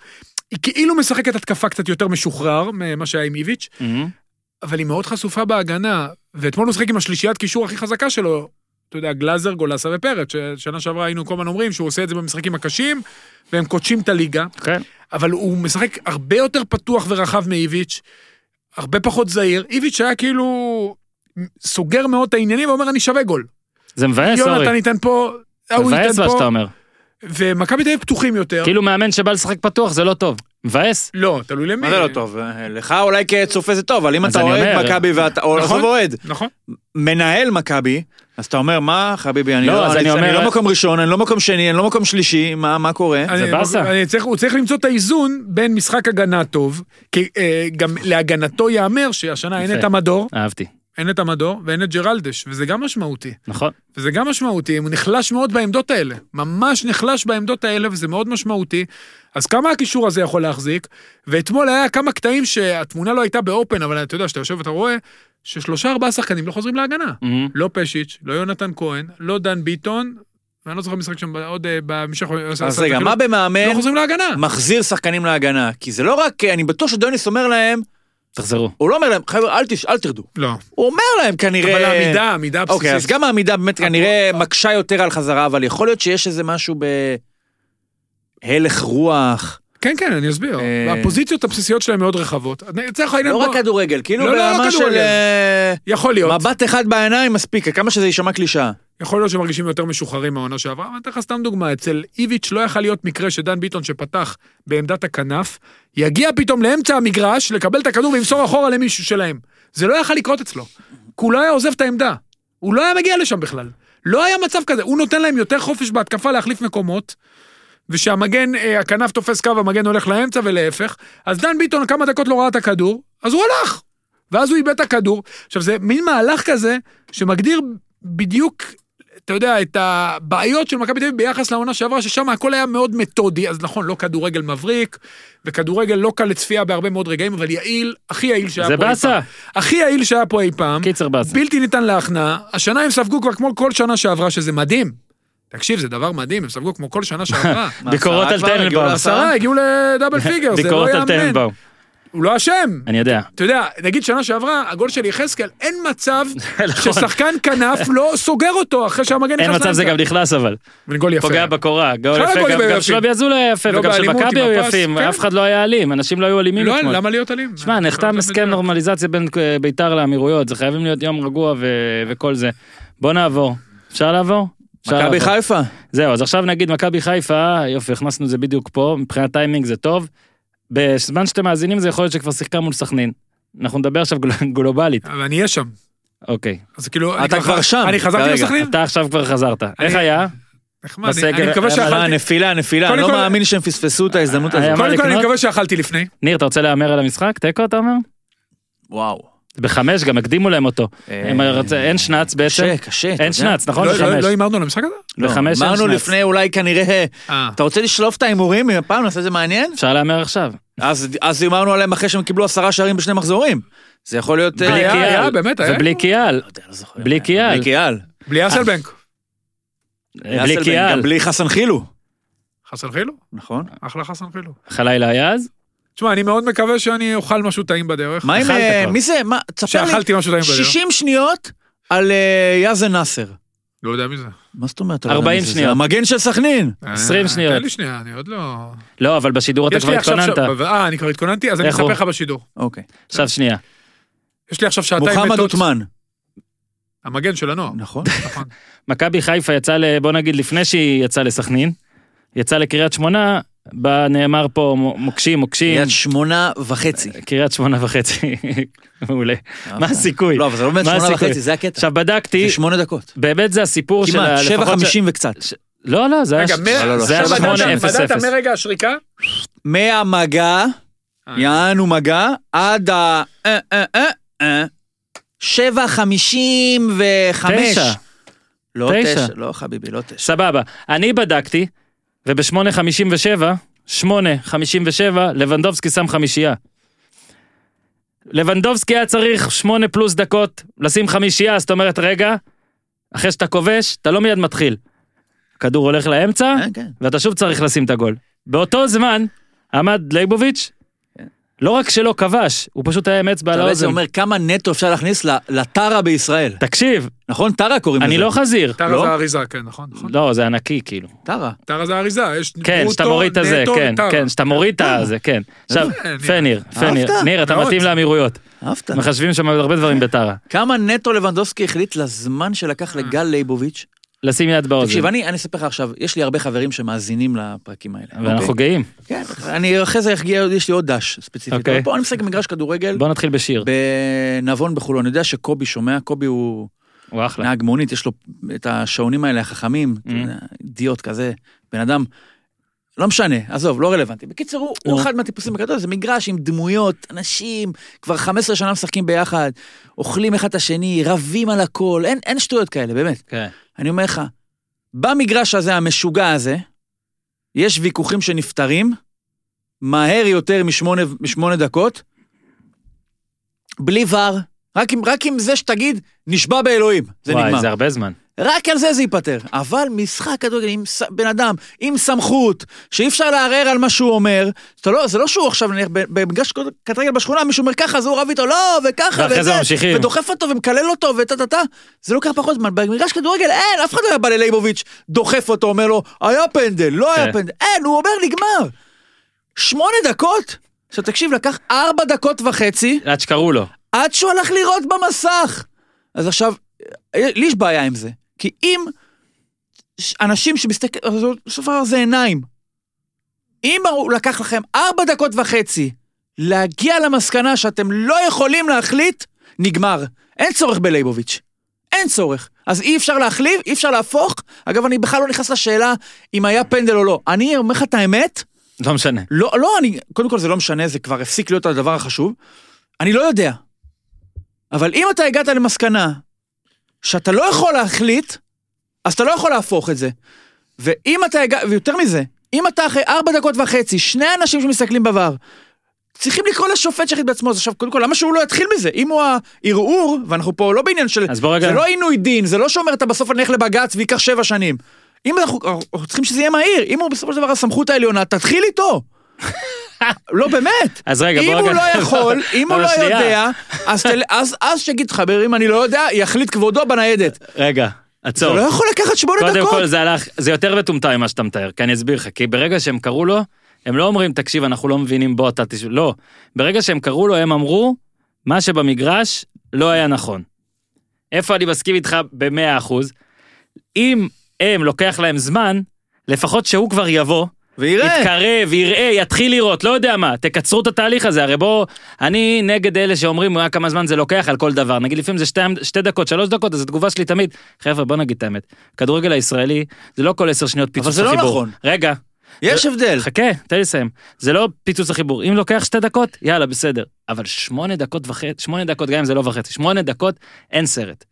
Speaker 3: היא כאילו משחקת התקפה קצת יותר משוחרר ממה שהיה עם איביץ',
Speaker 1: מהמם.
Speaker 3: אבל היא מאוד חשופה בהגנה, ואתמול הוא משחק עם השלישיית קישור הכי חזקה שלו, אתה יודע, גלאזר, גולסה ופרץ, ששנה שעברה היינו כל הזמן אומרים שהוא עושה את זה במשחקים הקשים, והם קודשים את הליגה,
Speaker 1: כן.
Speaker 3: אבל הוא משחק הרבה יותר פתוח ורחב מאיביץ', הרבה פחות זהיר. איביץ' היה כאילו סוגר מאוד את העניינים ואומר, אני שווה גול.
Speaker 1: זה מבאס,
Speaker 3: יונתן
Speaker 1: אורי.
Speaker 3: ייתן פה, ההוא
Speaker 1: אה, מבאס
Speaker 3: ייתן
Speaker 1: מה שאתה
Speaker 3: פה,
Speaker 1: אומר.
Speaker 3: ומכבי תל אביב פתוחים יותר.
Speaker 1: כאילו מאמן שבא לשחק פתוח זה לא טוב. מבאס?
Speaker 3: לא, תלוי למי.
Speaker 4: מה זה לא טוב? אה, לך אולי כצופה זה טוב, אבל אם
Speaker 1: אז
Speaker 4: אתה
Speaker 1: אני
Speaker 4: אוהד
Speaker 1: אומר.
Speaker 4: מכבי ואתה... או
Speaker 3: נכון.
Speaker 4: עזוב אוהד.
Speaker 3: נכון.
Speaker 4: מנהל מכבי, אז אתה אומר, מה, חביבי, אני
Speaker 1: לא,
Speaker 4: לא
Speaker 1: אז אני
Speaker 4: אני- אני
Speaker 1: אומר-
Speaker 4: לא מקום ראשון, אני לא מקום שני, אני לא מקום שלישי, מה מה קורה?
Speaker 3: אני-
Speaker 1: באסה.
Speaker 3: אני צריך- הוא צריך למצוא את האיזון בין משחק הגנה טוב, כי אה, גם להגנתו ייאמר שהשנה אין
Speaker 1: יפה.
Speaker 3: את המדור,
Speaker 1: אהבתי.
Speaker 3: אין את המדור ואין את ג'רלדש, וזה גם משמעותי.
Speaker 1: נכון.
Speaker 3: וזה גם משמעותי, הוא נחלש מאוד בעמדות האלה. ממש נחלש בעמדות האלה, וזה מאוד משמעותי. אז כמה הקישור הזה יכול להחזיק? ואתמול היה כמה קטעים שהתמונה לא הייתה באופן, אבל אתה יודע, שאתה יושב ואתה רואה, ששלושה ארבעה שחקנים לא חוזרים להגנה.
Speaker 1: מהמם.
Speaker 3: לא פשיץ', לא יונתן כהן, לא דן ביטון, ואני לא זוכר משחק שם עוד אה, בהמשך.
Speaker 4: אז רגע, מה
Speaker 3: לא
Speaker 4: במאמן
Speaker 3: חוזרים להגנה.
Speaker 4: מחזיר שחקנים להגנה? כי זה לא רק, אני בטוח שדוניס אומר להם,
Speaker 1: תחזרו.
Speaker 4: הוא לא אומר להם, חבר'ה, אל תש- אל תרדו.
Speaker 3: לא.
Speaker 4: הוא אומר להם כנראה...
Speaker 3: אבל העמידה, העמידה הבסיסית.
Speaker 4: אה, אוקיי, אז גם העמידה באמת כנראה מקשה יותר על חזרה, אבל יכול להיות שיש איזה משהו בהלך רוח.
Speaker 3: כן, כן, אני אסביר.
Speaker 4: אה.
Speaker 3: הפוזיציות הבסיסיות שלהם מאוד רחבות. אז צריך העניין
Speaker 4: לא
Speaker 3: פה-
Speaker 4: רק כדורגל, כאילו
Speaker 3: לא, לא, לא
Speaker 4: ברמה של
Speaker 3: כדורגל.
Speaker 4: אה,
Speaker 3: יכול להיות.
Speaker 4: מבט אחד בעיניים מספיק, כמה שזה יישמע קלישאה.
Speaker 3: יכול להיות שמרגישים יותר משוחררים מהעונה שעברה, אבל אני אתן לך סתם דוגמה, אצל איביץ' לא יכל להיות מקרה שדן ביטון שפתח בעמדת הכנף, יגיע פתאום לאמצע המגרש, לקבל את הכדור וימסור אחורה למישהו שלהם. זה לא יכל לקרות אצלו, כי הוא לא היה עוזב את העמדה, הוא לא היה מגיע לשם בכלל. לא היה מצב כזה, הוא נותן להם יותר חופש בהתקפה להחליף מקומות, ושהמגן, אה, הכנף תופס קו, המגן הולך לאמצע ולהפך, אז דן ביטון כמה דקות לא ראה את הכדור, אז הוא הלך, ואז הוא איבד את הכדור. עכשיו, זה מין מהלך כזה, שמגדיר בדיוק, אתה יודע, את הבעיות של מכבי תל אביב ביחס לעונה שעברה, ששם הכל היה מאוד מתודי, אז נכון, לא כדורגל מבריק, וכדורגל לא קל לצפייה בהרבה מאוד רגעים, אבל יעיל, הכי יעיל שהיה
Speaker 1: זה
Speaker 3: פה אי
Speaker 1: באסה.
Speaker 3: פעם. הכי יעיל שהיה פה אי פעם.
Speaker 1: קיצר באסה.
Speaker 3: בלתי ניתן להכנעה, השנה הם ספגו כבר כמו כל שנה שעברה, שזה מדהים. תקשיב, זה דבר מדהים, הם ספגו כמו כל שנה שעברה.
Speaker 1: ביקורות
Speaker 4: עשרה
Speaker 1: על
Speaker 4: כבר? הגיעו
Speaker 1: טננבאום.
Speaker 4: לעשרה?
Speaker 3: עשרה הגיעו לדאבל פיגר, זה לא
Speaker 1: ביקורות על
Speaker 3: יאמן.
Speaker 1: טננבאום.
Speaker 3: הוא לא אשם.
Speaker 1: אני יודע.
Speaker 3: אתה יודע, נגיד שנה שעברה, הגול של יחזקאל, אין מצב
Speaker 1: נכון.
Speaker 3: ששחקן כנף לא סוגר אותו אחרי שהמגן
Speaker 1: אין
Speaker 3: נכנס
Speaker 1: מצב זה גם נכנס אבל.
Speaker 3: גול יפה.
Speaker 1: פוגע בקורה. גול
Speaker 3: כל
Speaker 1: יפה.
Speaker 3: הגולים
Speaker 1: גם- גם
Speaker 3: היו יפים.
Speaker 1: של רבי אזולאי היה יפה
Speaker 3: לא,
Speaker 1: וגם של
Speaker 3: באלימות,
Speaker 1: מכבי
Speaker 3: עם
Speaker 1: היו
Speaker 3: הפס,
Speaker 1: יפים.
Speaker 3: כן.
Speaker 1: אף אחד לא היה אלים. אנשים לא היו אלימים
Speaker 3: לא,
Speaker 1: אתמול.
Speaker 3: למה להיות אלים?
Speaker 1: שמע, נחתם הסכם נורמליזציה בין אה, ביתר לאמירויות, זה חייבים להיות יום רגוע ו- וכל זה. בוא נעבור. אפשר לעבור? אפשר
Speaker 4: מכבי
Speaker 1: לעבור.
Speaker 4: חיפה.
Speaker 1: זהו, אז עכשיו נגיד מכבי חיפה, יופי, הכנסנו את זה בדיוק פה, מבחינת טיימינג זה טוב. בזמן שאתם מאזינים זה יכול להיות שכבר שיחקה מול סכנין. אנחנו נדבר עכשיו גל- גלובלית.
Speaker 3: אבל אני אהיה שם.
Speaker 1: אוקיי.
Speaker 3: אז כאילו... אני
Speaker 4: אתה כבר שם,
Speaker 3: אני חזרתי
Speaker 4: כרגע.
Speaker 3: לסכנין?
Speaker 1: אתה עכשיו כבר חזרת. איך היה?
Speaker 3: נחמד. אני-
Speaker 1: בסגר,
Speaker 3: אני מקווה
Speaker 1: היה
Speaker 4: אה,
Speaker 3: שאכלתי...
Speaker 4: הנפילה, הנפילה,
Speaker 3: קודם
Speaker 4: אני לא
Speaker 3: כל-
Speaker 4: מאמין שהם פספסו את ההזדמנות
Speaker 1: היה
Speaker 4: הזאת.
Speaker 1: מה
Speaker 3: קודם כל, אני
Speaker 1: לקנות?
Speaker 3: מקווה שאכלתי לפני.
Speaker 1: ניר, אתה רוצה להמר על המשחק? תיקו אתה אומר?
Speaker 4: וואו.
Speaker 1: בחמש גם הקדימו להם אותו.
Speaker 4: אה,
Speaker 1: הם רצו- אין שנץ בעצם.
Speaker 4: קשה, קשה. אתה
Speaker 1: אין
Speaker 4: יודע.
Speaker 1: שנץ, נכון?
Speaker 3: לא- לא-
Speaker 1: בחמש.
Speaker 3: לא הימרנו על המשחק הזה?
Speaker 4: לא,
Speaker 1: בחמש אין
Speaker 4: אמרנו
Speaker 1: שנץ.
Speaker 4: לפני אולי כנראה,
Speaker 3: אה.
Speaker 4: אתה רוצה לשלוף את ההימורים? אם הפעם נעשה את זה מעניין?
Speaker 1: אפשר להמר עכשיו.
Speaker 4: אז אז הימרנו עליהם אחרי שהם קיבלו עשרה שערים בשני מחזורים. זה יכול להיות... אה,
Speaker 1: בלי
Speaker 3: היה, היה,
Speaker 1: קיאל.
Speaker 3: באמת, היה.
Speaker 1: ובלי קיאל. בלי קיאל.
Speaker 4: בלי קיאל.
Speaker 1: אה.
Speaker 3: בלי אסלבנק.
Speaker 1: בלי
Speaker 4: אסלבנק,
Speaker 1: קיאל.
Speaker 4: גם בלי חסן חילו.
Speaker 3: חסן חילו?
Speaker 4: נכון.
Speaker 3: אחלה חסן חילו.
Speaker 1: איך הלילה היה אז?
Speaker 3: תשמע, אני מאוד מקווה שאני אוכל משהו טעים בדרך.
Speaker 4: מה עם...
Speaker 1: אכלת
Speaker 4: אה,
Speaker 1: כבר.
Speaker 4: מי זה? מה? תספר לי.
Speaker 3: שאכלתי משהו טעים בדרך.
Speaker 4: 60 שניות על אה, יאזן נאסר.
Speaker 3: לא יודע מי זה.
Speaker 4: מה זאת אומרת? אתה לא יודע
Speaker 1: 40
Speaker 4: מי זה?
Speaker 1: שניות.
Speaker 4: זה המגן של סכנין.
Speaker 1: עשרים
Speaker 3: אה,
Speaker 1: שניות.
Speaker 3: תן לי שנייה, אני עוד לא...
Speaker 1: לא, אבל בשידור אתה
Speaker 3: יש
Speaker 1: כבר
Speaker 3: לי עכשיו...
Speaker 1: התכוננת.
Speaker 3: ש- אה, אני כבר התכוננתי? אז אני
Speaker 1: איך
Speaker 3: אספר
Speaker 1: הוא?
Speaker 3: לך בשידור.
Speaker 4: אוקיי.
Speaker 1: עכשיו שנייה.
Speaker 3: יש לי עכשיו שעתיים
Speaker 4: מוחמד עותמן.
Speaker 3: המגן של הנוער.
Speaker 1: לא.
Speaker 4: נכון.
Speaker 3: נכון.
Speaker 1: מכבי חיפה יצאה, ל- בוא נגיד לפני שהיא יצאה לסכנין, יצאה לקריית שמונה, בה נאמר פה מ- מוקשים, מוקשים,
Speaker 4: יד שמונה וחצי.
Speaker 1: קריית שמונה וחצי, מעולה. מה הסיכוי?
Speaker 4: לא, אבל זה לא באמת
Speaker 1: מה
Speaker 4: שמונה
Speaker 1: הסיכוי?
Speaker 4: וחצי, זה הקטע.
Speaker 1: עכשיו בדקתי,
Speaker 4: זה שמונה דקות.
Speaker 1: באמת זה הסיפור של...
Speaker 4: כמעט,
Speaker 1: ה-
Speaker 4: שבע
Speaker 1: לפחות ש-
Speaker 4: חמישים וקצת.
Speaker 1: לא, לא, זה היה...
Speaker 3: רגע,
Speaker 1: ש-
Speaker 3: מ-
Speaker 4: לא, לא, לא,
Speaker 1: זה היה
Speaker 4: שבע
Speaker 3: עכשיו
Speaker 4: שמונה,
Speaker 3: בדעת-
Speaker 1: שמונה אפס
Speaker 3: בדעת
Speaker 1: אפס.
Speaker 3: מרגע השריקה?
Speaker 4: מהמגע יענו מגע, עד ה... אה, אה, אה, אה. שבע חמישים וחמש.
Speaker 1: תשע.
Speaker 4: לא
Speaker 1: תשע.
Speaker 4: תשע, לא חביבי, לא תשע.
Speaker 1: סבבה. אני בדקתי, וב-8.57, 8.57, לבנדובסקי שם חמישייה. לבנדובסקי היה צריך 8 פלוס דקות לשים חמישייה, זאת אומרת, רגע, אחרי שאתה כובש, אתה לא מיד מתחיל. הכדור הולך לאמצע,
Speaker 4: כן, כן.
Speaker 1: ואתה שוב צריך לשים את הגול. באותו זמן, עמד לייבוביץ', לא רק שלא כבש, הוא פשוט היה עם אצבע על
Speaker 4: אתה בעצם
Speaker 1: האוזן.
Speaker 4: אומר כמה נטו אפשר להכניס ל- לטרה בישראל.
Speaker 1: תקשיב,
Speaker 4: נכון? טרה קוראים לזה.
Speaker 1: אני לא חזיר.
Speaker 3: טרה
Speaker 4: לא?
Speaker 3: זה האריזה, כן, נכון, נכון.
Speaker 1: לא, זה ענקי כאילו.
Speaker 4: טרה.
Speaker 3: טרה זה האריזה, יש
Speaker 1: כן,
Speaker 3: ברוטו,
Speaker 1: שאתה מוריד את הזה,
Speaker 3: נטו,
Speaker 1: כן,
Speaker 3: טרה.
Speaker 1: כן, שאתה מוריד
Speaker 4: אה,
Speaker 1: את הזה, כן. עכשיו,
Speaker 3: ניר?
Speaker 1: יפה ניר, יפה ניר,
Speaker 4: אהבת?
Speaker 1: ניר, אתה
Speaker 3: מאוד.
Speaker 1: מתאים לאמירויות.
Speaker 4: אהבת.
Speaker 1: מחשבים שם עוד הרבה דברים בטרה.
Speaker 4: כמה נטו לבנדובסקי החליט לזמן שלקח לגל לייבוביץ'?
Speaker 1: לשים יד באוזן.
Speaker 4: תקשיב, אני אני אספר לך עכשיו, יש לי הרבה חברים שמאזינים לפרקים האלה.
Speaker 1: ואנחנו
Speaker 4: אוקיי?
Speaker 1: גאים.
Speaker 4: כן, אני אחרי זה אגיע, יש לי עוד דש ספציפית.
Speaker 1: אוקיי.
Speaker 4: אבל פה אני משחק במגרש כדורגל,
Speaker 1: בוא נתחיל בשיר.
Speaker 4: בנבון בחולון. אני יודע שקובי שומע, קובי הוא
Speaker 1: הוא אחלה.
Speaker 4: נהג מונית, יש לו את השעונים האלה החכמים, אתה
Speaker 1: Mm.
Speaker 4: יודע, דיוט כזה, בן אדם, לא משנה, עזוב, לא רלוונטי. בקיצור, הוא- הוא
Speaker 1: נו.
Speaker 4: אחד מהטיפוסים הגדול, זה מגרש עם דמויות, אנשים, כבר 15 שנה משחקים ביחד, אוכלים אחד את השני, רבים על הכל, אין- אין שטויות כאלה, באמת.
Speaker 1: כן.
Speaker 4: אני אומר לך, במגרש הזה, המשוגע הזה, יש ויכוחים שנפתרים, מהר יותר משמונה, משמונה דקות, בלי ור, רק עם, רק עם זה שתגיד, נשבע באלוהים, זה נגמר.
Speaker 1: וואי, זה הרבה זמן.
Speaker 4: רק על זה זה ייפתר. אבל משחק כדורגל עם ס- בן אדם, עם סמכות, שאי אפשר לערער על מה שהוא אומר, זה לא, זה לא שהוא עכשיו נניח ב- במגרש כד- כדורגל בשכונה, מישהו אומר ככה, אז הוא רב איתו, לא, וככה,
Speaker 1: ואחרי זה ממשיכים.
Speaker 4: ודוחף אותו ומקלל אותו, וטה טה טה, זה לוקח פחות זמן. במגרש כדורגל אין, אף אחד לא היה בא ללייבוביץ', דוחף אותו, אומר לו, היה פנדל, לא היה
Speaker 1: כן.
Speaker 4: פנדל, אין, הוא אומר, נגמר. שמונה דקות? עכשיו תקשיב, לקח ארבע דקות וחצי.
Speaker 1: עד שקראו לו.
Speaker 4: עד שהוא הלך לראות במסך. אז עכשיו, אה, לי יש בעיה עם זה. כי אם ש- אנשים שמסתכלים, בסופו של דבר זה עיניים. אם הוא לקח לכם ארבע דקות וחצי להגיע למסקנה שאתם לא יכולים להחליט, נגמר. אין צורך בלייבוביץ'. אין צורך. אז אי אפשר להחליף, אי אפשר להפוך. אגב, אני בכלל לא נכנס לשאלה אם היה פנדל או לא. אני אומר לך את האמת,
Speaker 1: לא משנה.
Speaker 4: לא, לא, אני, קודם כל זה לא משנה, זה כבר הפסיק להיות הדבר החשוב. אני לא יודע. אבל אם אתה הגעת למסקנה שאתה לא יכול להחליט, אז אתה לא יכול להפוך את זה. ואם אתה הגע... ויותר מזה, אם אתה אחרי ארבע דקות וחצי, שני אנשים שמסתכלים בVAR, צריכים לקרוא לשופט שיחליט בעצמו, אז עכשיו, קודם כל, למה שהוא לא יתחיל מזה? אם הוא הערעור, ואנחנו פה לא בעניין של...
Speaker 1: אז בוא רגע-
Speaker 4: זה לא עינוי דין, זה לא שאומר אתה בסוף אני אלך לבג"ץ וייקח שבע שנים. אם אנחנו, אנחנו צריכים שזה יהיה מהיר, אם הוא בסופו של דבר הסמכות העליונה, תתחיל איתו. לא באמת.
Speaker 1: אז רגע, בוא
Speaker 4: אם
Speaker 1: רגע.
Speaker 4: הוא לא יכול, אם הוא
Speaker 1: אבל
Speaker 4: לא
Speaker 1: שנייה.
Speaker 4: יודע, אז תל- אז אז שיגיד חברים, אני לא יודע, יחליט כבודו בניידת.
Speaker 1: רגע,
Speaker 4: זה
Speaker 1: עצור.
Speaker 4: לא יכול לקחת שמונה
Speaker 1: קודם
Speaker 4: דקות.
Speaker 1: כל זה הלך, זה יותר מטומטם ממה שאתה מתאר, כי אני אסביר לך, כי ברגע שהם קראו לו, הם לא אומרים, תקשיב, אנחנו לא מבינים, בוא אתה תש... לא. ברגע שהם קראו לו, הם אמרו, מה שבמגרש לא היה נכון. איפה אני מסכים איתך במאה אחוז? אם הם, לוקח להם זמן, לפחות שהוא כבר יבוא,
Speaker 4: ויראה.
Speaker 1: יתקרב, יראה, יתחיל לראות, לא יודע מה, תקצרו את התהליך הזה, הרי בואו, אני נגד אלה שאומרים "אה, כמה זמן זה לוקח על כל דבר, נגיד לפעמים זה שתי, שתי דקות, שלוש דקות, אז התגובה שלי תמיד, חבר'ה בוא נגיד את האמת, כדורגל הישראלי זה לא כל עשר שניות פיצוץ
Speaker 4: זה לא
Speaker 1: החיבור,
Speaker 4: נכון.
Speaker 1: רגע,
Speaker 4: יש הבדל.
Speaker 1: חכה, תן לי לסיים, זה לא פיצוץ החיבור, אם לוקח שתי דקות, יאללה בסדר, אבל שמונה דקות וחצי, שמונה דקות, גם אם זה לא וחצי, שמונה דקות, אין סרט.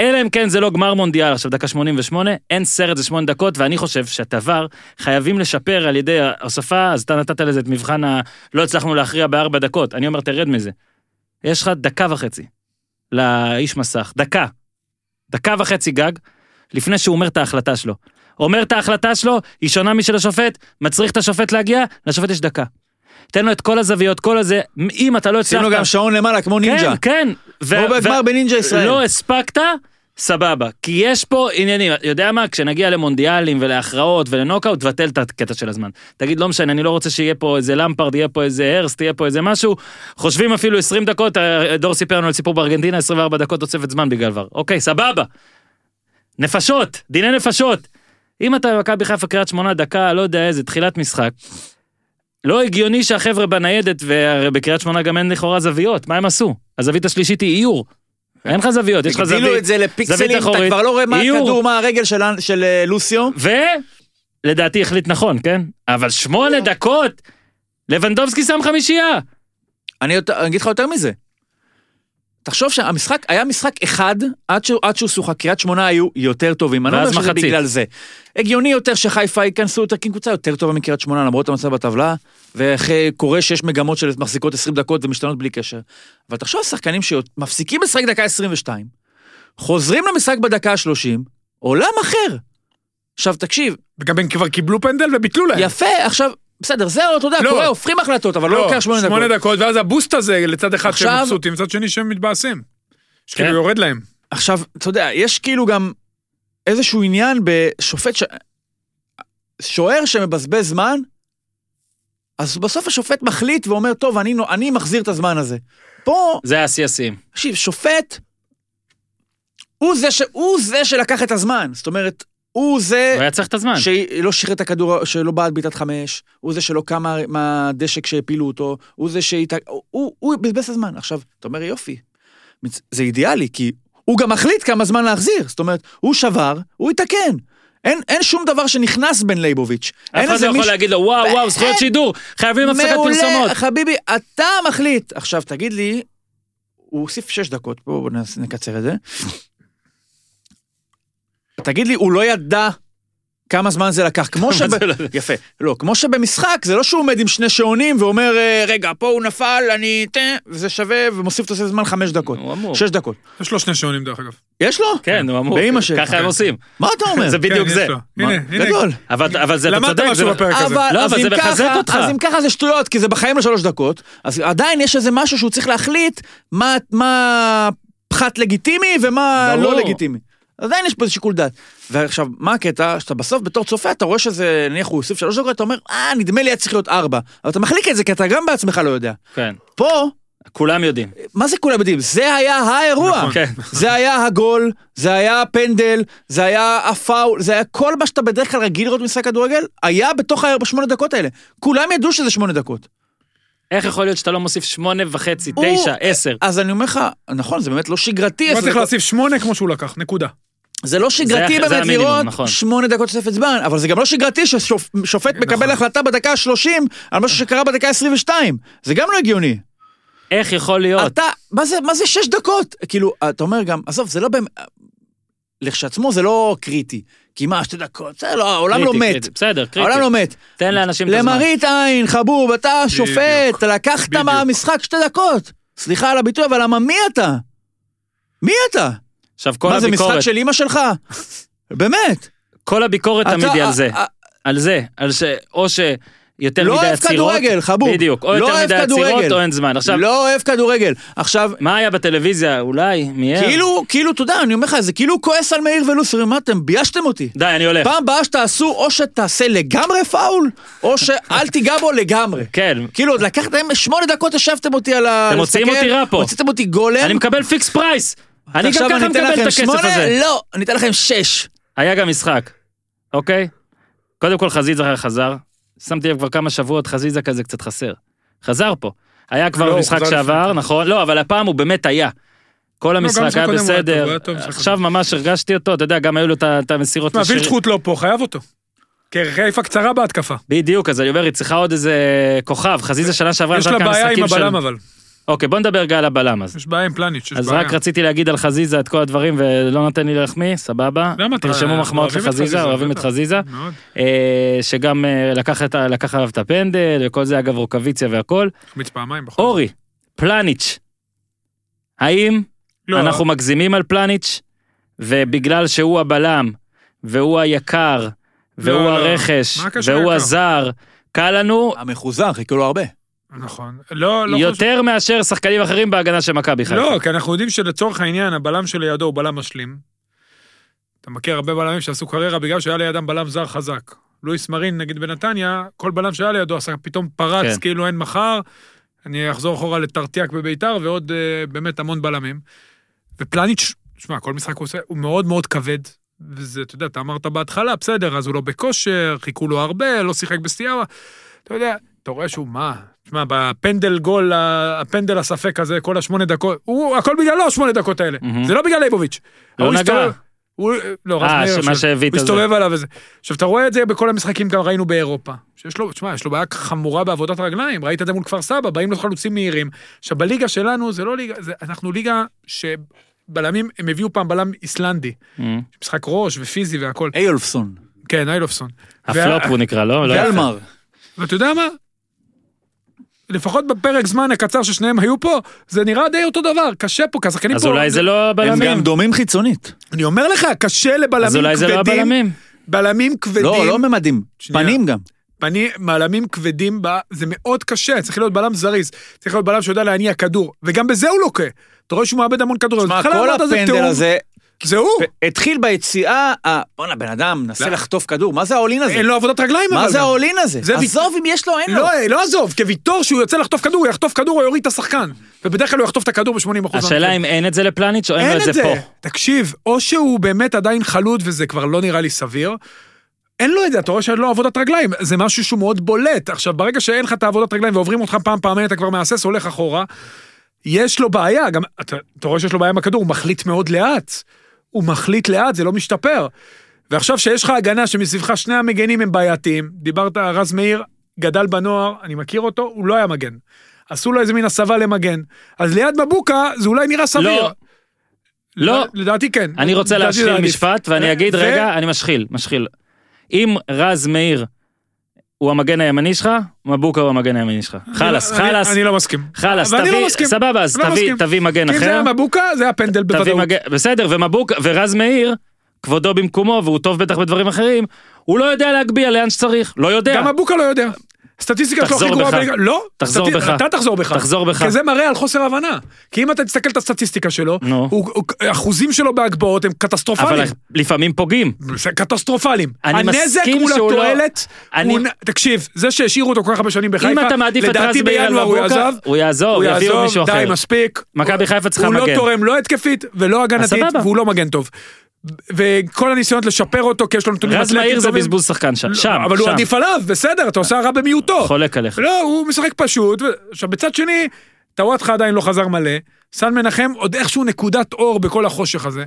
Speaker 1: אלא אם כן זה לא גמר מונדיאל, עכשיו דקה 88, אין סרט, זה 8 דקות, ואני חושב שאת עבר חייבים לשפר על ידי ההוספה, אז אתה נתת לזה את מבחן ה... לא הצלחנו להכריע בארבע דקות, אני אומר תרד מזה. יש לך דקה וחצי לאיש מסך, דקה. דקה וחצי גג, לפני שהוא אומר את ההחלטה שלו. אומר את ההחלטה שלו, היא שונה משל השופט, מצריך את השופט להגיע, לשופט יש דקה. תן לו את כל הזוויות, כל הזה, אם אתה לא הצלחת...
Speaker 4: עשינו גם שעון למעלה כמו נינג'ה.
Speaker 1: כן, כן. ו-
Speaker 4: כמו בגמר בנינג'ה ישראל.
Speaker 1: לא הספקת, סבבה. כי יש פה עניינים, יודע מה, כשנגיע למונדיאלים ולהכרעות ולנוקאוט, תבטל את הקטע של הזמן. תגיד, לא משנה, אני לא רוצה שיהיה פה איזה למפרד, יהיה פה איזה הרסט, יהיה פה איזה משהו. חושבים אפילו 20 דקות, אה, דור סיפר לנו על סיפור בארגנטינה, 24 דקות תוספת זמן בגלל ור. אוקיי, סבבה. נפשות, דיני נפשות. אם אתה במכבי חיפה קריית שמונה דקה, לא יודע איזה, תחילת משחק. לא הגיוני שהחבר'ה בניידת, והרי בקריית שמונה גם אין לכאורה זוויות, מה הם עשו? הזווית השלישית היא איור. אין לך זוויות, יש לך זווית.
Speaker 4: הגדילו את זה לפיקסלים, אתה
Speaker 1: אחורית.
Speaker 4: כבר לא רואה מה
Speaker 1: איור.
Speaker 4: הכדור, מה הרגל של אנ- של אה, לוסיו. לא.
Speaker 1: ולדעתי החליט נכון, כן? אבל שמונה דקות? לבנדובסקי שם חמישייה.
Speaker 4: אני יות- אני אגיד לך יותר מזה. תחשוב שהמשחק, היה משחק אחד עד שהוא, עד שהוא שוחק, קריית שמונה היו יותר טובים, אני לא
Speaker 1: ואז
Speaker 4: אומר שזה
Speaker 1: מחצית.
Speaker 4: בגלל זה. הגיוני יותר שחיפה ייכנסו יותר, כי קבוצה יותר טובה מקריית שמונה למרות המצב בטבלה, וקורה שיש מגמות של מחזיקות 20 דקות ומשתנות בלי קשר. אבל תחשוב על שחקנים שמפסיקים לשחק דקה 22, חוזרים למשחק בדקה ה-30, עולם אחר. עכשיו תקשיב,
Speaker 3: וגם הם כבר קיבלו פנדל וביטלו להם.
Speaker 4: יפה, עכשיו, בסדר, זה, אתה יודע,
Speaker 3: אה. לא.
Speaker 4: קורה, הופכים החלטות, אבל לא לוקח שמונה דקות.
Speaker 3: שמונה דקות, ואז הבוסט הזה לצד אחד שהם
Speaker 4: עכשיו-
Speaker 3: מבסוטים, מצד שני שהם מתבאסים. שכאילו
Speaker 1: כן.
Speaker 3: יורד להם.
Speaker 4: עכשיו, אתה יודע, יש כאילו גם איזשהו עניין בשופט ש... שוער שמבזבז זמן, אז בסוף השופט מחליט ואומר, טוב, אני, נו- אני מחזיר את הזמן הזה. פה,
Speaker 1: זה היה שיא השיאים.
Speaker 4: תקשיב, שופט, הוא זה, ש... הוא זה שלקח את הזמן. זאת אומרת, הוא
Speaker 1: הוא
Speaker 4: זה
Speaker 1: היה צריך את הזמן.
Speaker 4: שלא שחרר לא את הכדור, שלא בעט בעיטת חמש, הוא זה שלא קם מה- מהדשא כשהפילו אותו, הוא זה שהת... הוא- הוא, הוא בזבז את הזמן. עכשיו, אתה אומר, יופי, מצ- זה אידיאלי, כי הוא גם מחליט כמה זמן להחזיר. זאת אומרת, הוא שבר, הוא יתקן. אין, אין שום דבר שנכנס בין לייבוביץ'.
Speaker 1: אף
Speaker 4: אין
Speaker 1: אחד לא
Speaker 4: איזה
Speaker 1: יכול
Speaker 4: מישהו...
Speaker 1: להגיד לו, וואו, וואו, זכויות
Speaker 4: אין.
Speaker 1: שידור, חייבים הפסקת פרסומות.
Speaker 4: מעולה, חביבי, אתה מחליט. עכשיו, תגיד לי, הוא הוסיף שש דקות, בואו בוא נס- נקצר את זה. תגיד לי, הוא לא ידע כמה זמן זה לקח, כמו שב...
Speaker 1: זה לא-
Speaker 4: יפה. לא, כמו שבמשחק, זה לא שהוא עומד עם שני שעונים ואומר, "אה, רגע, פה הוא נפל, אני... תה, וזה שווה, ומוסיף תוסף זמן חמש דקות.
Speaker 1: הוא אמור.
Speaker 4: שש דקות.
Speaker 3: יש לו שני שעונים דרך אגב.
Speaker 4: יש לו?
Speaker 1: כן, הוא אמור.
Speaker 4: באמא שלך.
Speaker 1: ככה הם עושים.
Speaker 4: מה אתה אומר?
Speaker 1: זה בדיוק
Speaker 3: כן,
Speaker 1: זה.
Speaker 3: יש לו.
Speaker 4: מה?
Speaker 3: הנה, הנה.
Speaker 4: גדול.
Speaker 1: אבל אבל זה, אתה
Speaker 3: למדת
Speaker 1: צודק. זה-
Speaker 3: משהו בפרק הזה.
Speaker 4: אבל,
Speaker 1: לא,
Speaker 4: אז
Speaker 1: אבל זה
Speaker 4: אם
Speaker 1: מחזק
Speaker 4: ככה,
Speaker 1: אותך.
Speaker 4: אז אם ככה זה שטויות, כי זה בחיים לשלוש דקות, אז עדיין יש איזה משהו שהוא צריך להחליט מה, מה פחת לגיטימי ומה
Speaker 1: ברור.
Speaker 4: לא לגיטימי. עדיין יש פה איזה שיקול דעת. ועכשיו, מה הקטע? שאתה בסוף בתור צופה, אתה רואה שזה, נניח הוא הוסיף שלוש דקות, אתה אומר, אה, נדמה לי היה צריך להיות ארבע. אבל אתה מחליק את זה, כי אתה גם בעצמך לא יודע.
Speaker 1: כן,
Speaker 4: פה,
Speaker 1: כולם יודעים.
Speaker 4: מה זה כולם יודעים? זה היה האירוע.
Speaker 1: נכון. כן.
Speaker 4: זה היה הגול, זה היה הפנדל, זה היה הפאול, זה היה כל מה שאתה בדרך כלל רגיל לראות במשחק כדורגל, היה בתוך ה- בשמונה דקות האלה. כולם ידעו שזה שמונה דקות.
Speaker 1: איך יכול להיות שאתה לא מוסיף שמונה וחצי,
Speaker 4: הוא-
Speaker 1: תשע, עשר?
Speaker 4: אז אני אומר לך, נכון, זה באמת לא שגרתי.
Speaker 3: הוא היה
Speaker 4: עשר
Speaker 3: צריך
Speaker 4: דקות.
Speaker 3: להוסיף שמונה כמו שהוא לקח, נקודה.
Speaker 4: זה לא שגרתי
Speaker 1: זה
Speaker 4: באמת
Speaker 1: המינימום,
Speaker 4: לראות
Speaker 1: נכון.
Speaker 4: שמונה דקות תוספת זמן, אבל זה גם לא שגרתי ששופט
Speaker 1: נכון.
Speaker 4: מקבל החלטה בדקה ה-30 על משהו שקרה בדקה ה-22. זה גם לא הגיוני.
Speaker 1: איך יכול להיות?
Speaker 4: אתה, מה זה, מה זה שש דקות? כאילו, אתה אומר גם, עזוב, זה לא באמת, לכשעצמו זה לא קריטי. כי מה, שתי דקות, בסדר, לא, העולם לא
Speaker 1: קריטי,
Speaker 4: מת.
Speaker 1: קריטי. בסדר, קריטי.
Speaker 4: העולם לא מת.
Speaker 1: תן לאנשים את הזמן.
Speaker 4: למראית עין, חבוב, אתה שופט, אתה לקחת
Speaker 3: בדיוק.
Speaker 4: מהמשחק שתי דקות. סליחה על הביטוי, אבל למה מי אתה? מי אתה?
Speaker 1: עכשיו, כל
Speaker 4: מה זה,
Speaker 1: הביקורת,
Speaker 4: משחק של אימא שלך? באמת.
Speaker 1: כל הביקורת
Speaker 4: אתה-
Speaker 1: תמיד היא על
Speaker 4: אה,
Speaker 1: זה.
Speaker 4: אה,
Speaker 1: על זה, על ש... או ש... יותר
Speaker 4: לא
Speaker 1: מדי
Speaker 4: אוהב
Speaker 1: עצירות.
Speaker 4: כדורגל, חבוב.
Speaker 1: בדיוק, או
Speaker 4: לא
Speaker 1: יותר
Speaker 4: אוהב
Speaker 1: מדי עצירות
Speaker 4: כדורגל.
Speaker 1: או אין זמן. עכשיו,
Speaker 4: לא אוהב כדורגל. עכשיו,
Speaker 1: מה היה בטלוויזיה? אולי? מיהר?
Speaker 4: כאילו, כאילו, אתה יודע, אני אומר לך, זה כאילו הוא כועס על מאיר ולוסר, מה אתם, ביישתם אותי.
Speaker 1: די, אני הולך.
Speaker 4: פעם הבאה שתעשו, או שתעשה לגמרי פאול, או שאל תיגע בו לגמרי.
Speaker 1: כן.
Speaker 4: כאילו, עוד לקחתם שמונה דקות, ישבתם אותי על ה...
Speaker 1: אתם מוציאים
Speaker 4: להסתכל,
Speaker 1: אותי רע פה.
Speaker 4: הוצאתם אותי גולם.
Speaker 1: אני מקבל פיקס פרייס! אני גם
Speaker 4: עכשיו
Speaker 1: ככה
Speaker 4: אני אתן
Speaker 1: מקבל את
Speaker 4: לכם
Speaker 1: הכסף
Speaker 4: שמונה?
Speaker 1: הזה.
Speaker 4: לא, אני אתן לכם שש.
Speaker 1: היה גם משחק, אוקיי? קודם כל חזיזה חזר. שמתי לב כבר כמה שבועות, חזיזה כזה קצת חסר. חזר פה. היה
Speaker 3: לא,
Speaker 1: כבר
Speaker 3: הוא
Speaker 1: במשחק
Speaker 3: חזר
Speaker 1: שעבר, נכון? לא, אבל הפעם הוא באמת היה. כל המשחק
Speaker 3: המשחק
Speaker 1: היה
Speaker 3: קודם הוא היה טוב, הוא
Speaker 1: בסדר.
Speaker 3: היה טוב במשחק
Speaker 1: עכשיו ממש הרגשתי אותו, אתה יודע, גם היו לו את ה- את המסירות.
Speaker 3: תשמע,
Speaker 1: לשרי-
Speaker 3: וילצ'חוט לא פה, חייב אותו. כי חיפה קצרה בהתקפה.
Speaker 1: בדיוק, אז אני אומר, היא צריכה עוד איזה כוכב. חזיזה שנה שעברה,
Speaker 3: יש
Speaker 1: נתן
Speaker 3: לה
Speaker 1: כמה
Speaker 3: בעיה עם
Speaker 1: משחקים של-
Speaker 3: הבלם אבל.
Speaker 1: אוקיי, בוא נדבר רגע על הבלם אז.
Speaker 3: יש בעיה עם פלניץ', יש
Speaker 1: אז
Speaker 3: בעיה.
Speaker 1: רק רציתי להגיד על חזיזה את כל הדברים ולא נותן לי להחמיא, סבבה.
Speaker 3: למה אתה-
Speaker 1: תרשמו מחמאות
Speaker 3: אוהבים את
Speaker 1: לחזיזה,
Speaker 3: חזיזה,
Speaker 1: אוהבים את
Speaker 3: בטח.
Speaker 1: חזיזה.
Speaker 3: מאוד.
Speaker 1: אה, שגם אה, לקח, את, ה- לקח עליו את הפנדל וכל זה אגב רוקוויציה והכל.
Speaker 3: החמיץ פעמיים בכל זאת.
Speaker 1: אורי, פלניץ', האם
Speaker 3: לא,
Speaker 1: אנחנו מגזימים על פלניץ' ובגלל שהוא הבלם והוא היקר והוא
Speaker 3: לא.
Speaker 1: הרכש
Speaker 3: מה הקשר
Speaker 1: והוא
Speaker 3: ליקר?
Speaker 1: הזר, קל לנו
Speaker 4: המחוזר, חיכו לו הרבה.
Speaker 3: נכון. לא, לא חושב.
Speaker 1: יותר מאשר שחקנים אחרים בהגנה של מכבי חיפה.
Speaker 3: לא, כי אנחנו יודעים שלצורך העניין הבלם שלידו הוא בלם משלים. אתה מכיר הרבה בלמים שעשו קריירה בגלל שהיה לידם בלם זר חזק. לואיס מרין נגיד בנתניה, כל בלם שהיה לידו עשה פתאום פרץ
Speaker 1: כן.
Speaker 3: כאילו אין מחר. אני אחזור אחורה לטרטיאק בביתר ועוד אה, באמת המון בלמים. ופלניץ', שמע, כל משחק הוא עושה, הוא מאוד מאוד כבד. וזה, אתה יודע, אתה אמרת בהתחלה, בסדר, אז הוא לא בכושר, חיכו לו הרבה, לא שיחק בסטיאבה. אתה יודע, אתה רואה שהוא מה? תשמע, בפנדל גול, ה- הפנדל הספק הזה, כל השמונה דקות, הוא, הכל בגללו השמונה דקות האלה.
Speaker 1: מהמם.
Speaker 3: זה לא בגלל ליבוביץ'.
Speaker 1: לא
Speaker 3: ההוא
Speaker 1: נגע.
Speaker 3: הסתובב- הוא, לא, רז
Speaker 1: אה,
Speaker 3: מאיר,
Speaker 1: שמה
Speaker 3: עכשיו,
Speaker 1: שהביא את
Speaker 3: הוא
Speaker 1: הזה.
Speaker 3: הסתובב עליו וזה. עכשיו, אתה רואה את זה בכל המשחקים, גם ראינו באירופה. שיש לו, תשמע, יש לו בעיה חמורה בעבודת רגליים, ראית את זה מול כפר סבא, באים לו חלוצים מהירים. עכשיו, בליגה שלנו, זה לא ליגה, זה, אנחנו ליגה שבלמים, הם הביאו פעם בלם איסלנדי,
Speaker 1: אמ.
Speaker 3: משחק ראש ופיזי והכל.
Speaker 4: איולפסון,
Speaker 3: כן, איילופסון.
Speaker 1: הפלופ הוא נקרא, לא? לא יפה.
Speaker 4: גלמר.
Speaker 3: ואתה יודע מה? לפחות בפרק זמן הקצר ששניהם היו פה, זה נראה די אותו דבר, קשה פה, כי השחקנים
Speaker 1: אז
Speaker 3: פה...
Speaker 1: אולי זה לא
Speaker 4: הם
Speaker 1: הבלמים.
Speaker 4: גם דומים חיצונית.
Speaker 3: אני אומר לך, קשה לבלמים
Speaker 1: אז
Speaker 3: כבדים.
Speaker 1: אולי זה לא הבלמים.
Speaker 3: בלמים כבדים.
Speaker 4: לא, לא ממדים,
Speaker 3: שנייה.
Speaker 4: פנים גם.
Speaker 3: אני, בלמים כבדים, ב- זה מאוד קשה, צריך להיות בלם זריז. צריך להיות בלם שיודע להניע כדור, וגם בזה הוא לוקה. אתה רואה שהוא מאבד המון כדור.
Speaker 4: מה,
Speaker 3: אז בכלל
Speaker 4: כל
Speaker 3: אמרת, זה
Speaker 4: הפנדל
Speaker 3: טירוף.
Speaker 4: הזה
Speaker 3: זה הוא.
Speaker 4: התחיל ביציאה, ה- בואנה, בן אדם, נסה
Speaker 3: לא.
Speaker 4: לחטוף כדור, מה זה העולין הזה?
Speaker 3: אין לו עבודת רגליים, אבל
Speaker 4: מה זה
Speaker 3: גם.
Speaker 4: העולין הזה?
Speaker 3: זה ויט-
Speaker 4: עזוב אם יש לו, אין לו.
Speaker 3: לא, לא עזוב, כוויטור שהוא יוצא לחטוף כדור, הוא יחטוף כדור, הוא יוריד את השחקן. ובדרך כלל הוא יחטוף את הכדור ב-80%.
Speaker 1: השאלה אם אין את זה לפלניץ' או אין לו
Speaker 3: אוקיי. אין
Speaker 1: את זה פה.
Speaker 3: תקשיב, או שהוא באמת עדיין חלוד וזה כבר לא נראה לי סביר, אין לו את זה, אתה רואה שאין לו עבודת רגליים, זה משהו שהוא מאוד בולט. עכשיו, ברגע שאין לך את העבודת רגליים ועוברים אותך פעם, פעמיים, אתה כבר מהסס, הולך אחורה, יש לו בעיה, גם אתה, אתה רואה שיש לו בעיה עם הכדור, הוא מחליט מאוד לאט. הוא מחליט לאט, זה לא משתפר. ועכשיו שיש לך הגנה שמסביבך שני המגנים הם בעייתיים, דיברת, רז מאיר גדל בנוער, אני מכיר אותו, הוא לא היה מגן. עשו לו איזה מין הסבה למגן. אז ליד מבוקה זה אולי נראה סביר.
Speaker 1: לא. לא.
Speaker 3: לד- לדעתי כן.
Speaker 1: אני רוצה
Speaker 3: לדעתי זה
Speaker 1: להשחיל
Speaker 3: עדיף.
Speaker 1: משפט, ואני
Speaker 3: ו-
Speaker 1: אגיד,
Speaker 3: ו-
Speaker 1: רגע, אני משחיל, משחיל. אם רז מאיר הוא המגן הימני שלך, מבוקה הוא המגן הימני שלך. חלאס,
Speaker 3: אני-
Speaker 1: חלאס,
Speaker 3: אני לא מסכים.
Speaker 1: חלאס,
Speaker 3: ואני לא
Speaker 1: תביא,
Speaker 3: מסכים.
Speaker 1: סבבה, אז
Speaker 3: לא
Speaker 1: תביא-
Speaker 3: מסכים.
Speaker 1: תביא מגן
Speaker 3: כי אם זה
Speaker 1: אחר.
Speaker 3: היה מבוקה, זה היה פנדל
Speaker 1: תביא
Speaker 3: בוודאות.
Speaker 1: מגן, בסדר, ומבוק, ורז מאיר, כבודו במקומו, והוא טוב בטח בדברים אחרים, הוא לא יודע להגביה לאן שצריך, לא יודע.
Speaker 3: גם מבוקה לא יודע. הסטטיסטיקה שלו הכי
Speaker 1: תחזור
Speaker 3: גרועה
Speaker 1: בך.
Speaker 3: בליגה. לא.
Speaker 1: תחזור
Speaker 3: סטטיסט-
Speaker 1: בך.
Speaker 3: אתה תחזור בך.
Speaker 1: תחזור בך.
Speaker 3: כי זה מראה על חוסר הבנה. כי אם אתה תסתכל את הסטטיסטיקה שלו,
Speaker 1: נו.
Speaker 3: הוא- הוא- האחוזים שלו בהגבהות הם
Speaker 1: אבל
Speaker 3: קטסטרופליים.
Speaker 1: לפעמים פוגעים.
Speaker 3: זה קטסטרופליים.
Speaker 1: אני
Speaker 3: הנזק
Speaker 1: מסכים
Speaker 3: מול
Speaker 1: שהוא לא-
Speaker 3: התועלת,
Speaker 1: אני-
Speaker 3: הוא נ- תקשיב, זה שהשאירו אותו כל כך הרבה שנים
Speaker 1: אם
Speaker 3: בחיפה,
Speaker 1: אתה מעדיף את רז
Speaker 3: לדעתי
Speaker 1: מאיר על
Speaker 3: בינואר הוא
Speaker 1: מבוקה,
Speaker 3: יעזב,
Speaker 1: הוא יעזוב,
Speaker 3: הוא
Speaker 1: יביאו
Speaker 3: יעזוב,
Speaker 1: מישהו אחר.
Speaker 3: די מספיק.
Speaker 1: מכבי חיפה צריכה
Speaker 3: הוא
Speaker 1: מגן.
Speaker 3: לא תורם לא התקפית ולא הגנתית,
Speaker 1: סבבה.
Speaker 3: והוא לא מגן טוב. וכל הניסיונות לשפר אותו, כי יש לו נתונים
Speaker 1: רז
Speaker 3: אתלטיים
Speaker 1: מאיר זה
Speaker 3: טובים.
Speaker 1: בזבוז שחקן שם,
Speaker 3: לא,
Speaker 1: שם,
Speaker 3: אבל הוא
Speaker 1: שם.
Speaker 3: עדיף עליו, בסדר, אתה עושה הרע במיעוטו.
Speaker 1: חולק עליך.
Speaker 3: לא, הוא משחק פשוט. ו- עכשיו, בצד שני, טוואטחה עדיין לא חזר מלא, סן מנחם עוד איכשהו נקודת אור בכל החושך הזה.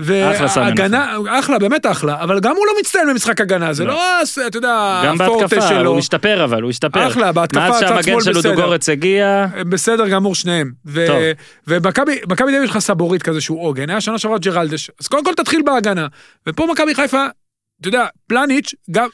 Speaker 1: אחלה סן
Speaker 3: וההגנה, אחלה, באמת אחלה, אבל גם הוא לא מצטיין במשחק הגנה, זה לא, הס- אתה יודע,
Speaker 1: גם
Speaker 3: הפורטה
Speaker 1: בהתקפה,
Speaker 3: שלו.
Speaker 1: הוא השתפר אבל, הוא השתפר.
Speaker 3: אחלה, בהתקפה
Speaker 1: מאז
Speaker 3: צד
Speaker 1: שהמגן
Speaker 3: שמאל
Speaker 1: של
Speaker 3: בסדר. אה.
Speaker 1: דודו גורץ הגיע,
Speaker 3: הם בסדר גמור שניהם. ו-
Speaker 1: טוב.
Speaker 3: ומכבי מכבי תל אביב יש לך סבורית כזה שהוא עוגן, היה שנה שעברה ג'רלדש, אז קודם כל תתחיל בהגנה. ופה מכבי חיפה, אתה יודע, פלניץ', גם,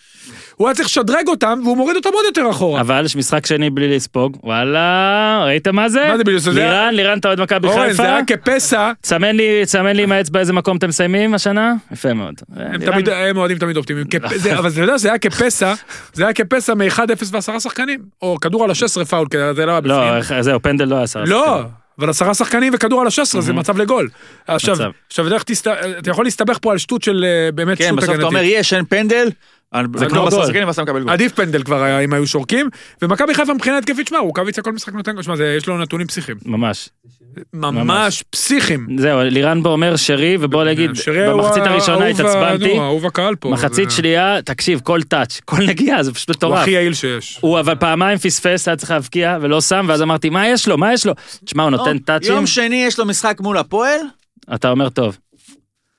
Speaker 3: הוא היה צריך לשדרג אותם, והוא מוריד אותם עוד יותר אחורה.
Speaker 1: אבל יש משחק שני בלי לספוג, וואלה, ראית מה זה?
Speaker 3: מה זה בלי לספוג? זה
Speaker 1: לירן, לירן, אתה אוהד מכבי
Speaker 3: אורן,
Speaker 1: חיפה?
Speaker 3: זה היה כפסע,
Speaker 1: צמן לי, צמן לי עם האצבע איזה מקום אתם מסיימים השנה? יפה מאוד. אה,
Speaker 3: הם
Speaker 1: לירן-
Speaker 3: תמיד, אה, הם אוהדים תמיד אופטימיים, כפ- זה- אבל אתה יודע, זה היה כפסע, זה היה כפסע מ-1-0 ועשרה שחקנים, או כדור על ה-16 פאול, כי זה לא היה בפנים.
Speaker 1: לא, איך- זהו, פנדל לא היה שר.
Speaker 3: לא, אבל עשרה שחקנים וכדור על ה-16 זה מצב לגול. עכשיו,
Speaker 1: מצב.
Speaker 3: עכשיו, איך תסת- אתה יכול להסתבך פה על שטות של אה, באמת
Speaker 4: כן,
Speaker 3: שטות
Speaker 4: בסוף אתה אומר,
Speaker 3: הגנתית.
Speaker 4: יש, אין פנדל, זה
Speaker 1: כמו
Speaker 4: כמו בסוף
Speaker 1: גול.
Speaker 4: שחקנים, ואז אתה מקבל גול.
Speaker 3: עדיף פנדל כבר היה אם היו שורקים, ומכבי חיפה מבחינה התקפית, שמע, רוקאביצה כל משחק נותן, גול. שמע, זה- יש לו נתונים פסיכיים.
Speaker 1: ממש. ממש.
Speaker 3: ממש פסיכיים.
Speaker 1: זהו, לירן פה אומר שרי, ובוא נגיד,
Speaker 3: אה, שרי הוא
Speaker 1: במחצית
Speaker 3: ה-
Speaker 1: הראשונה
Speaker 3: האהוב ה-
Speaker 1: התעצבנתי,
Speaker 3: נו, האהוב הקהל פה.
Speaker 1: מחצית
Speaker 3: זה-
Speaker 1: שנייה, תקשיב, כל טאץ', כל נגיעה, זה פשוט
Speaker 3: הוא
Speaker 1: מטורף.
Speaker 3: הכי יעיל שיש.
Speaker 1: הוא אבל פעמיים פספס, היה צריך להבקיע, ולא שם, ואז אמרתי, מה יש לו, מה יש לו? תשמע, הוא נותן
Speaker 3: אוקיי,
Speaker 1: טאצ'ים,
Speaker 4: יום שני יש לו משחק מול הפועל,
Speaker 1: אתה אומר, טוב,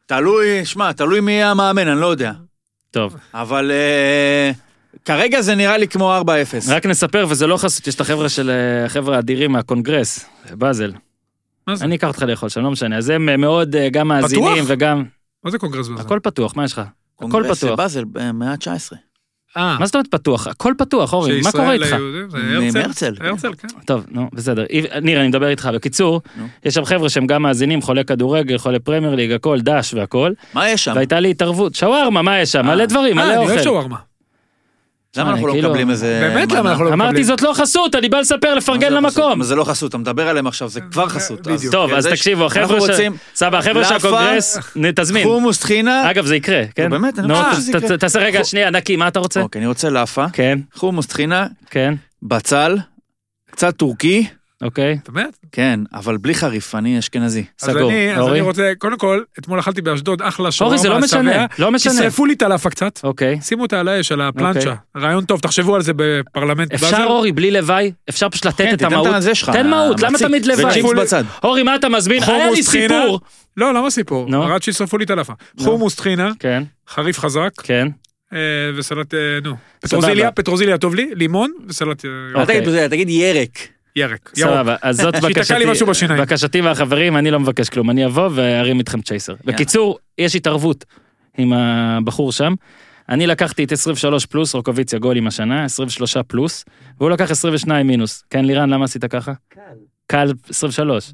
Speaker 4: תלוי, שמע, תלוי מי יהיה המאמן, אני לא יודע.
Speaker 1: טוב.
Speaker 4: אבל אה, כרגע זה נראה לי כמו 4-0.
Speaker 1: רק נספר, וזה לא חסות, יש את החבר'ה של, אה, החבר'ה האדירים מהקונגרס, באזל.
Speaker 3: מה זה?
Speaker 1: אני אקח אותך לאכול שם, לא משנה. אז הם אה, מאוד, אה, גם מאזינים וגם...
Speaker 3: מה זה קונגרס בזה?
Speaker 1: הכל פתוח, מה יש לך? הכל
Speaker 4: קונגרס
Speaker 1: פתוח.
Speaker 4: בבאזל, אה, מאה ה-19.
Speaker 3: אה,
Speaker 1: מה זאת אומרת פתוח? הכל פתוח, אורי, מה
Speaker 3: שישראל
Speaker 1: קורה איתך?
Speaker 3: ליהודים, זה הרצל.
Speaker 4: מהרצל.
Speaker 3: הרצל, כן.
Speaker 1: טוב, נו, בסדר. אי- ניר, אני מדבר איתך. בקיצור,
Speaker 4: נו.
Speaker 1: יש שם חבר'ה שהם גם מאזינים, חולי כדורגל, חולי פרמייר ליג, הכל, דש והכל,
Speaker 4: מה יש שם?
Speaker 1: והייתה לי התערבות. שווארמה, מה לא, יש שם? מלא דברים,
Speaker 3: אה,
Speaker 1: מלא
Speaker 3: אני אוהב
Speaker 1: אוכל.
Speaker 3: שווארמה.
Speaker 4: למה
Speaker 1: אני
Speaker 4: אנחנו לא
Speaker 1: כאילו-
Speaker 4: מקבלים איזה...
Speaker 3: באמת
Speaker 4: מנה?
Speaker 3: למה אנחנו לא מקבלים?
Speaker 1: אמרתי, זאת לא חסות, אני בא לספר,
Speaker 4: מה זה
Speaker 1: לפרגן
Speaker 4: לא חסות?
Speaker 1: למקום.
Speaker 4: מה זה לא חסות, אתה מדבר עליהם עכשיו, זה כבר חסות.
Speaker 3: בדיוק.
Speaker 1: טוב, אז
Speaker 4: זה-
Speaker 1: תקשיבו,
Speaker 4: אנחנו
Speaker 1: החבר'ה של...
Speaker 4: רוצים
Speaker 1: סבבה, החבר'ה של
Speaker 4: לאפה,
Speaker 1: הקונגרס, נ- תזמין.
Speaker 4: חומוס טחינה.
Speaker 1: אגב, זה יקרה, כן?
Speaker 4: באמת, אני
Speaker 1: נו,
Speaker 4: חושב
Speaker 1: ת-
Speaker 4: שזה יקרה.
Speaker 1: ת- תעשה רגע, שנייה, נקי, מה אתה רוצה?
Speaker 4: אוקיי, אני רוצה לאפה,
Speaker 1: כן,
Speaker 4: חומוס טחינה,
Speaker 1: כן.
Speaker 4: בצל, קצת טורקי,
Speaker 1: אוקיי?
Speaker 3: באמת?
Speaker 4: כן, אבל בלי חריף, אני אשכנזי.
Speaker 3: אז
Speaker 1: סגור.
Speaker 3: אני, אז
Speaker 1: אורי?
Speaker 3: אני רוצה, קודם כל, אתמול אכלתי באשדוד אחלה שווארמה,
Speaker 1: אורי, זה לא משנה,
Speaker 3: שבע.
Speaker 1: לא משנה.
Speaker 3: תשרפו לי את הלאפה קצת,
Speaker 1: אוקיי.
Speaker 3: שימו אותה על האש, על הפלנצ'ה. רעיון טוב, תחשבו על זה בפרלמנט.
Speaker 1: אפשר,
Speaker 3: באזל.
Speaker 1: אורי, בלי לוואי? אפשר פשוט לתת
Speaker 4: כן,
Speaker 1: את
Speaker 4: תיתן את
Speaker 1: המהות?
Speaker 4: הזה שלך,
Speaker 1: תן מהות, למה
Speaker 4: המציק.
Speaker 1: תמיד לוואי?
Speaker 4: וצ'יפס בצד.
Speaker 1: אורי, מה אתה מזמין? היה לי
Speaker 3: חומוס טחינה.
Speaker 1: סיפור.
Speaker 3: לא, למה סיפור?
Speaker 1: נו.
Speaker 3: רק שישרפו לי את הלאפה. חומוס טחינה,
Speaker 1: כן,
Speaker 3: חריף חזק,
Speaker 1: כן.
Speaker 3: אה, וסלט, אה, נו. פטרוזיליה, פטרוזיליה טוב לי, לימון וסלט אה,
Speaker 1: אוקיי.
Speaker 4: אל תגיד בזה, תגיד ירק.
Speaker 3: ירק. ירוק.
Speaker 1: סבבה, אז זאת
Speaker 3: שיתקע לי
Speaker 1: בקשתי,
Speaker 3: משהו בשיניים.
Speaker 1: בקשתי והחברים, אני לא מבקש כלום, אני אבוא וארים איתכם צ'ייסר. בקיצור, יש התערבות עם הבחור שם. אני לקחתי את 23 פלוס, רוקוויציה גול עם השנה, 23 פלוס, והוא לקח 22 מינוס. כן, לירן, למה עשית ככה? קל 23.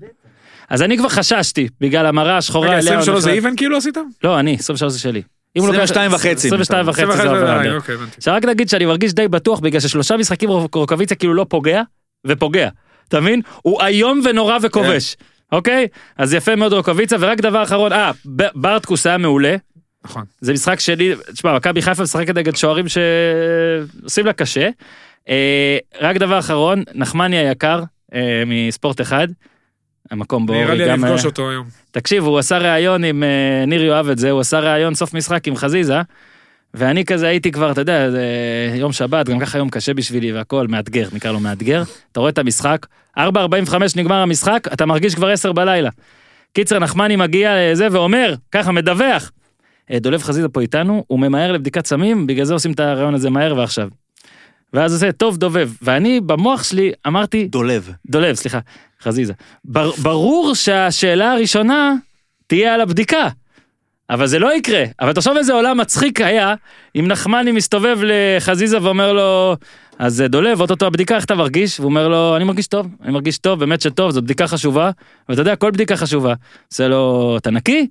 Speaker 1: אז אני כבר חששתי, בגלל המראה השחורה
Speaker 3: רגע,
Speaker 1: עליה הוא
Speaker 3: 23 זה
Speaker 1: נחלק.
Speaker 3: איבן כאילו עשית?
Speaker 1: לא, אני, 23 זה שלי. אם הוא לוקח-
Speaker 4: 22 וחצי.
Speaker 1: 22 וחצי זה
Speaker 3: 21,
Speaker 1: עובר.
Speaker 3: אה,
Speaker 1: אדר.
Speaker 3: אוקיי, הבנתי.
Speaker 1: עכשיו רק נגיד שאני מרגיש די בטוח בגלל ששלושה משחקים רוק- רוקאביציה כאילו לא פוגע ופוגע. אתה מבין? הוא איום ונורא וכובש.
Speaker 3: כן.
Speaker 1: אוקיי? אז יפה מאוד רוקאביציה ורק דבר אחרון, אה, ב- ברטקוס היה מעולה.
Speaker 3: נכון.
Speaker 1: זה משחק שלי, תשמע, מכבי חיפה משחקת נגד שוערים שעושים לה קשה. אה, רק דבר אחרון, נחמני היקר אה, מספורט אחד. המקום בו
Speaker 3: נראה לי
Speaker 1: אורי
Speaker 3: אני
Speaker 1: גם...
Speaker 3: אפגוש
Speaker 1: אה,
Speaker 3: אותו היום.
Speaker 1: תקשיב, הוא עשה ראיון עם אה, ניר יואב את זה, הוא עשה ראיון סוף משחק עם חזיזה, ואני כזה הייתי כבר, אתה יודע, זה יום שבת, גם ככה יום קשה בשבילי והכל, מאתגר, נקרא לו מאתגר. אתה רואה את המשחק, 4.45 נגמר המשחק, אתה מרגיש כבר 10 בלילה. קיצר, נחמני מגיע לזה ואומר, ככה, מדווח. "אה, דולב חזיזה פה איתנו, הוא ממהר לבדיקת סמים, בגלל זה עושים את הרעיון הזה מהר ועכשיו. ואז עושה, טוב, דובב. ואני, במוח שלי, אמרתי,
Speaker 4: דולב.
Speaker 1: דולב, סליחה, חזיזה. בר, ברור שהשאלה הראשונה תהיה על הבדיקה, אבל זה לא יקרה. אבל תחשוב איזה עולם מצחיק היה אם נחמני מסתובב לחזיזה ואומר לו, אז אה, דולב, אוטוטו הבדיקה, איך אתה מרגיש? והוא אומר לו, אני מרגיש טוב, אני מרגיש טוב, באמת שטוב, זו בדיקה חשובה, ואתה יודע, כל בדיקה חשובה. עושה לו, אתה נקי?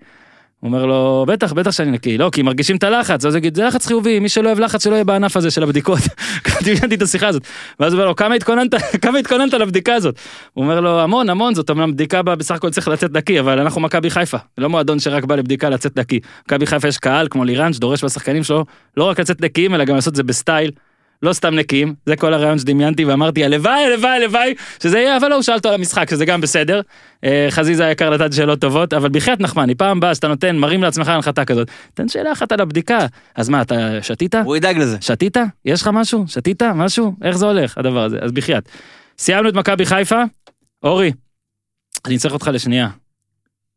Speaker 1: הוא אומר לו, בטח, בטח שאני נקי. לא, כי מרגישים את הלחץ. אז הוא יגיד, זה לחץ חיובי, מי שלא אוהב לחץ, שלא יהיה בענף הזה של הבדיקות. דמיינתי את השיחה הזאת. ואז הוא אומר לו, כמה התכוננת, כמה התכוננת לבדיקה הזאת? הוא אומר לו, המון, המון, זאת אומנם בדיקה בה בסך הכל צריך לצאת נקי, אבל אנחנו מכבי חיפה. לא מועדון שרק בא לבדיקה לצאת נקי. מכבי חיפה יש קהל, כמו לירן, שדורש מהשחקנים שלו, לא רק לצאת נקיים, אלא גם לעשות את זה בסטייל. לא סתם נקיים, זה כל הרעיון שדמיינתי ואמרתי הלוואי, הלוואי, הלוואי, שזה יהיה, אבל לא, הוא שאל אותו על המשחק, שזה גם בסדר. אה, חזיזה היקר נתן שאלות טובות, אבל בחייאת נחמני, פעם הבאה שאתה נותן, מרים לעצמך הנחתה כזאת, תן שאלה אחת על הבדיקה. אז מה, אתה שתית?
Speaker 4: הוא ידאג לזה.
Speaker 1: שתית? יש לך משהו? שתית? משהו? איך זה הולך, הדבר הזה? אז בחייאת. סיימנו את מכבי חיפה. אורי, אני צריך אותך לשנייה.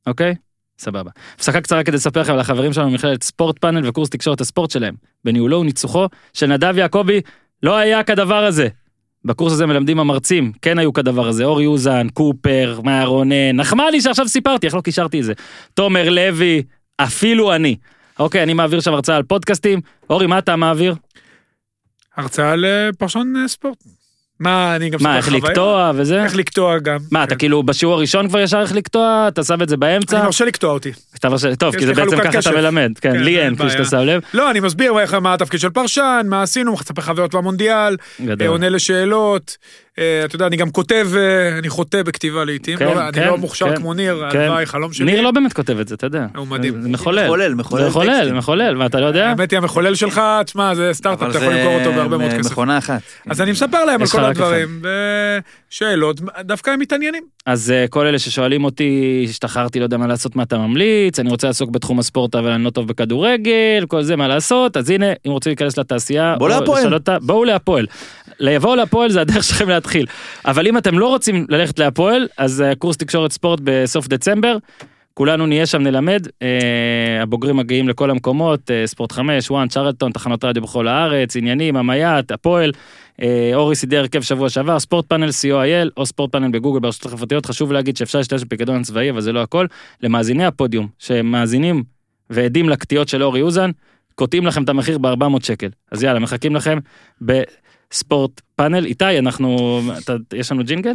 Speaker 1: אוקיי? סבבה. הפסקה קצרה כדי לספר לכם על החברים שלנו במכללת ספורט פאנל וקורס תקשורת הספורט שלהם. בניהולו וניצוחו של נדב יעקבי, לא היה כדבר הזה. בקורס הזה מלמדים המרצים, כן היו כדבר הזה, אורי אוזן, קופר, מאיה רונן, נחמני שעכשיו סיפרתי, איך לא קישרתי את זה. תומר לוי, אפילו אני. אוקיי, אני מעביר שם הרצאה על פודקאסטים. אורי, מה אתה מעביר?
Speaker 3: הרצאה לפרשן אה, ספורט. מה, אני גם...
Speaker 1: מה,
Speaker 3: ספר
Speaker 1: איך
Speaker 3: חוויה?
Speaker 1: לקטוע וזה?
Speaker 3: איך לקטוע גם. כן.
Speaker 1: מה, אתה כאילו בשיעור הראשון כבר ישר איך לקטוע? אתה שם את זה
Speaker 3: אני
Speaker 1: באמצע?
Speaker 3: מרשה לקטוע אותי.
Speaker 1: אתה מרשה- טוב,
Speaker 3: יש
Speaker 1: כי זה
Speaker 3: לי
Speaker 1: בעצם
Speaker 3: חלוקת
Speaker 1: ככה אתה
Speaker 3: קשב.
Speaker 1: מלמד. כן,
Speaker 3: כן,
Speaker 1: לי
Speaker 3: אין
Speaker 1: אין, כפי שאתה
Speaker 3: בעיה.
Speaker 1: שם לב.
Speaker 3: לא, אני מסביר איך, מה התפקיד של פרשן, מה עשינו, מספר חוויות במונדיאל, אה,
Speaker 1: גדול.
Speaker 3: עונה לשאלות. אה, אתה יודע, אני גם כותב, אה, אני חוטא בכתיבה לעיתים.
Speaker 1: כן,
Speaker 3: לא,
Speaker 1: כן,
Speaker 3: אני לא מוכשר
Speaker 1: כן,
Speaker 3: כמו ניר,
Speaker 1: כן.
Speaker 3: הלוואי, חלום שלי.
Speaker 1: ניר לא באמת כותב את זה, אתה יודע.
Speaker 3: הוא מדהים.
Speaker 1: זה מחולל.
Speaker 4: מחולל, מחולל
Speaker 1: זה מחולל,
Speaker 4: טקסטים. אה,
Speaker 1: מחולל, מה, אתה לא יודע?
Speaker 3: האמת היא, המחולל שלך, תשמע, זה סטארט-אפ,
Speaker 4: אבל
Speaker 3: אתה
Speaker 4: זה
Speaker 3: יכול למכור אותו בהרבה מאוד
Speaker 4: מ-
Speaker 3: כסף.
Speaker 4: מכונה אחת.
Speaker 3: אז אני מספר להם על
Speaker 1: יש
Speaker 3: כל
Speaker 1: לך רק
Speaker 3: הדברים, ושאלות, דווקא הם מתעניינים.
Speaker 1: אז אה, כל אלה ששואלים אותי, השתחררתי, לא יודע מה לעשות, מה אתה ממליץ, אני רוצה לעסוק בתחום הספורט, אבל אני לא טוב בכדורגל, כל זה, מה לעשות, אז הנה, אם רוצים להיכנס לתעשייה,
Speaker 4: בואו
Speaker 1: או
Speaker 4: להפועל.
Speaker 1: לשנות אותה, בואו להפועל. לבואו להפועל זה הדרך שלכם להתחיל. אבל אם אתם לא רוצים ללכת להפועל, אז אה, קורס תקשורת ספורט בסוף דצמבר, כולנו נהיה שם, נלמד. אה, הבוגרים מגיעים לכל המקומות, אה, ספורט 5, וואן, צ'רלטון, תחנות רדיו בכל הארץ, עניינים, המייט, הפועל. אה, אורי סידר הרכב שבוע שעבר, ספורט פאנל co.il או ספורט פאנל בגוגל ברשתות החברתיות. חשוב להגיד שאפשר להשתמש בפיקדון הצבאי, אבל זה לא הכל. למאזיני הפודיום, שמאזינים ועדים לקטיעות של אורי אוזן, קוטעים לכם את המחיר ב-400 שקל. אז יאללה, מחכים לכם בספורט פאנל. איתי, אנחנו... אתה, יש לנו ג'ינגל?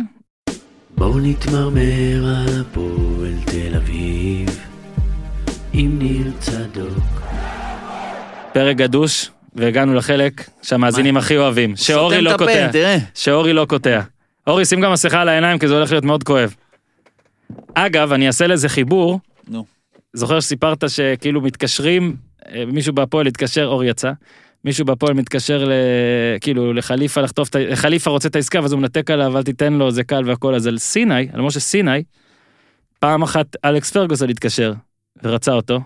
Speaker 5: בואו נתמרמר על הפועל תל אביב עם ניר צדוק.
Speaker 1: פרק גדוש, והגענו לחלק שהמאזינים הכי אוהבים. שאורי
Speaker 4: סותם
Speaker 1: לא
Speaker 4: את הפן,
Speaker 1: קוטע.
Speaker 4: תראה.
Speaker 1: שאורי לא קוטע. אורי, שים גם מסכה על העיניים, כי זה הולך להיות מאוד כואב. אגב, אני אעשה לזה חיבור.
Speaker 4: נו.
Speaker 1: זוכר שסיפרת שכאילו מתקשרים, אה, מישהו בהפועל התקשר, אור יצא, מישהו בהפועל מתקשר ל... כאילו לחליפה לחטוף את ה... חליפה רוצה את העסקה ואז הוא מנתק עליו אל תיתן לו זה קל והכל אז על סיני על משה סיני. פעם אחת אלכס פרגוסון התקשר ורצה אותו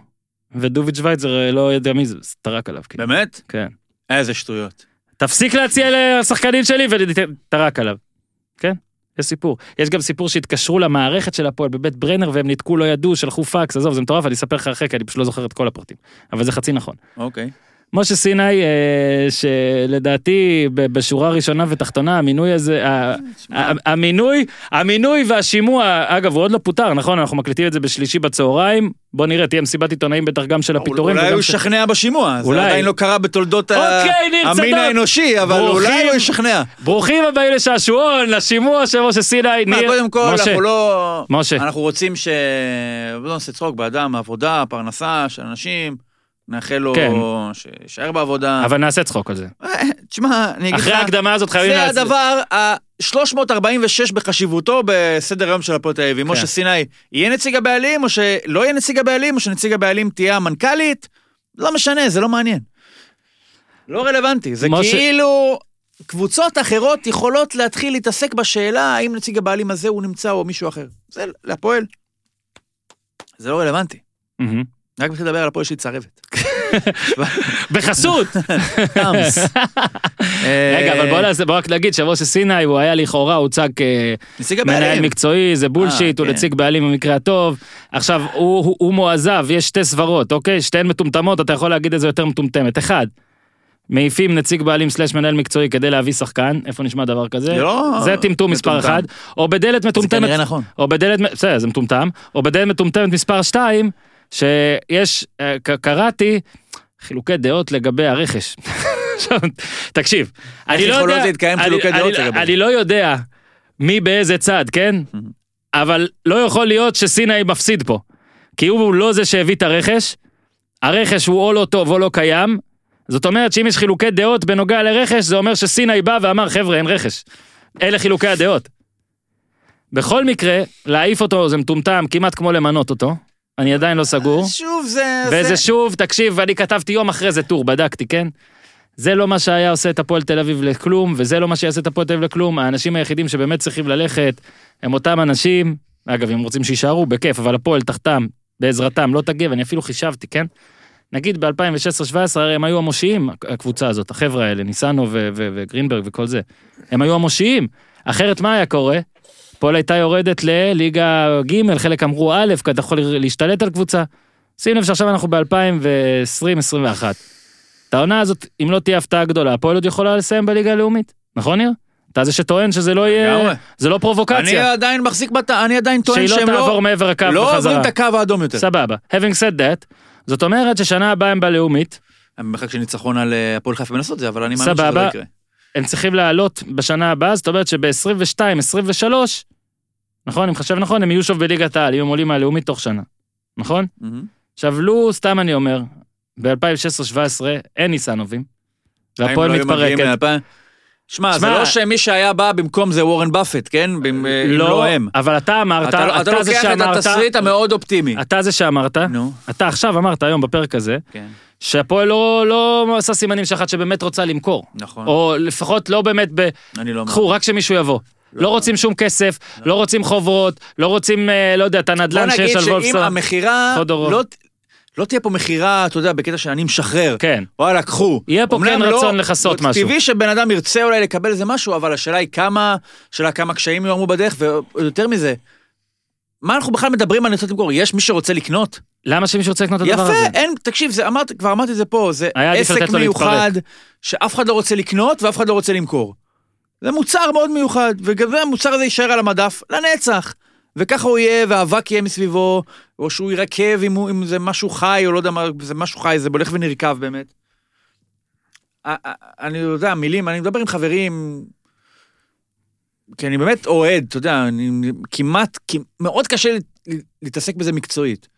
Speaker 1: ודוביץ' וייצר אה, לא יודע מי זה אז טרק עליו כאילו.
Speaker 4: באמת?
Speaker 1: כן.
Speaker 4: איזה שטויות.
Speaker 1: תפסיק להציע לשחקנים שלי וטרק עליו. כן? יש סיפור. יש גם סיפור שהתקשרו למערכת של הפועל בבית ברנר והם ניתקו לא ידעו שלחו פקס עזוב זה מטורף אני אספר לך אחרי כי אני פשוט לא זוכר את כל הפרטים. אבל זה חצי נכון.
Speaker 4: אוקיי.
Speaker 1: משה סיני, אה, שלדעתי ב- בשורה ראשונה ותחתונה, המינוי הזה, ה- ה- המינוי, המינוי והשימוע, אגב, הוא עוד לא פוטר, נכון? אנחנו מקליטים את זה בשלישי בצהריים, בוא נראה, תהיה מסיבת עיתונאים בטח גם של הפיטורים.
Speaker 4: אולי
Speaker 1: וגם
Speaker 4: הוא
Speaker 1: של-
Speaker 4: ישכנע בשימוע, זה
Speaker 1: אולי.
Speaker 4: עדיין לא קרה בתולדות ה-
Speaker 1: אוקיי, ניר צדוק.
Speaker 4: המין האנושי, אבל אולי
Speaker 1: ברוכים.
Speaker 4: הוא ישכנע.
Speaker 1: ברוכים הבאים לשעשועון, לשימוע של משה סיני,
Speaker 4: מה,
Speaker 1: ניר,
Speaker 4: קודם כל,
Speaker 1: משה,
Speaker 4: אנחנו לא...
Speaker 1: משה.
Speaker 4: אנחנו רוצים ש... לא נעשה צחוק באדם, העבודה, הפרנסה של אנשים, נאחל לו
Speaker 1: כן.
Speaker 4: שיישאר בעבודה.
Speaker 1: אבל נעשה צחוק על זה.
Speaker 4: אה, תשמע, אני אגיד לך...
Speaker 1: אחרי ההקדמה הזאת חייבים
Speaker 4: זה
Speaker 1: להצ-
Speaker 4: הדבר ה-346 בחשיבותו בסדר היום של הפועל תל
Speaker 1: כן.
Speaker 4: אביב. משה סיני, יהיה נציג הבעלים או שלא יהיה נציג הבעלים, או שנציג הבעלים תהיה המנכ"לית? לא משנה, זה לא מעניין. לא רלוונטי, זה
Speaker 1: משה-
Speaker 4: כאילו... קבוצות אחרות יכולות להתחיל להתעסק בשאלה האם נציג הבעלים הזה הוא נמצא או מישהו אחר. זה להפועל. זה לא רלוונטי.
Speaker 1: מהמם.
Speaker 4: רק בשביל לדבר על הפועל שהיא צרבת.
Speaker 1: בחסות!
Speaker 4: אה. טאמס.
Speaker 1: רגע, אבל
Speaker 4: אה,
Speaker 1: בוא נעשה- בוא רק נגיד שמשה סיני, הוא היה לכאורה, הוצג כ...
Speaker 4: נציג
Speaker 1: מנהל
Speaker 4: הבעלים.
Speaker 1: מקצועי זה בולשיט
Speaker 4: אה,
Speaker 1: הוא
Speaker 4: כן.
Speaker 1: נציג בעלים במקרה הטוב עכשיו הוא הוא- הוא מועזב יש שתי סברות אוקיי שתיהן מטומטמות אתה יכול להגיד איזה יותר מטומטמת אחד. מעיפים נציג בעלים סלש מנהל מקצועי כדי להביא שחקן איפה נשמע דבר כזה
Speaker 4: לא,
Speaker 1: זה טמטום מספר
Speaker 4: מטומטם.
Speaker 1: אחד או בדלת
Speaker 4: זה
Speaker 1: מטומטמת
Speaker 4: כנראה נכון.
Speaker 1: או בדלת, בסדר, זה מטומטם, או בדלת מטומטמת מספר 2, שיש, אה, ק- קראתי חילוקי דעות לגבי הרכש. עכשיו, תקשיב, אני לא
Speaker 4: יכולות
Speaker 1: יודע,
Speaker 4: להתקיים
Speaker 1: אני-
Speaker 4: חילוקי
Speaker 1: אני-
Speaker 4: דעות לגבי
Speaker 1: אני לא יודע מי באיזה צד, כן? אבל לא יכול להיות שסיני מפסיד פה. כי הוא לא זה שהביא את הרכש, הרכש הוא או לא טוב או לא קיים, זאת אומרת שאם יש חילוקי דעות בנוגע לרכש, זה אומר שסיני בא ואמר חבר'ה אין רכש. אלה חילוקי הדעות. בכל מקרה, להעיף אותו זה מטומטם כמעט כמו למנות אותו, אני עדיין לא סגור.
Speaker 4: שוב זה...
Speaker 1: וזה שוב, תקשיב, אני כתבתי יום אחרי זה טור, בדקתי, כן? זה לא מה שהיה עושה את הפועל תל אביב לכלום, וזה לא מה שיעשה את הפועל תל אביב לכלום. האנשים היחידים שבאמת צריכים ללכת הם אותם אנשים, אגב, אם רוצים שיישארו, בכיף, אבל הפועל תחתם, בעזרתם, לא תגיב, אני אפילו חישבתי, כן? נגיד ב-2016-2017, הרי הם היו המושיעים, הקבוצה הזאת, החבר'ה האלה, ניסנו ו- ו- וגרינברג וכל זה. הם היו המושיעים. אחרת מה היה קורה? הפועל הייתה יורדת לליגה ג', חלק אמרו א', כי אתה יכול להשתלט על קבוצה. שים לב שעכשיו אנחנו ב-2020-2021. את העונה הזאת, אם לא תהיה הפתעה גדולה, הפועל עוד יכולה לסיים בליגה הלאומית, נכון ניר? אתה זה שטוען שזה לא
Speaker 4: לגמרי.
Speaker 1: יהיה, זה לא
Speaker 4: אני
Speaker 1: פרובוקציה,
Speaker 4: עדיין מחזיק בת... אני עדיין טוען
Speaker 1: שהיא לא
Speaker 4: שהם
Speaker 1: תעבור מעבר הקו
Speaker 4: לא עוברים
Speaker 1: בחזרה.
Speaker 4: את הקו האדום יותר.
Speaker 1: סבבה. Having said that, זאת אומרת ששנה הבאה הם בלאומית,
Speaker 4: אני במרחק של ניצחון על אה, הפועל חיפה מנסות זה, אבל אני מאמין שזה
Speaker 1: סבבה.
Speaker 4: לא יקרה.
Speaker 1: הם צריכים לעלות בשנה הבאה, זאת אומרת שב-22, 23, נכון, אם חשב נכון, הם יהיו שוב בליגת העל, אם הם עולים מהלאומית תוך שנה, נכון?
Speaker 4: מהמם.
Speaker 1: עכשיו, לו, סתם אני אומר, ב-2016-2017 אין ניסנובים, והפועל
Speaker 4: האם לא היו מגיעים
Speaker 1: מתפרקת.
Speaker 4: לאלפיים? שמע, זה
Speaker 1: שמע,
Speaker 4: לא שמי שהיה בא במקום זה וורן באפט, כן? אם אה, אם לא הם.
Speaker 1: אבל אתה אמרת,
Speaker 4: אתה לא-
Speaker 1: אתה,
Speaker 4: אתה
Speaker 1: זה
Speaker 4: לוקח את
Speaker 1: שאמרת,
Speaker 4: התסריט המאוד אופטימי.
Speaker 1: אתה זה שאמרת,
Speaker 4: נו,
Speaker 1: אתה עכשיו אמרת היום בפרק הזה,
Speaker 4: כן,
Speaker 1: שהפועל לא, לא עשה סימנים שאחת שבאמת רוצה למכור,
Speaker 4: נכון.
Speaker 1: או לפחות לא באמת ב...
Speaker 4: אני לא אומר.
Speaker 1: קחו, רק שמישהו יבוא. לא רוצים שום כסף, לא רוצים חוברות, לא רוצים, אה, לא יודע, את
Speaker 4: בוא
Speaker 1: הנדל"ן
Speaker 4: נגיד
Speaker 1: שיש על
Speaker 4: שאם
Speaker 1: וולפסון.
Speaker 4: המכירה...
Speaker 1: חודורוב.
Speaker 4: לא ת- לא תהיה פה מכירה, אתה יודע, בקטע שאני משחרר.
Speaker 1: כן.
Speaker 4: וואלה, קחו.
Speaker 1: יהיה פה
Speaker 4: אמנם לא,
Speaker 1: כן רצון לכסות משהו.
Speaker 4: טבעי שבן אדם ירצה אולי לקבל איזה משהו, אבל השאלה היא כמה, השאלה כמה קשיים יורמו בדרך, ויותר מזה, מה אנחנו בכלל מדברים על נצטות למכור? יש מי שרוצה לקנות?
Speaker 1: למה שמישהו רוצה לקנות את הדבר
Speaker 4: יפה,
Speaker 1: הזה?
Speaker 4: אין, תקשיב, זה אמרת, כבר אמרתי את זה פה, זה
Speaker 1: היה עדיף
Speaker 4: עסק
Speaker 1: לתת לו
Speaker 4: מיוחד, שאף אחד לא רוצה לקנות ואף אחד לא רוצה למכור. זה מוצר מאוד מיוחד, וגם זה, המוצר הזה יישאר על המדף לנצח. וככה הוא יהיה, והאבק יהיה מסביבו, או שהוא יירקב אם, הוא- אם זה משהו חי, או לא יודע מה, זה משהו חי, זה הולך ונרקב באמת. א- א- אני יודע, מילים, אני מדבר עם חברים, כי אני באמת אוהד, אתה יודע, אני כמעט, כי- מאוד קשה לי- לי- להתעסק בזה מקצועית.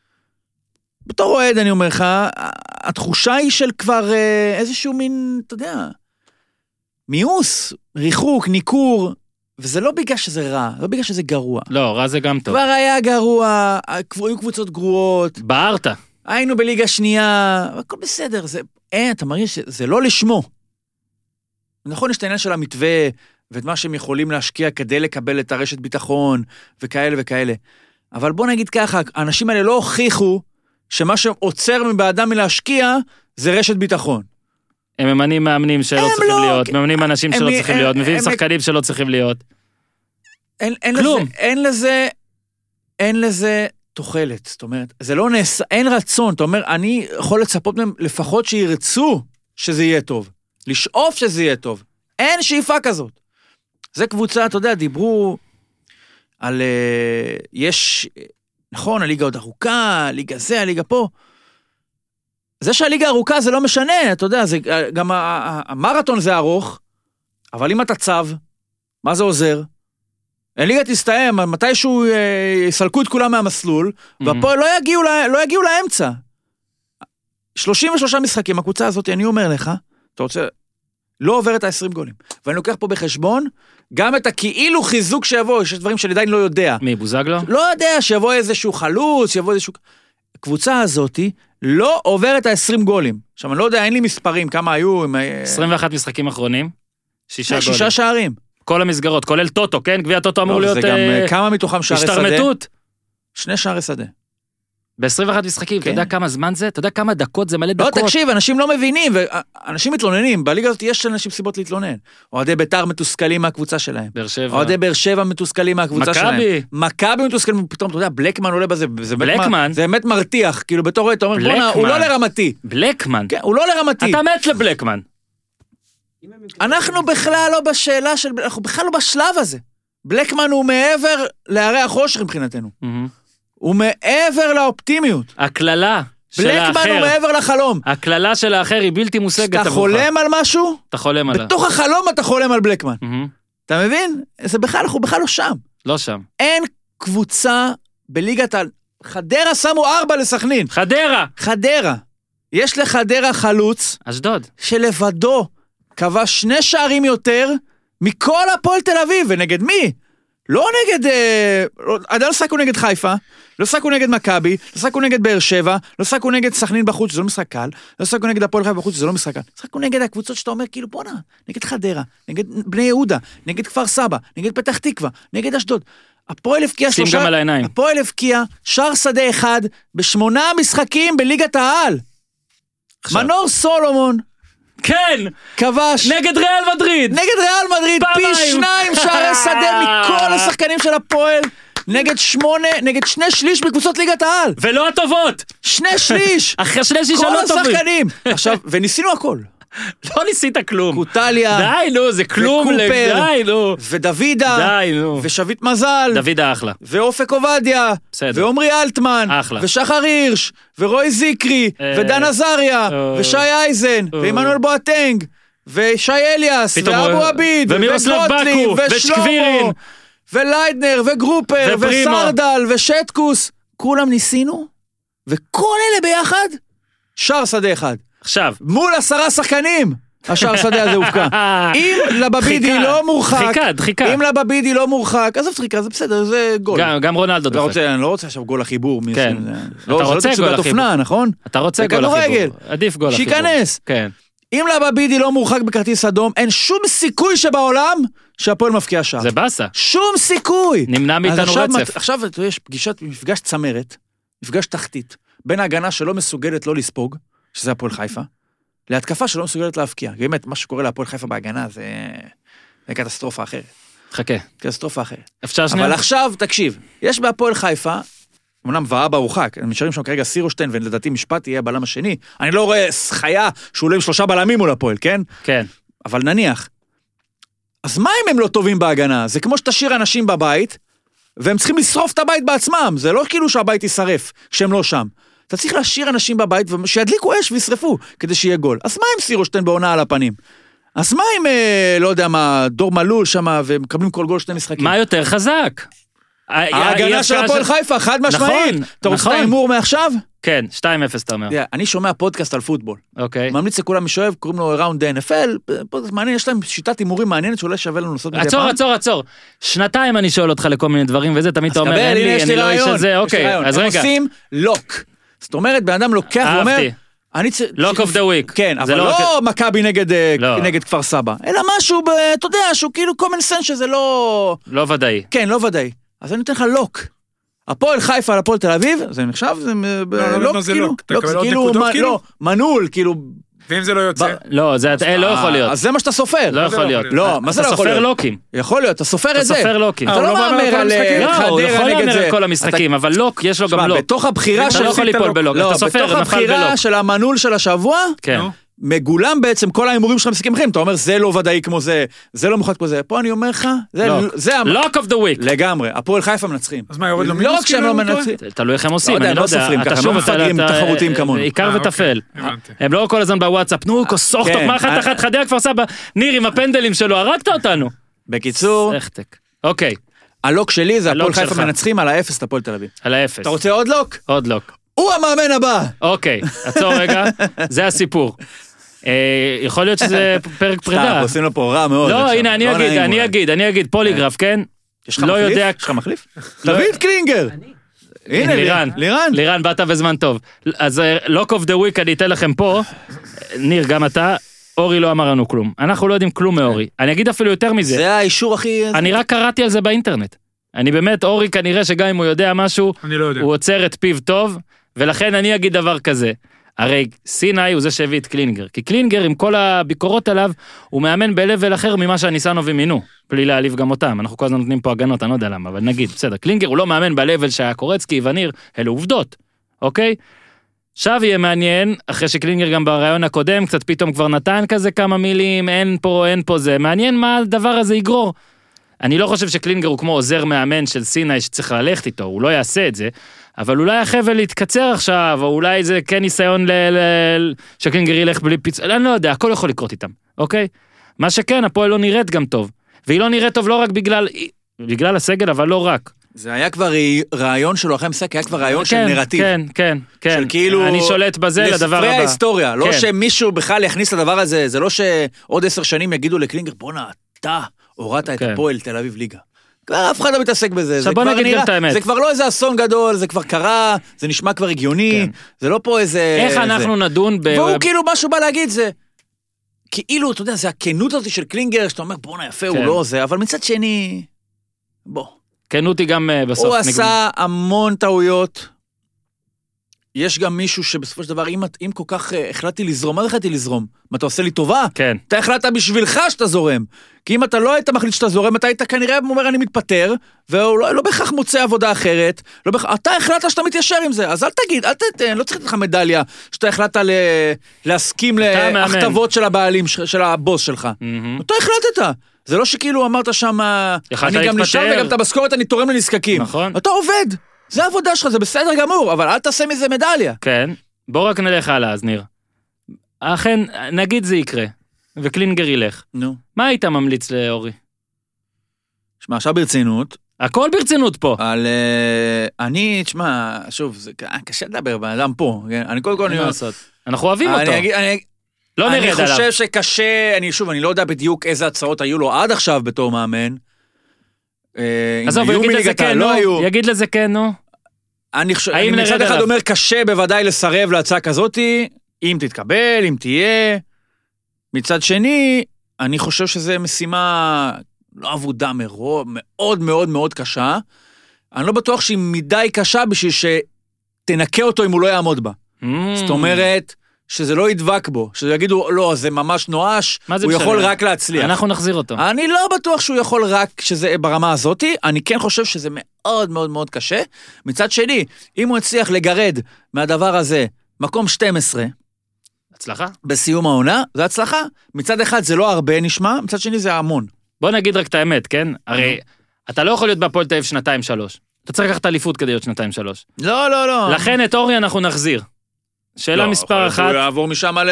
Speaker 4: בתור אוהד, אני אומר לך, ה- התחושה היא של כבר אה, איזשהו מין, אתה יודע, מיאוס, ריחוק, ניכור, וזה לא בגלל שזה רע, לא בגלל שזה גרוע.
Speaker 1: לא, רע זה גם טוב.
Speaker 4: כבר היה גרוע, ה- כבר היו קבוצות גרועות,
Speaker 1: בערת.
Speaker 4: היינו בליגה שנייה, הכל בסדר, זה, אין, אתה מרגיש שזה לא לשמו. נכון, יש את העניין של המתווה, ואת מה שהם יכולים להשקיע כדי לקבל את הרשת ביטחון, וכאלה וכאלה. אבל בוא נגיד ככה, האנשים האלה לא הוכיחו שמה שעוצר מבעדם מלהשקיע זה רשת ביטחון.
Speaker 1: הם ממנים מאמנים שלא
Speaker 4: הם
Speaker 1: צריכים
Speaker 4: לא-
Speaker 1: להיות, ממנים אנשים
Speaker 4: הם-
Speaker 1: שלא
Speaker 4: הם-
Speaker 1: צריכים
Speaker 4: הם-
Speaker 1: להיות, מביאים
Speaker 4: הם-
Speaker 1: שחקנים שלא צריכים להיות.
Speaker 4: אין, אין
Speaker 1: כלום.
Speaker 4: לזה, אין לזה, אין לזה תוחלת. זאת אומרת, זה לא נעשה, אין רצון. אתה אומר, אני יכול לצפות מהם לפחות שירצו שזה יהיה טוב. לשאוף שזה יהיה טוב. אין שאיפה כזאת. זה קבוצה, אתה יודע, דיברו על... אה, יש... נכון, הליגה עוד ארוכה, הליגה זה, הליגה פה. זה שהליגה ארוכה זה לא משנה, אתה יודע, זה, גם ה- ה- המרתון זה ארוך, אבל אם אתה צב, מה זה עוזר? הליגה תסתיים, מתישהו אה, יסלקו את כולם מהמסלול, והפועל לא יגיעו, ל- לא יגיעו לאמצע. 33 משחקים, הקבוצה הזאת, אני אומר לך, אתה רוצה, לא עובר את ה-20 גולים. ואני לוקח פה בחשבון גם את הכאילו חיזוק שיבוא, יש דברים שאני עדיין לא יודע.
Speaker 1: מי, בוזגלו?
Speaker 4: לא יודע, שיבוא איזשהו חלוץ, שיבוא איזשהו... הקבוצה הזאתי לא עוברת ה-20 גולים. עכשיו, אני לא יודע, אין לי מספרים, כמה היו, הם... אה,
Speaker 1: 21 משחקים אחרונים, שישה גולים.
Speaker 4: לא, שישה שערים.
Speaker 1: כל המסגרות, כולל טוטו, כן? גביע טוטו אמור
Speaker 4: לא,
Speaker 1: להיות
Speaker 4: זה גם,
Speaker 1: אה,
Speaker 4: אה, כמה מתוכם שערי שדה?
Speaker 1: השתרמטות.
Speaker 4: שני שערי שדה.
Speaker 1: ב-21 משחקים, אתה
Speaker 4: כן.
Speaker 1: יודע כמה זמן זה? אתה יודע כמה דקות זה מלא
Speaker 4: לא,
Speaker 1: דקות?
Speaker 4: תקשיב, אנשים לא מבינים, ואנשים מתלוננים, בליגה הזאת יש לאנשים סיבות להתלונן. אוהדי ביתר מתוסכלים מהקבוצה שלהם.
Speaker 1: באר שבע.
Speaker 4: אוהדי באר שבע מתוסכלים מהקבוצה
Speaker 1: מכבי.
Speaker 4: שלהם. מכבי מתוסכלים, פתאום, אתה יודע, בלקמן עולה בזה, זה באמת
Speaker 1: בלקמן?
Speaker 4: מר- זה באמת מרתיח, כאילו, בתור אוהד, אתה אומר, בואנה, הוא לא
Speaker 1: בלקמן.
Speaker 4: לרמתי.
Speaker 1: בלקמן.
Speaker 4: כן, הוא לא לרמתי.
Speaker 1: אתה מת לבלקמן.
Speaker 4: אנחנו בכלל לא בשאלה של, אנחנו בכלל לא בשלב הזה. בלקמן הוא מעבר להרי החושך מבחינתנו.
Speaker 1: מהמם.
Speaker 4: הוא מעבר לאופטימיות.
Speaker 1: הקללה של
Speaker 4: בלקמן הוא
Speaker 1: האחר.
Speaker 4: מעבר לחלום.
Speaker 1: הקללה של האחר היא בלתי מושגת
Speaker 4: אתה
Speaker 1: עבורך.
Speaker 4: חולם על משהו,
Speaker 1: אתה חולם עליו.
Speaker 4: בתוך החלום אתה חולם על בלקמן.
Speaker 1: מהמם.
Speaker 4: אתה מבין? זה בכלל, אנחנו בכלל לא שם.
Speaker 1: לא שם.
Speaker 4: אין קבוצה בליגת ה... חדרה שמו ארבע לסכנין.
Speaker 1: חדרה!
Speaker 4: חדרה. יש לחדרה חלוץ
Speaker 1: אשדוד.
Speaker 4: שלבדו כבש שני שערים יותר מכל הפועל תל אביב, ונגד מי? לא נגד... אה, לא- עדיין לא שחקו נגד חיפה, לא שחקו נגד מכבי, לא שחקו נגד באר שבע, לא שחקו נגד סכנין בחוץ, שזה לא משחק קל, לא שחקו נגד הפועל חיפה בחוץ, שזה לא משחק קל. שחקו נגד הקבוצות שאתה אומר, כאילו, בואנה, נגד חדרה, נגד בני יהודה, נגד כפר סבא, נגד פתח תקווה, נגד אשדוד. הפועל הבקיע
Speaker 1: שים
Speaker 4: שלושה...
Speaker 1: גם על העיניים.
Speaker 4: הפועל הבקיע שער שדה אחד בשמונה משחקים בליגת העל.
Speaker 1: עכשיו.
Speaker 4: מנור סולומון
Speaker 1: כן!
Speaker 4: כבש
Speaker 1: נגד ריאל מדריד!
Speaker 4: נגד ריאל מדריד
Speaker 1: פעמיים.
Speaker 4: פי שניים שערי שדה מכל השחקנים של הפועל. נגד שמונה, נגד שני שליש מקבוצות ליגת העל.
Speaker 1: ולא הטובות!
Speaker 4: שני שליש!
Speaker 1: אחרי שני שישה
Speaker 4: כל
Speaker 1: לא טובים.
Speaker 4: השחקנים! עכשיו, וניסינו הכל.
Speaker 1: לא ניסית כלום.
Speaker 4: קוטליה,
Speaker 1: די, נו, זה כלום. ל-
Speaker 4: וקופר. אה.
Speaker 1: די, נו.
Speaker 4: ודוידה,
Speaker 1: די, נו.
Speaker 4: ושביט מזל,
Speaker 1: דוד האחלה.
Speaker 4: ואופק עובדיה,
Speaker 1: בסדר.
Speaker 4: ועומרי אלטמן,
Speaker 1: אחלה.
Speaker 4: ושחר הירש, ורועי זיקרי,
Speaker 1: אה,
Speaker 4: ודן עזריה,
Speaker 1: אה,
Speaker 4: ושי אייזן,
Speaker 1: אה.
Speaker 4: ועמנואל בואטנג, ושי אליאס,
Speaker 1: פתאום הוא-
Speaker 4: ואבו עביד,
Speaker 1: ומירוסלב
Speaker 4: וגוטליב,
Speaker 1: בקו, ושקבירין.
Speaker 4: ושלמה, וליידנר, וגרופר,
Speaker 1: ופרימו.
Speaker 4: וסרדל, ושטקוס. כולם ניסינו, וכל אלה ביחד, שער שדה אחד.
Speaker 1: עכשיו.
Speaker 4: מול עשרה שחקנים, השער שדה הזה הובקע. אם לבבידי
Speaker 1: דחיקה,
Speaker 4: לא מורחק,
Speaker 1: דחיקה, דחיקה.
Speaker 4: אם לבבידי לא מורחק, עזוב דחיקה, זה בסדר, זה גול.
Speaker 1: גם- גם רונלדו
Speaker 4: לא
Speaker 1: דופק.
Speaker 4: רוצה, אני לא רוצה עכשיו גול החיבור. מי
Speaker 1: כן.
Speaker 4: זה-
Speaker 1: אתה
Speaker 4: לא, זה
Speaker 1: רוצה
Speaker 4: לא תצוגת
Speaker 1: גול
Speaker 4: אופנה, נכון?
Speaker 1: אתה רוצה
Speaker 4: זה
Speaker 1: גול
Speaker 4: כדורגל.
Speaker 1: החיבור. עדיף גול החיבור.
Speaker 4: שייכנס.
Speaker 1: כן.
Speaker 4: אם לבבידי לא מורחק בכרטיס אדום, אין שום סיכוי שבעולם שהפועל מבקיע שער.
Speaker 1: זה באסה.
Speaker 4: שום סיכוי!
Speaker 1: נמנע
Speaker 4: אז
Speaker 1: מאיתנו
Speaker 4: עכשיו
Speaker 1: רצף.
Speaker 4: מת- עכשיו אתה יודע, יש פגישת, מפגש צמרת, מפגש תחתית, בין ההגנה שלא מסוגלת לא לספוג, שזה הפועל חיפה, להתקפה שלא מסוגלת להבקיע. באמת, מה שקורה להפועל חיפה בהגנה זה... זה קטסטרופה אחרת.
Speaker 1: חכה.
Speaker 4: קטסטרופה אחרת.
Speaker 1: אפשר שנייה?
Speaker 4: אבל עכשיו, תקשיב, יש בהפועל חיפה, אמנם ואבא הורחק, הם נשארים שם כרגע סירושטיין, ולדעתי משפט יהיה הבלם השני. אני לא רואה חיה שהוא עולה עם שלושה בלמים מול הפועל, כן?
Speaker 1: כן.
Speaker 4: אבל נניח. אז מה אם הם לא טובים בהגנה? זה כמו שתשאיר אנשים בבית, והם צריכים לשרוף את הבית בעצמם, זה לא כאילו שהבית יישרף, כשהם לא שם. אתה צריך להשאיר אנשים בבית שידליקו אש וישרפו כדי שיהיה גול. אז מה אם סירושטיין בעונה על הפנים? אז מה אם, אה, לא יודע מה, דור מלול שם, ומקבלים כל גול שני משחקים?
Speaker 1: מה יותר חזק?
Speaker 4: ההגנה של הפועל חיפה, חד משמעית.
Speaker 1: נכון,
Speaker 4: אתה רוצה את
Speaker 1: נכון.
Speaker 4: ההימור מעכשיו?
Speaker 1: כן, 2-0 אתה אומר.
Speaker 4: אתה יודע, אני שומע פודקאסט על פוטבול.
Speaker 1: אוקיי.
Speaker 4: ממליץ לכולם מי שאוהב, קוראים לו ראונד NFL, פודקאסט מעניין, יש להם שיטת הימורים מעניינת שאולי שווה לנו לעשות מדי
Speaker 1: עצור,
Speaker 4: פעם.
Speaker 1: עצור, עצור. שנתיים אני שואל אותך לכל מיני דברים וזה, תמיד אתה אומר, אין לי, אני לא איש הזה,
Speaker 4: יש לי
Speaker 1: אוקיי.
Speaker 4: רעיון.
Speaker 1: אז
Speaker 4: הם
Speaker 1: רגע,
Speaker 4: עושים לוק. זאת אומרת, בן אדם לוקח ואומר,
Speaker 1: אהבתי.
Speaker 4: אני צריך...
Speaker 1: לוק אוף דה וויק.
Speaker 4: כן, אבל לא מכבי נגד, אה,
Speaker 1: לא.
Speaker 4: נגד כפר סבא, אלא משהו, ב- אתה יודע, שהוא כאילו common sense שזה לא...
Speaker 1: לא ודאי.
Speaker 4: כן, לא ודאי. אז אני נותן לך לוק. הפועל חיפה על הפועל תל אביב, זה נחשב, זה מ- ב-
Speaker 3: לא, לא, זה
Speaker 4: כאילו,
Speaker 3: לוק. אתה מקבל
Speaker 4: זה
Speaker 3: עוד
Speaker 4: כאילו,
Speaker 3: נקודות,
Speaker 4: מ-
Speaker 3: כאילו?
Speaker 4: לא, מנעול, כאילו,
Speaker 3: ואם זה לא יוצא,
Speaker 4: ב-
Speaker 1: לא, זה אה, לא יכול להיות.
Speaker 4: אז זה מה שאתה סופר.
Speaker 1: לא יכול להיות.
Speaker 4: לא, מה זה לא
Speaker 1: אתה
Speaker 4: יכול
Speaker 1: סופר
Speaker 4: להיות?
Speaker 1: לוקים.
Speaker 4: יכול להיות, אתה סופר
Speaker 1: אתה
Speaker 4: את זה.
Speaker 1: סופר לוקים.
Speaker 4: אתה
Speaker 3: אה,
Speaker 4: לא
Speaker 3: הוא לא מהמר על
Speaker 4: מהמר
Speaker 3: כל
Speaker 4: על
Speaker 3: המשחקים?
Speaker 4: אה,
Speaker 1: לא, הוא
Speaker 4: חדרה
Speaker 1: יכול
Speaker 4: נגד
Speaker 1: להמר
Speaker 4: זה.
Speaker 1: על כל המשחקים, אבל לוק, יש לו גם
Speaker 4: תשמע,
Speaker 1: לוק.
Speaker 4: בתוך הבחירה
Speaker 1: אתה
Speaker 4: של...
Speaker 1: לא יכול ליפול בלוק,
Speaker 4: לא,
Speaker 1: אתה סופר,
Speaker 4: בתוך
Speaker 1: אתה נפל בלוק.
Speaker 4: הבחירה של המנעול של השבוע,
Speaker 1: כן.
Speaker 3: נו.
Speaker 4: מגולם בעצם כל ההימורים שלך משחקים אחרים. אתה אומר, זה לא ודאי כמו זה, זה לא מוחלט כמו זה. פה אני אומר לך, זה...
Speaker 1: לוק.
Speaker 4: זה המ-
Speaker 1: לוק אוף דה וויק.
Speaker 4: לגמרי, הפועל חיפה מנצחים.
Speaker 3: אז מה, יורד לו
Speaker 4: לא
Speaker 3: מינוס
Speaker 4: רק שהם
Speaker 3: כאילו,
Speaker 4: לא
Speaker 3: אם הוא טועה?
Speaker 4: מנצחים.
Speaker 1: תלוי איך הם עושים,
Speaker 4: יודע,
Speaker 1: אני
Speaker 4: הם
Speaker 1: לא
Speaker 4: לא
Speaker 1: יודע.
Speaker 4: סופרים
Speaker 1: אתה
Speaker 4: ככה, הם
Speaker 1: שוב,
Speaker 4: לא
Speaker 1: אתה-
Speaker 4: מפגרים
Speaker 1: אתה-
Speaker 4: תחרותיים
Speaker 1: אה,
Speaker 4: כמונו.
Speaker 1: עיקר
Speaker 3: אה,
Speaker 1: וטפל.
Speaker 3: אוקיי, הבנתי.
Speaker 1: הם לא כל הזמן בוואטסאפ, נו, סוף
Speaker 4: כן,
Speaker 1: תוך מה אחת
Speaker 4: אה.
Speaker 1: אחת, חדרה כפר סבא, ניר עם הפנדלים שלו, הרגת אותנו.
Speaker 4: בקיצור,
Speaker 1: סחטק. אוקיי,
Speaker 4: הלוק שלי זה הפועל
Speaker 1: הלוק
Speaker 4: חיפה
Speaker 1: שלך.
Speaker 4: מנצחים על האפס את הפועל תל אביב.
Speaker 1: על האפס.
Speaker 4: אתה רוצה עוד לוק?
Speaker 1: עוד לוק.
Speaker 4: הוא המאמן הבא!
Speaker 1: אוקיי, עצור רגע, זה הסיפור. אה, יכול להיות שזה פרק
Speaker 4: סתם,
Speaker 1: פרידה.
Speaker 4: עושים לו פה רע מאוד.
Speaker 1: לא,
Speaker 4: עכשיו.
Speaker 1: הנה, אני
Speaker 4: לא
Speaker 1: אגיד,
Speaker 4: נעים,
Speaker 1: אני
Speaker 4: אולי. אה.
Speaker 1: אגיד, אני אגיד, פוליגרף, כן?
Speaker 4: יש לך
Speaker 1: לא
Speaker 4: מחליף?
Speaker 1: יודע- לא-
Speaker 4: יש לך מחליף? תביא את קלינגר! הנה,
Speaker 1: לירן.
Speaker 4: לירן. לירן.
Speaker 1: לירן, באת בזמן טוב. אז אה, לוק אוף דה וויק אני אתן לכם פה. ניר, גם אתה. אורי לא אמר לנו כלום. אנחנו לא יודעים כלום מאורי. אני אגיד אפילו יותר מזה.
Speaker 4: כן. זה האישור הכי...
Speaker 1: אני רק קראתי על זה באינטרנט. אני באמת, אורי כנראה שגם אם הוא יודע משהו,
Speaker 3: אני לא יודע.
Speaker 1: הוא עוצר את פיו טוב, ולכן אני אגיד דבר כזה. הרי סיני הוא זה שהביא את קלינגר, כי קלינגר עם כל הביקורות עליו, הוא מאמן ב-level אחר ממה שהניסנובים מינו, בלי להעליב גם אותם, אנחנו כל הזמן נותנים פה הגנות, אני לא יודע למה, אבל נגיד, בסדר, קלינגר הוא לא מאמן ב-level שהיה קורצקי וניר, אלה עובדות, אוקיי? עכשיו יהיה מעניין, אחרי שקלינגר גם בריאיון הקודם, קצת פתאום כבר נתן כזה כמה מילים, אין פה, אין פה זה, מעניין מה הדבר הזה יגרור. אני לא חושב שקלינגר הוא כמו עוזר מאמן של סיני שצריך ללכת איתו, הוא לא יעשה את זה, אבל אולי החבל יתקצר עכשיו, או אולי זה כן ניסיון ל... ל... שקלינגר ילך בלי פיצ... אני לא יודע, הכל יכול לקרות איתם, אוקיי? מה שכן, הפועל לא נראית גם טוב. והיא לא נראית טוב לא רק בגלל... בגלל הסגל, אבל לא רק.
Speaker 4: זה היה כבר ראי- רעיון שלו אחרי המשחק, היה כבר רעיון של
Speaker 1: כן,
Speaker 4: נרטיב.
Speaker 1: כן, כן, כן.
Speaker 4: של כאילו...
Speaker 1: אני שולט בזה לדבר
Speaker 4: לספרי
Speaker 1: הבא.
Speaker 4: ההיסטוריה, לא
Speaker 1: כן.
Speaker 4: שמישהו בכלל יכניס לדבר הזה, זה לא שעוד עשר שנים יגידו לקלינגר, בואנה, אתה הורדת את
Speaker 1: כן.
Speaker 4: הפועל תל אביב ליגה. כבר אף אחד לא מתעסק בזה, זה
Speaker 1: עכשיו בוא
Speaker 4: כבר
Speaker 1: נגיד גם
Speaker 4: נראה,
Speaker 1: את האמת.
Speaker 4: זה כבר לא איזה אסון גדול, זה כבר קרה, זה נשמע כבר הגיוני,
Speaker 1: כן.
Speaker 4: זה לא פה איזה...
Speaker 1: איך
Speaker 4: זה.
Speaker 1: אנחנו נדון ב...
Speaker 4: והוא כאילו, מה שהוא בא להגיד זה, כאילו, אתה יודע, זה הכנות הזאת של קלינגר, שאתה אומר, בואנה, יפה,
Speaker 1: כן.
Speaker 4: הוא לא זה, אבל מצד שני, בוא.
Speaker 1: כנות היא גם אה, בסוף.
Speaker 4: הוא
Speaker 1: נגמר.
Speaker 4: עשה המון טעויות. יש גם מישהו שבסופו של דבר, אם, את- אם כל כך אה, החלטתי לזרום, מה זה החלטתי לזרום? מה, אתה עושה לי טובה?
Speaker 1: כן,
Speaker 4: אתה החלטת בשבילך שאתה זורם. כי אם אתה לא היית מחליט שאתה זורם, אתה היית כנראה אומר, אני מתפטר, והוא לא, לא בהכרח מוצא עבודה אחרת. לא בהכ... אתה החלטת שאתה מתיישר עם זה, אז אל תגיד, אל תתן, לא צריך לתת לך מדליה, שאתה החלטת ל... להסכים
Speaker 1: המאמן.
Speaker 4: להכתבות של הבעלים, של, של הבוס שלך.
Speaker 1: מהמם.
Speaker 4: אתה החלטת. זה לא שכאילו אמרת שם,
Speaker 1: יכלת
Speaker 4: אני גם נשאר
Speaker 1: להתפטר."
Speaker 4: וגם את המשכורת אני תורם לנזקקים.
Speaker 1: נכון.
Speaker 4: אתה עובד, זה העבודה שלך, זה בסדר גמור, אבל אל תעשה מזה מדליה.
Speaker 1: כן. בואו רק נלך הלאה, אז ניר. אכן, נגיד זה יקרה, וקלינגר ילך.
Speaker 4: נו.
Speaker 1: מה היית ממליץ לאורי?
Speaker 4: שמע, עכשיו ברצינות,
Speaker 1: הכל ברצינות פה.
Speaker 4: על... אה, אני, תשמע, שוב, זה ק- אה, קשה לדבר, בן אדם פה. כן? אני קודם כל...
Speaker 1: אין
Speaker 4: אני-
Speaker 1: מה לעשות. אנחנו אוהבים אותו.
Speaker 4: אני אגיד, אני
Speaker 1: לא
Speaker 4: אני
Speaker 1: נרד עליו.
Speaker 4: חושב שקשה, אני שוב, אני לא יודע בדיוק איזה הצעות היו לו עד עכשיו בתור מאמן. אה, אם
Speaker 1: עזוב, הוא
Speaker 4: היו
Speaker 1: יגיד לזה
Speaker 4: מליגת העל,
Speaker 1: כן,
Speaker 4: לא היו.
Speaker 1: נו. יגיד לזה כן, נו.
Speaker 4: אני חושב,
Speaker 1: האם
Speaker 4: אני
Speaker 1: נרד
Speaker 4: מצד אחד
Speaker 1: עליו?
Speaker 4: אומר קשה בוודאי לסרב להצעה כזאתי, אם תתקבל, אם תהיה. מצד שני, אני חושב שזו משימה לא אבודה מרוב, מאוד מאוד מאוד קשה. אני לא בטוח שהיא מדי קשה בשביל שתנקה אותו אם הוא לא יעמוד בה.
Speaker 1: Mm.
Speaker 4: זאת אומרת, שזה לא ידבק בו, שיגידו, לא, זה ממש נואש,
Speaker 1: מה זה
Speaker 4: הוא
Speaker 1: משנה?
Speaker 4: יכול רק להצליח.
Speaker 1: אנחנו נחזיר אותו.
Speaker 4: אני לא בטוח שהוא יכול רק שזה ברמה הזאתי, אני כן חושב שזה מאוד מאוד מאוד קשה. מצד שני, אם הוא הצליח לגרד מהדבר הזה מקום 12
Speaker 1: הצלחה.
Speaker 4: בסיום העונה, זה הצלחה. מצד אחד זה לא הרבה נשמע, מצד שני זה המון.
Speaker 1: בוא נגיד רק את האמת, כן? הרי אתה לא יכול להיות בהפועל תל אביב שנתיים-שלוש. אתה צריך לקחת אליפות כדי להיות שנתיים-שלוש.
Speaker 4: לא, לא, לא.
Speaker 1: לכן את אורי אנחנו נחזיר. שאלה
Speaker 4: לא, יכול
Speaker 1: מספר
Speaker 4: להיות
Speaker 1: אחת,
Speaker 4: הוא יעבור משם ל...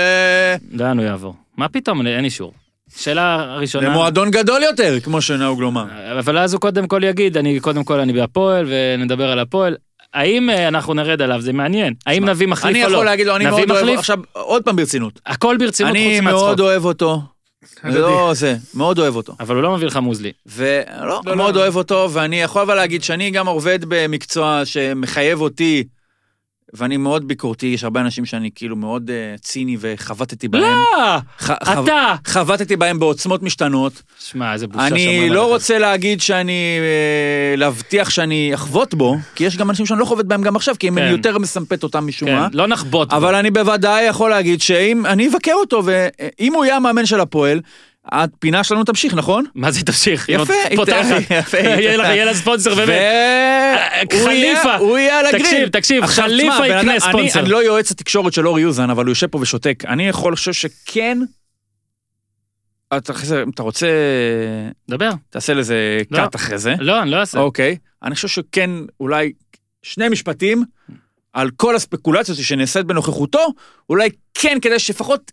Speaker 1: לאן הוא יעבור? מה פתאום, אין אישור. שאלה הראשונה...
Speaker 4: למועדון גדול יותר, כמו שנהוג לומר.
Speaker 1: אבל אז הוא קודם כל יגיד, אני קודם כל אני בהפועל ונדבר על הפועל. האם אה, אנחנו נרד עליו, זה מעניין. האם נביא מחליף
Speaker 4: אני
Speaker 1: או לא?
Speaker 4: יכול להגיד לו, אני
Speaker 1: נביא
Speaker 4: מאוד אוהב...
Speaker 1: מחליף?
Speaker 4: עכשיו, עוד פעם ברצינות.
Speaker 1: הכל ברצינות
Speaker 4: אני
Speaker 1: חוץ
Speaker 4: מאוד
Speaker 1: מהצחוק.
Speaker 4: אוהב אותו. לא זה, מאוד אוהב אותו.
Speaker 1: אבל הוא לא מביא לך מוזלי.
Speaker 4: ולא,
Speaker 3: לא,
Speaker 4: לא, מאוד
Speaker 3: לא.
Speaker 4: לא. אוהב אותו, ואני יכול אבל להגיד שאני גם עובד במקצוע שמחייב אותי ואני מאוד ביקורתי, יש הרבה אנשים שאני כאילו מאוד אה, ציני וחבטתי בהם.
Speaker 1: לא!
Speaker 4: ח- ח-
Speaker 1: אתה!
Speaker 4: חבטתי בהם בעוצמות משתנות.
Speaker 1: שמע, איזה בושה
Speaker 4: אני
Speaker 1: שאומרים
Speaker 4: לא
Speaker 1: עליך.
Speaker 4: רוצה להגיד שאני, אה, להבטיח שאני אחבוט בו, כי יש גם אנשים שאני לא חובט בהם גם עכשיו, כי אם
Speaker 1: כן.
Speaker 4: אני יותר מסמפת אותם משום
Speaker 1: כן,
Speaker 4: מה.
Speaker 1: לא נחבוט. בו.
Speaker 4: אבל אני בוודאי יכול להגיד שאם, אני אבקר אותו, ואם הוא יהיה המאמן של הפועל, הפינה שלנו תמשיך, נכון?
Speaker 1: מה זה תמשיך?
Speaker 4: יפה,
Speaker 1: היא כן, עוד פותחת.
Speaker 4: יפה,
Speaker 1: יהיה לך
Speaker 4: יפה.
Speaker 1: יהיה לה ספונסר
Speaker 4: ו-
Speaker 1: באמת.
Speaker 4: הוא
Speaker 1: חליפה.
Speaker 4: יהיה- הוא יהיה על הגריל.
Speaker 1: תקשיב, תקשיב,
Speaker 4: עכשיו,
Speaker 1: חליפה
Speaker 4: תשמע,
Speaker 1: יקנה
Speaker 4: בן אדם- אני-
Speaker 1: ספונסר.
Speaker 4: אני לא יועץ התקשורת של אורי יוזן, אבל הוא יושב פה ושותק. אני יכול לחשוב שכן... אתה אחרי זה, אם אתה רוצה,
Speaker 1: דבר.
Speaker 4: תעשה לזה
Speaker 1: לא.
Speaker 4: קאט אחרי זה.
Speaker 1: לא, אני לא אעשה.
Speaker 4: אוקיי. אני חושב שכן, אולי שני משפטים על כל הספקולציות שנעשית בנוכחותו, אולי כן כדי שפחות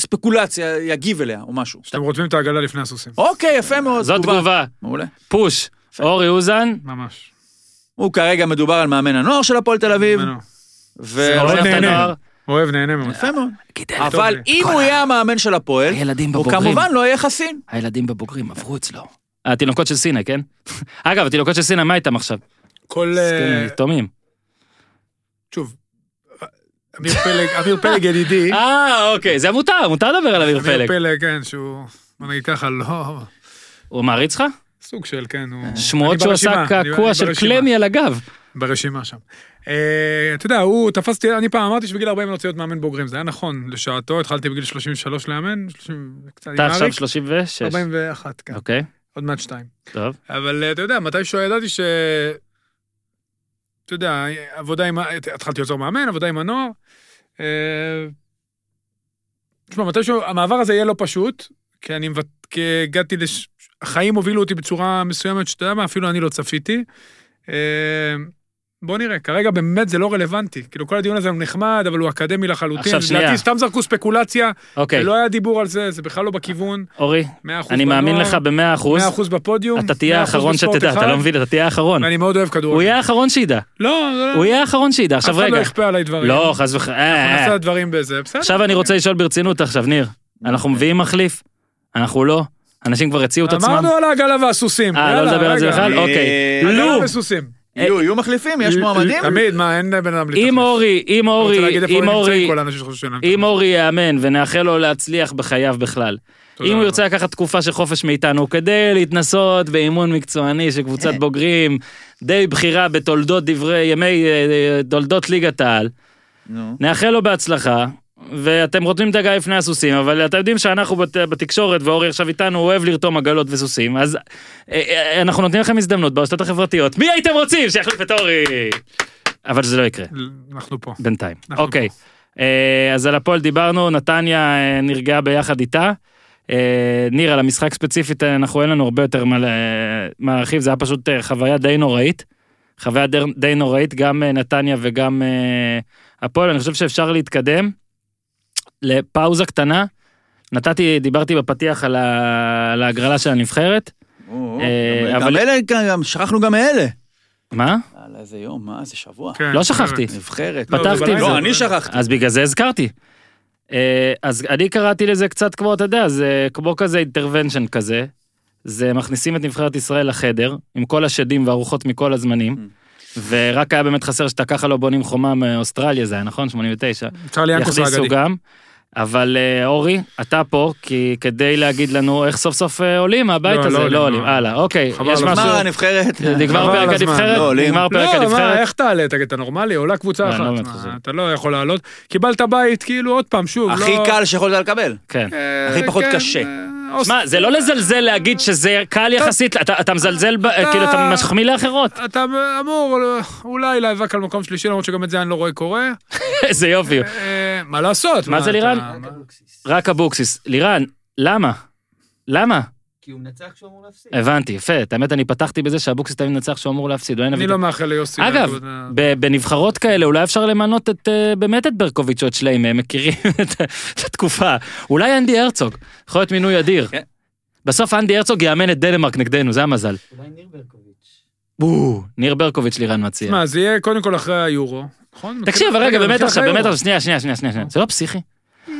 Speaker 4: ספקולציה יגיב אליה או משהו.
Speaker 3: שאתם רותמים את העגלה לפני הסוסים.
Speaker 4: אוקיי, יפה מאוד.
Speaker 1: זאת תגובה.
Speaker 4: מעולה.
Speaker 1: פוש. אורי אוזן,
Speaker 3: ממש.
Speaker 4: הוא כרגע מדובר על מאמן הנוער של הפועל תל אביב.
Speaker 3: ממנו.
Speaker 4: ו...
Speaker 3: מאוד
Speaker 1: אוהב את
Speaker 3: נהנה.
Speaker 1: הנוער.
Speaker 3: אוהב, נהנה מאוד.
Speaker 4: יפה מאוד.
Speaker 3: טוב
Speaker 4: אבל
Speaker 3: לי.
Speaker 4: אם הוא יהיה המאמן של הפועל,
Speaker 1: הילדים
Speaker 4: הוא כמובן לא יהיה חסין.
Speaker 1: הילדים בבוגרים עברו אצלו. התינוקות של סינה, כן? אגב, התינוקות של סינה, מה איתם עכשיו? כן,
Speaker 3: כל... אה,
Speaker 1: זקנים, יתומים.
Speaker 3: שוב, אמיר פלג, אמיר פלג ידידי.
Speaker 1: אה, אוקיי, זה מותר, מותר לדבר על אמיר
Speaker 3: אמיר
Speaker 1: פלג.
Speaker 3: פלג, כן, שהוא... בוא נגיד ככה, לא...
Speaker 1: הוא מעריץ לך?
Speaker 3: סוג של, כן, הוא...
Speaker 1: שמועות
Speaker 3: אני
Speaker 1: שהוא
Speaker 3: ברשימה,
Speaker 1: עשה
Speaker 3: אני-
Speaker 1: קעקוע
Speaker 3: אני
Speaker 1: של
Speaker 3: ברשימה.
Speaker 1: קלמי על הגב.
Speaker 3: ברשימה שם. אה, אתה יודע, הוא תפסתי, אני פעם אמרתי שבגיל 40 אני רוצה להיות מאמן בוגרים, זה היה נכון לשעתו, התחלתי בגיל 33 לאמן, 30 קצת עם
Speaker 1: אתה עכשיו
Speaker 3: אריק,
Speaker 1: 36.
Speaker 3: 41, כן,
Speaker 1: אוקיי,
Speaker 3: עוד מעט שתיים.
Speaker 1: טוב.
Speaker 3: אבל אה, אתה יודע, מתישהו ידעתי ש... אתה יודע, עבודה עם... ה- התחלתי לעזור מאמן, עבודה עם הנוער. אה, תשמע, מתישהו המעבר הזה יהיה לא פשוט, כי אני מבט... כי הגעתי לש... החיים הובילו אותי בצורה מסוימת, שאתה יודע מה, אפילו אני לא צפיתי. אה, בוא נראה, כרגע באמת זה לא רלוונטי. כאילו, כל הדיון הזה הוא נחמד, אבל הוא אקדמי לחלוטין.
Speaker 1: עכשיו, שנייה.
Speaker 3: לדעתי סתם זרקו ספקולציה,
Speaker 1: אוקיי,
Speaker 3: לא היה דיבור על זה, זה בכלל לא בכיוון.
Speaker 1: אורי,
Speaker 3: 100%
Speaker 1: אני
Speaker 3: בנוער,
Speaker 1: מאמין לך במאה אחוז.
Speaker 3: 100% בפודיום.
Speaker 1: אתה תהיה
Speaker 3: 100%
Speaker 1: האחרון
Speaker 3: לא- בספורט
Speaker 1: שתדע, אתה
Speaker 3: אחד.
Speaker 1: לא מבין, אתה תהיה האחרון.
Speaker 3: אני מאוד אוהב כדורגל.
Speaker 1: הוא יהיה האחרון שידע.
Speaker 3: לא, לא,
Speaker 1: הוא יהיה האחרון שידע.
Speaker 3: אף
Speaker 1: עכשיו
Speaker 3: אחד לא
Speaker 1: רגע.
Speaker 3: יכפה עליי דברים.
Speaker 1: לא, חס וחלילה.
Speaker 3: נעשה דברים בזה, בסדר.
Speaker 1: אה. עכשיו אני רוצה לשאול ברצינות עכשיו, ניר.
Speaker 3: אוקיי.
Speaker 1: אנחנו מביאים מחליף? אנחנו לא. אנשים כבר הציעו את עצמם.
Speaker 3: אמרנו על העגלה והסוסים.
Speaker 1: אה, לא
Speaker 3: יאללה,
Speaker 1: לדבר על זה
Speaker 3: רגע.
Speaker 1: בכלל?
Speaker 4: אה,
Speaker 1: אוקיי.
Speaker 4: אה,
Speaker 1: לו,
Speaker 3: עגלה וסוסים.
Speaker 4: יהיו יהיו מחליפים, יש מועמדים.
Speaker 3: תמיד, מה, אין בן אדם
Speaker 1: אם אורי, אם
Speaker 3: אני רוצה
Speaker 1: אורי,
Speaker 3: להגיד איפה
Speaker 1: אם
Speaker 3: הם
Speaker 1: אורי,
Speaker 3: נמצאים, כל האנשים שחושבים שלהם.
Speaker 1: אם אורי יאמן ונאחל לו להצליח בחייו בכלל.
Speaker 3: תודה
Speaker 1: אם הוא
Speaker 3: רבה.
Speaker 1: ירצה לקחת תקופה של חופש מאיתנו כדי להתנסות באימון מקצועני של קבוצת בוגרים די בכירה בתולדות דברי ימי אה, אה, תולדות ליגת העל,
Speaker 4: נו.
Speaker 1: נאחל לו בהצלחה. ואתם רותמים את הגיא לפני הסוסים, אבל אתם יודעים שאנחנו בת, בתקשורת, ואורי עכשיו איתנו, הוא אוהב לרתום עגלות וסוסים, אז אה, אה, אנחנו נותנים לכם הזדמנות ברשתות החברתיות. מי הייתם רוצים שיחליף את אורי? אבל זה לא יקרה.
Speaker 3: אנחנו פה.
Speaker 1: בינתיים.
Speaker 3: אנחנו
Speaker 1: אוקיי. אה, אז על הפועל דיברנו, נתניה אה, נרגעה ביחד איתה. אה, ניר, על המשחק ספציפית, אה, אנחנו אין לנו הרבה יותר מה ל- אה, מה להרחיב, זה היה פשוט אה, חוויה די נוראית. חוויה די- די נוראית, גם אה, נתניה וגם אה, הפועל. אני חושב שאפשר להתקדם לפאוזה קטנה. נתתי, דיברתי בפתיח על ה- על ההגרלה של הנבחרת.
Speaker 4: או,
Speaker 1: אה,
Speaker 4: גם
Speaker 1: אבל-
Speaker 4: אלה, גם שכחנו גם מאלה.
Speaker 1: מה?
Speaker 4: יאללה, איזה יום, מה, איזה שבוע.
Speaker 3: כן,
Speaker 1: לא שכחתי.
Speaker 4: נבחרת.
Speaker 3: לא,
Speaker 1: פתחתי
Speaker 3: זה בלילה.
Speaker 1: את זה.
Speaker 4: לא, אני שכחתי.
Speaker 1: אז בגלל זה הזכרתי. אה, אז אני קראתי לזה קצת כמו, אתה יודע, זה כמו כזה אינטרוונשן כזה. זה מכניסים את נבחרת ישראל לחדר, עם כל השדים והרוחות מכל הזמנים.
Speaker 3: Mm.
Speaker 1: ורק היה באמת חסר שאתה ככה לא בונים חומה מאוסטרליה זה היה נכון? 89.
Speaker 3: אפשר ליאנקוס
Speaker 1: יכניסו
Speaker 3: האגדי.
Speaker 1: גם. אבל אה, אורי, אתה פה כי כדי להגיד לנו איך סוף סוף אה, עולים מהבית
Speaker 3: לא,
Speaker 1: הזה,
Speaker 3: לא
Speaker 1: לא
Speaker 3: עולים,
Speaker 1: עולים,
Speaker 3: לא.
Speaker 1: הלאה, אוקיי,
Speaker 3: חבל
Speaker 1: יש
Speaker 3: על הזמן.
Speaker 1: משהו,
Speaker 4: מה, הנבחרת?
Speaker 1: נגמר
Speaker 3: חבל על
Speaker 1: פרק
Speaker 3: הזמן,
Speaker 1: הנבחרת,
Speaker 4: לא עולים.
Speaker 1: נגמר פרק
Speaker 3: לא, מה,
Speaker 1: הנבחרת,
Speaker 3: איך תעלה? תגיד, אתה נורמלי? עולה קבוצה
Speaker 1: לא,
Speaker 3: אחת.
Speaker 1: אני לא באמת
Speaker 3: מה,
Speaker 1: חוזר.
Speaker 3: אתה לא יכול לעלות. קיבלת בית, כאילו, עוד פעם, שוב, לא...
Speaker 4: הכי קל שיכולת לקבל.
Speaker 1: כן.
Speaker 3: אה,
Speaker 4: הכי פחות
Speaker 3: כן,
Speaker 4: קשה.
Speaker 3: אה, אוס-
Speaker 1: שמע, זה לא לזלזל להגיד שזה קל יחסית, אתה אתה מזלזל, ב-
Speaker 3: אתה-
Speaker 1: כאילו אתה מחמיא לאחרות.
Speaker 3: אתה אמור אה, אולי להיאבק על מקום שלישי, למרות שגם את זה אני לא רואה קורה.
Speaker 1: איזה יופי.
Speaker 3: אה, מה לעשות?
Speaker 1: כן. מה זה,
Speaker 3: אתה-
Speaker 1: לירן?
Speaker 3: מה-
Speaker 1: רק אבוקסיס. לירן, למה? למה?
Speaker 6: כי הוא מנצח כשהוא אמור להפסיד.
Speaker 1: הבנתי, יפה. את האמת, אני פתחתי בזה שאבוקסיס תמיד מנצח שהוא אמור להפסיד. הוא היה
Speaker 3: אני
Speaker 1: נביא-
Speaker 3: לא מאחל ליוסי.
Speaker 1: אגב,
Speaker 3: לעבוד, אה,
Speaker 1: ב- בנבחרות כאלה אולי אפשר למנות את אה, באמת את ברקוביץ' או את שליימה, הם מכירים את ה- את התקופה. אולי אנדי הרצוג, יכול להיות מינוי אדיר.
Speaker 4: כן.
Speaker 1: בסוף אנדי הרצוג יאמן את דנמרק נגדנו, זה המזל.
Speaker 6: אולי ניר ברקוביץ'.
Speaker 1: בואו, ניר ברקוביץ' לירן מציע.
Speaker 3: מה, זה יהיה קודם כל אחרי היורו, נכון?
Speaker 1: תקשיב,
Speaker 3: מתחיל-
Speaker 1: רגע, באמת
Speaker 3: מתחיל
Speaker 1: עכשיו,
Speaker 3: אחרי
Speaker 1: באמת
Speaker 3: היורו.
Speaker 1: עכשיו, שנייה, שנייה, שנייה, שנייה, שנייה. זה לא פסיכי.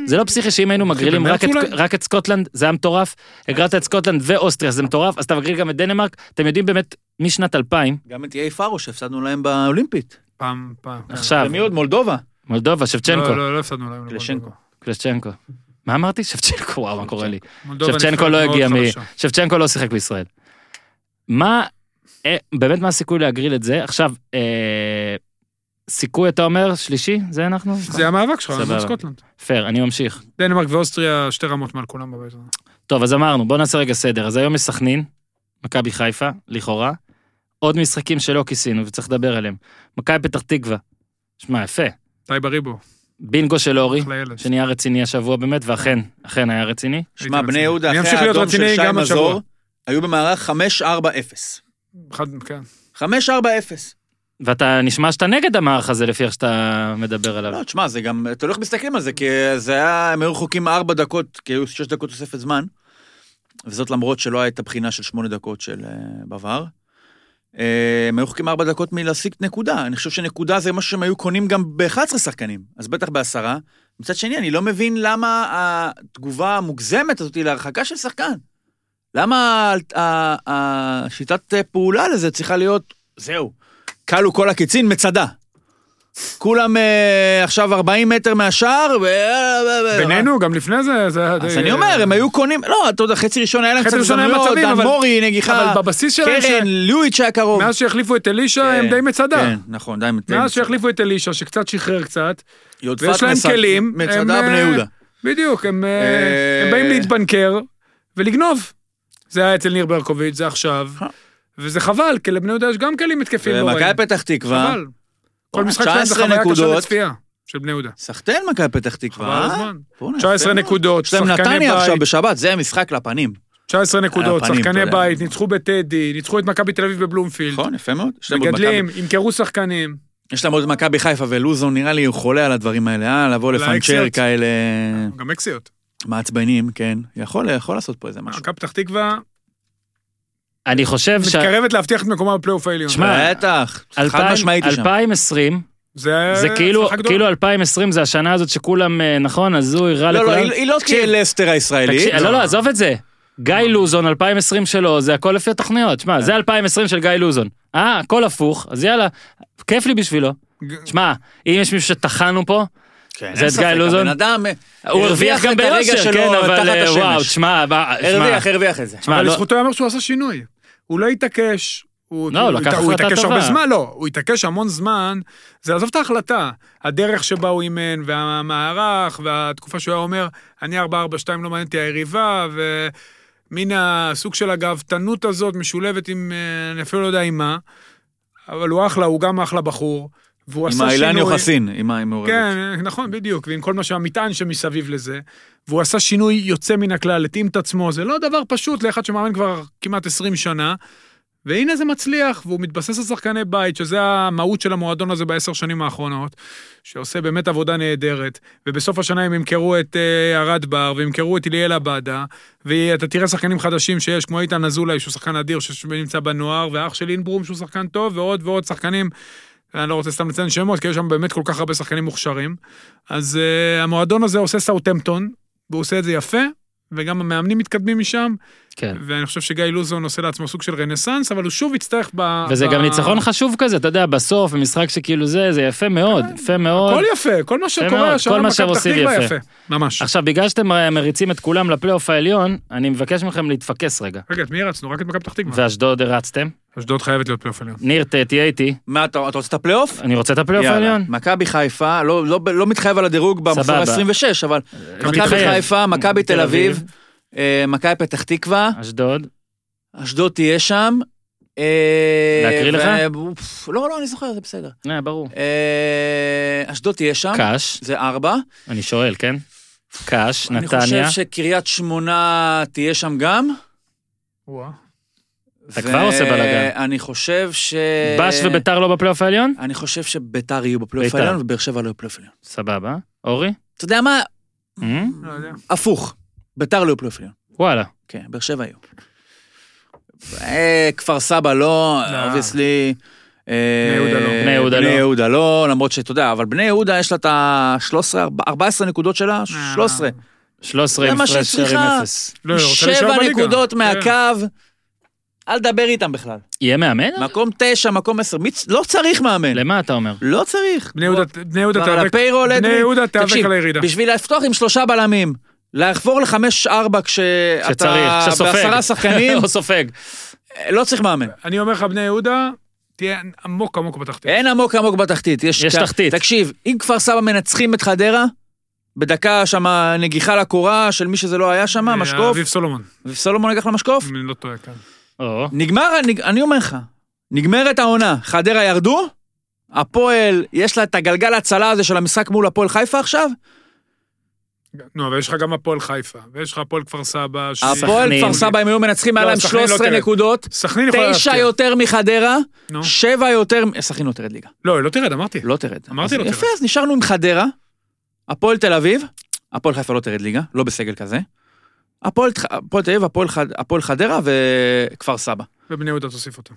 Speaker 1: זה לא פסיכי שאם היינו מגרילים רק
Speaker 3: במרץ
Speaker 1: את-
Speaker 3: אולי?
Speaker 1: רק את סקוטלנד, זה היה מטורף. הגרלת את סקוטלנד ואוסטריה, זה מטורף, אז אתה מגריל גם את דנמרק. אתם יודעים באמת, משנת 2000,
Speaker 4: גם את איי פארו שהפסדנו להם באולימפית.
Speaker 3: פעם, פעם.
Speaker 1: עכשיו,
Speaker 4: ומי עוד? מולדובה.
Speaker 1: מולדובה, שבצ'נקו,
Speaker 3: לא, לא, לא הפסדנו להם.
Speaker 4: קלשנקו.
Speaker 1: קלשצ'נקו. מה אמרתי? שבצ'נקו, וואו, מה קורה לי.
Speaker 3: מולדובה
Speaker 1: שבצ'נקו
Speaker 3: נבחרת
Speaker 1: לא
Speaker 3: מאוד
Speaker 1: הגיע מ...
Speaker 3: חלשה.
Speaker 1: שבצ'נקו לא שיחק בישראל. מה, אה, באמת מה הסיכוי להגריל את זה? עכשיו, אה, סיכוי אתה אומר שלישי? זה אנחנו?
Speaker 3: זה המאבק שלך,
Speaker 1: סבבה.
Speaker 3: מול סקוטלנד.
Speaker 1: פייר, אני ממשיך.
Speaker 3: דנמרק ואוסטריה שתי רמות מעל כולם בבית הזה.
Speaker 1: טוב, אז אמרנו, בוא נעשה רגע סדר. אז היום יש סכנין, מכבי חיפה, לכאורה. עוד משחקים שלא כיסינו וצריך לדבר עליהם. מכבי פתח תקווה. שמע, יפה.
Speaker 3: טייבה ריבו,
Speaker 1: אוקיי. בינגו של אורי,
Speaker 3: אחלה ילד.
Speaker 1: שנהיה רציני השבוע באמת, ואכן, אכן היה רציני.
Speaker 4: שמע,
Speaker 3: רציני.
Speaker 4: בני יהודה,
Speaker 3: אני
Speaker 4: אחרי
Speaker 3: אמשיך להיות
Speaker 4: האדום של
Speaker 3: רציני
Speaker 4: שי
Speaker 3: גם
Speaker 4: מזור,
Speaker 3: השבוע.
Speaker 4: היו במערך 5-4-0.
Speaker 3: אחד, כן.
Speaker 4: 5-4-0.
Speaker 1: ואתה נשמע שאתה נגד המערך הזה לפי איך שאתה מדבר עליו.
Speaker 4: לא, תשמע, זה גם, תלוי איך מסתכלים על זה, כי זה היה, הם היו רחוקים 4 דקות, כי היו 6 דקות תוספת זמן, וזאת למרות שלא הייתה בחינה של 8 דקות של אה, בוואר. אה, הם היו רחוקים 4 דקות מלהשיג נקודה, אני חושב שנקודה זה משהו שהם היו קונים גם ב-11 שחקנים, אז בטח בעשרה. מצד שני, אני לא מבין למה התגובה המוגזמת הזאת היא להרחקה של שחקן. למה ה- ה- ה- השיטת אה, פעולה לזה צריכה להיות, זהו, כלו כל הקיצין, מצדה. כולם אה, עכשיו 40 מטר מהשער, ו...
Speaker 3: בינינו, גם לפני זה, זה אה, היה די...
Speaker 4: אה, לא. אז אני אומר, הם היו קונים, לא, אתה יודע, חצי ראשון היה להם
Speaker 3: חצי
Speaker 4: קצת
Speaker 3: ראשון היה
Speaker 4: הזדמנויות,
Speaker 3: מצבים,
Speaker 4: דן
Speaker 3: אבל-
Speaker 4: מורי, נגיחה,
Speaker 3: אבל בבסיס שלהם,
Speaker 4: קרן,
Speaker 3: ש-
Speaker 4: לואיץ' היה קרוב.
Speaker 3: מאז שהחליפו את אלישע, הם
Speaker 4: כן,
Speaker 3: די מצדה.
Speaker 4: כן, נכון, די מצדה.
Speaker 3: מאז שהחליפו את אלישע, שקצת שחרר קצת,
Speaker 4: יודפת
Speaker 3: ויש להם
Speaker 4: מצד-
Speaker 3: כלים,
Speaker 4: מצדה
Speaker 3: הם,
Speaker 4: בני
Speaker 3: אה,
Speaker 4: יהודה.
Speaker 3: בדיוק, הם
Speaker 4: אה,
Speaker 3: אה, הם באים להתבנקר ולגנוב. זה היה אצל ניר ברקוביץ', זה עכשיו,
Speaker 4: אה.
Speaker 3: וזה חבל, כי לבני יהודה יש גם כלים התקפיים לא רעים.
Speaker 4: ומכבי פתח תקווה,
Speaker 3: חבל. כל משחק
Speaker 4: 19
Speaker 3: שלהם זה חוויה קשה
Speaker 4: נקודות.
Speaker 3: לצפייה, של בני יהודה.
Speaker 4: סחטיין מכבי פתח
Speaker 3: חבל
Speaker 4: תקווה,
Speaker 3: על
Speaker 4: אה?
Speaker 3: הזמן.
Speaker 4: בוא'נה,
Speaker 3: 19
Speaker 4: יפה מאוד.
Speaker 3: נקודות,
Speaker 4: יש להם
Speaker 3: שחקני
Speaker 4: נתניה
Speaker 3: בית.
Speaker 4: עכשיו בשבת, זה משחק לפנים.
Speaker 3: 19 נקודות,
Speaker 4: הפנים,
Speaker 3: שחקני
Speaker 4: אתה יודע.
Speaker 3: בית, ניצחו בטדי, ניצחו את מכבי תל אביב בבלומפילד.
Speaker 4: נכון, יפה מאוד. יש להם עוד
Speaker 3: מגדלים, ימכרו שחקנים.
Speaker 4: מכבי- יש להם עוד מכבי חיפה ולוזון, נראה לי הוא חולה על הדברים האלה, אה? לבוא
Speaker 3: על
Speaker 4: לפנצ'ר
Speaker 3: האקסיות.
Speaker 4: כאלה
Speaker 3: גם אקסיות.
Speaker 4: מעצבנים, כן. יכול יכול לעשות פה איזה משהו.
Speaker 3: מכבי פתח תקווה
Speaker 1: אני חושב ש...
Speaker 3: מתקרבת להבטיח את מקומה בפלייאוף העליון.
Speaker 1: שמע,
Speaker 4: בטח, חד
Speaker 1: אלפיים-
Speaker 4: משמעית אה, היא שם.
Speaker 1: 2020,
Speaker 3: זה
Speaker 1: זה כאילו,
Speaker 3: הצלחה גדולה.
Speaker 1: כאילו 2020 זה השנה הזאת שכולם, אה, נכון, הזוי, רע
Speaker 4: לא, לא,
Speaker 1: לכולם.
Speaker 4: היא היא לא
Speaker 1: תקשיב,
Speaker 4: תהיה לסטר הישראלית.
Speaker 1: תקשיב, לא, לא, עזוב את זה. גיא לוזון, 2020 שלו, זה הכל לפי התוכניות.
Speaker 4: כן.
Speaker 1: שמע, זה 2020 של גיא לוזון. אה, הכל הפוך, אז יאללה, כיף לי בשבילו.
Speaker 3: ג-
Speaker 1: שמע, אם יש מישהו שטחנו פה,
Speaker 4: כן,
Speaker 1: זה
Speaker 4: אין
Speaker 1: את גיא
Speaker 4: ספק,
Speaker 1: לוזון?
Speaker 4: הבן אדם אה,
Speaker 1: הוא הרוויח גם
Speaker 4: את הרגע
Speaker 1: ביושר,
Speaker 4: שלו
Speaker 1: כן, אבל
Speaker 4: תחת
Speaker 1: אה,
Speaker 4: השמש.
Speaker 1: וואו, תשמע, מה-
Speaker 4: הרוויח,
Speaker 1: שמע,
Speaker 4: הרוויח את זה.
Speaker 1: שמע,
Speaker 3: אבל
Speaker 1: לא-
Speaker 3: לזכותו ייאמר שהוא עשה שינוי. הוא לא התעקש. הוא, כאילו
Speaker 1: לא, הוא לקח
Speaker 3: הוא
Speaker 1: החלטה
Speaker 3: התעקש
Speaker 1: טובה.
Speaker 3: הרבה זמן, לא, הוא התעקש המון זמן, זה לעזוב את ההחלטה. הדרך שבה הוא אימן, והמערך, והתקופה שהוא היה אומר, אני 4-4-2 לא מעניין אותי היריבה, ומן הסוג של הגאוותנות הזאת משולבת עם, אה, אני אפילו לא יודע עם מה, אבל הוא אחלה, הוא גם אחלה בחור, והוא
Speaker 4: עם
Speaker 3: עשה שינוי.
Speaker 4: האילן יוחסין, עם ה- עם מעורבת.
Speaker 3: כן, נכון, בדיוק, ועם כל מה שהמטען שמסביב לזה. והוא עשה שינוי יוצא מן הכלל, התאים את עצמו, זה לא דבר פשוט לאחד שמאמן כבר כמעט 20 שנה. והנה זה מצליח, והוא מתבסס על שחקני בית, שזה המהות של המועדון הזה בעשר שנים האחרונות, שעושה באמת עבודה נהדרת, ובסוף השנה הם ימכרו את אה, ארד בר, וימכרו את איליאל עבאדה, ואתה תראה שחקנים חדשים שיש, כמו איתן אזולאי, שהוא שחקן אדיר, שנמצא בנוער, ואח של אינברום, שהוא שחקן טוב, ועוד ועוד שחקנים אני לא רוצה סתם לציין שמות, כי יש שם באמת כל כך הרבה שחקנים מוכשרים. אז uh, המועדון הזה עושה סאוטמפטון, והוא עושה את זה יפה, וגם המאמנים מתקדמים משם,
Speaker 1: כן.
Speaker 3: ואני חושב שגיא לוזון עושה לעצמו סוג של רנסאנס, אבל הוא שוב יצטרך ב...
Speaker 1: וזה
Speaker 3: ב...
Speaker 1: גם ניצחון חשוב כזה, אתה יודע, בסוף, במשחק שכאילו זה, זה יפה מאוד,
Speaker 4: כן.
Speaker 1: יפה מאוד.
Speaker 3: הכל יפה, כל מה
Speaker 1: כן מאוד,
Speaker 3: שקורה
Speaker 1: כל
Speaker 3: השנה
Speaker 1: מה
Speaker 3: במכבי פתח
Speaker 1: שעושים
Speaker 3: תקווה
Speaker 1: יפה.
Speaker 3: יפה. ממש.
Speaker 1: עכשיו, בגלל שאתם אה, מריצים את כולם לפלייאוף העליון, אני מבקש מכם להתפקס רגע.
Speaker 3: רגע, את מי הרצנו? רק את מכבי פתח תקווה.
Speaker 1: ואשדוד הרצתם.
Speaker 3: אשדוד חייבת להיות פלייאוף עליון.
Speaker 1: ניר, ת- תהיה איתי.
Speaker 4: מה, אתה אתה רוצה את הפלייאוף?
Speaker 1: אני רוצה את הפלייאוף
Speaker 4: יאללה.
Speaker 1: העליון.
Speaker 4: מכבי חיפה, לא- לא לא מתחייב על הדירוג במחזור
Speaker 1: סבבה.
Speaker 4: ה-26, אבל מכבי
Speaker 1: מתחייב.
Speaker 4: חיפה, מכבי תל אביב, אה, מכבי פתח תקווה,
Speaker 1: אשדוד.
Speaker 4: אשדוד תהיה שם. אה,
Speaker 1: להקריא
Speaker 4: ו-
Speaker 1: לך?
Speaker 4: אוף, לא, לא, אני זוכר, זה בסדר.
Speaker 1: אה, ברור.
Speaker 4: אה, אשדוד תהיה שם,
Speaker 1: קאש,
Speaker 4: זה ארבע.
Speaker 1: אני שואל, כן? קאש,
Speaker 4: אני חושב
Speaker 1: נתניה.
Speaker 4: שקריית שמונה תהיה שם גם.
Speaker 3: וואו.
Speaker 1: אתה כבר עושה בלאגן.
Speaker 4: אני חושב ש...
Speaker 1: בש וביתר לא בפלייאוף העליון?
Speaker 4: אני חושב שביתר יהיו בפלייאוף
Speaker 1: ביתר.
Speaker 4: העליון ובאר שבע לא יהיו בפלייאוף העליון.
Speaker 1: סבבה. אורי?
Speaker 4: אתה יודע מה?
Speaker 1: אה?
Speaker 3: לא יודע.
Speaker 4: הפוך. ביתר לא יהיו בפלייאוף העליון.
Speaker 1: וואלה.
Speaker 4: כן, באר שבע יהיו. אה, כפר סבא לא,
Speaker 3: לא.
Speaker 4: אובייסלי.
Speaker 3: יהודה לא.
Speaker 1: בני יהודה לא.
Speaker 4: בני יהודה לא, למרות שאתה יודע, אבל בני יהודה יש לה את ה-13-14 נקודות שלה,
Speaker 3: אה.
Speaker 4: 13.
Speaker 1: 13
Speaker 4: זה
Speaker 1: עם
Speaker 4: מה
Speaker 1: פרש
Speaker 4: שהיא
Speaker 1: שערים
Speaker 4: צריכה.
Speaker 1: אפס.
Speaker 3: לא, אני לא, רוצה להישאר
Speaker 4: שבע
Speaker 3: בליגה.
Speaker 4: נקודות
Speaker 3: כן.
Speaker 4: מהקו, אל תדבר איתם בכלל.
Speaker 1: יהיה מאמן?
Speaker 4: מקום תשע, מקום עשר, מי צ- לא צריך מאמן.
Speaker 1: למה אתה אומר?
Speaker 4: לא צריך.
Speaker 3: בני יהודה- בני יהודה
Speaker 4: כבר על
Speaker 3: תיאבק-
Speaker 4: הפיירול,
Speaker 3: בני
Speaker 4: אדרי.
Speaker 3: יהודה תיאבק
Speaker 4: תקשיב,
Speaker 3: על הירידה.
Speaker 4: בשביל לפתוח עם שלושה בלמים, לחבור לחמש-ארבע
Speaker 1: שצריך,
Speaker 4: כשאתה
Speaker 1: שסופג.
Speaker 4: בעשרה שחקנים,
Speaker 1: לא סופג.
Speaker 4: לא צריך מאמן.
Speaker 3: אני אומר לך, בני יהודה, תהיה עמוק עמוק בתחתית.
Speaker 4: אין עמוק עמוק בתחתית. יש,
Speaker 1: יש
Speaker 4: ת-
Speaker 1: תחתית.
Speaker 4: תקשיב, אם כפר סבא מנצחים את חדרה, בדקה שמה נגיחה לקורה של מי שזה לא היה שם,
Speaker 3: אה,
Speaker 4: משקוף,
Speaker 3: אביב סולומון,
Speaker 4: וסולומון לקח למשקוף,
Speaker 3: אם אני לא טועה כאן.
Speaker 1: או,
Speaker 4: נגמר, נג- אני אומר לך, נגמרת העונה, חדרה ירדו, הפועל, יש לה את הגלגל ההצלה הזה של המשחק מול הפועל חיפה עכשיו,
Speaker 3: נו, אבל יש לך גם הפועל חיפה, ויש לך הפועל כפר סבא, ש-
Speaker 4: הפועל
Speaker 1: סכנין.
Speaker 4: כפר סבא, אם היו מנצחים, היה
Speaker 3: לא,
Speaker 4: להם
Speaker 3: סכנין לא
Speaker 4: 13
Speaker 3: תרד.
Speaker 4: נקודות,
Speaker 3: סכנין יכולה להפתיע.
Speaker 4: 9 יותר מחדרה,
Speaker 3: נו.
Speaker 4: 7 יותר, מ- סכנין לא תרד ליגה,
Speaker 3: לא, היא לא תרד, אמרתי.
Speaker 4: לא תרד.
Speaker 3: אמרתי,
Speaker 4: אז
Speaker 3: לא תרד.
Speaker 4: יפה, אז נשארנו עם חדרה, הפועל תל אביב, הפועל חיפה לא תרד ליגה, לא בסגל כזה, הפועל ח- הפועל תל אביב, הפועל חד- הפועל חדרה וכפר סבא.
Speaker 3: ובני יהודה תוסיף אותה.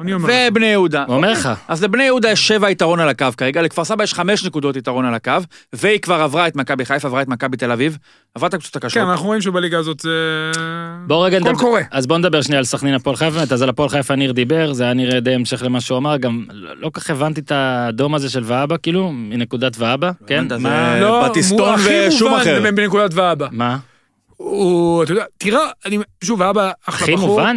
Speaker 3: אני אומר לך.
Speaker 4: ובני יהודה.
Speaker 3: לא.
Speaker 1: הוא אומר לך.
Speaker 4: אז לבני יהודה יש שבע יתרון על הקו כרגע, לכפר סבא יש חמש נקודות יתרון על הקו, והיא כבר עברה את מכבי חיפה, עברה את מכבי תל אביב, עברה את הקבוצות
Speaker 3: כן,
Speaker 4: הקשות.
Speaker 3: אנחנו רואים שבליגה הזאת זה...
Speaker 1: בוא רגע
Speaker 3: קול
Speaker 1: נדבר,
Speaker 3: קורא.
Speaker 1: אז בוא נדבר שנייה על סכנין הפועל חיפה, באמת, אז על הפועל חיפה ניר דיבר, זה היה נראה די המשך למה שהוא אמר, גם לא לא כל כך הבנתי את האדום הזה של ואבא, כאילו, מנקודת ואבא, כן?
Speaker 4: הבנת,
Speaker 1: מה?
Speaker 4: זה-
Speaker 3: לא,
Speaker 4: בטיסטון
Speaker 3: הוא הכי
Speaker 4: ושום
Speaker 3: מובן
Speaker 4: אחר.
Speaker 3: בנקודת ואבא.
Speaker 1: מה?
Speaker 3: הוא, אתה יודע, תראה, אני, שוב, אבא אחלה
Speaker 1: הכי
Speaker 3: בחור.
Speaker 1: מובן?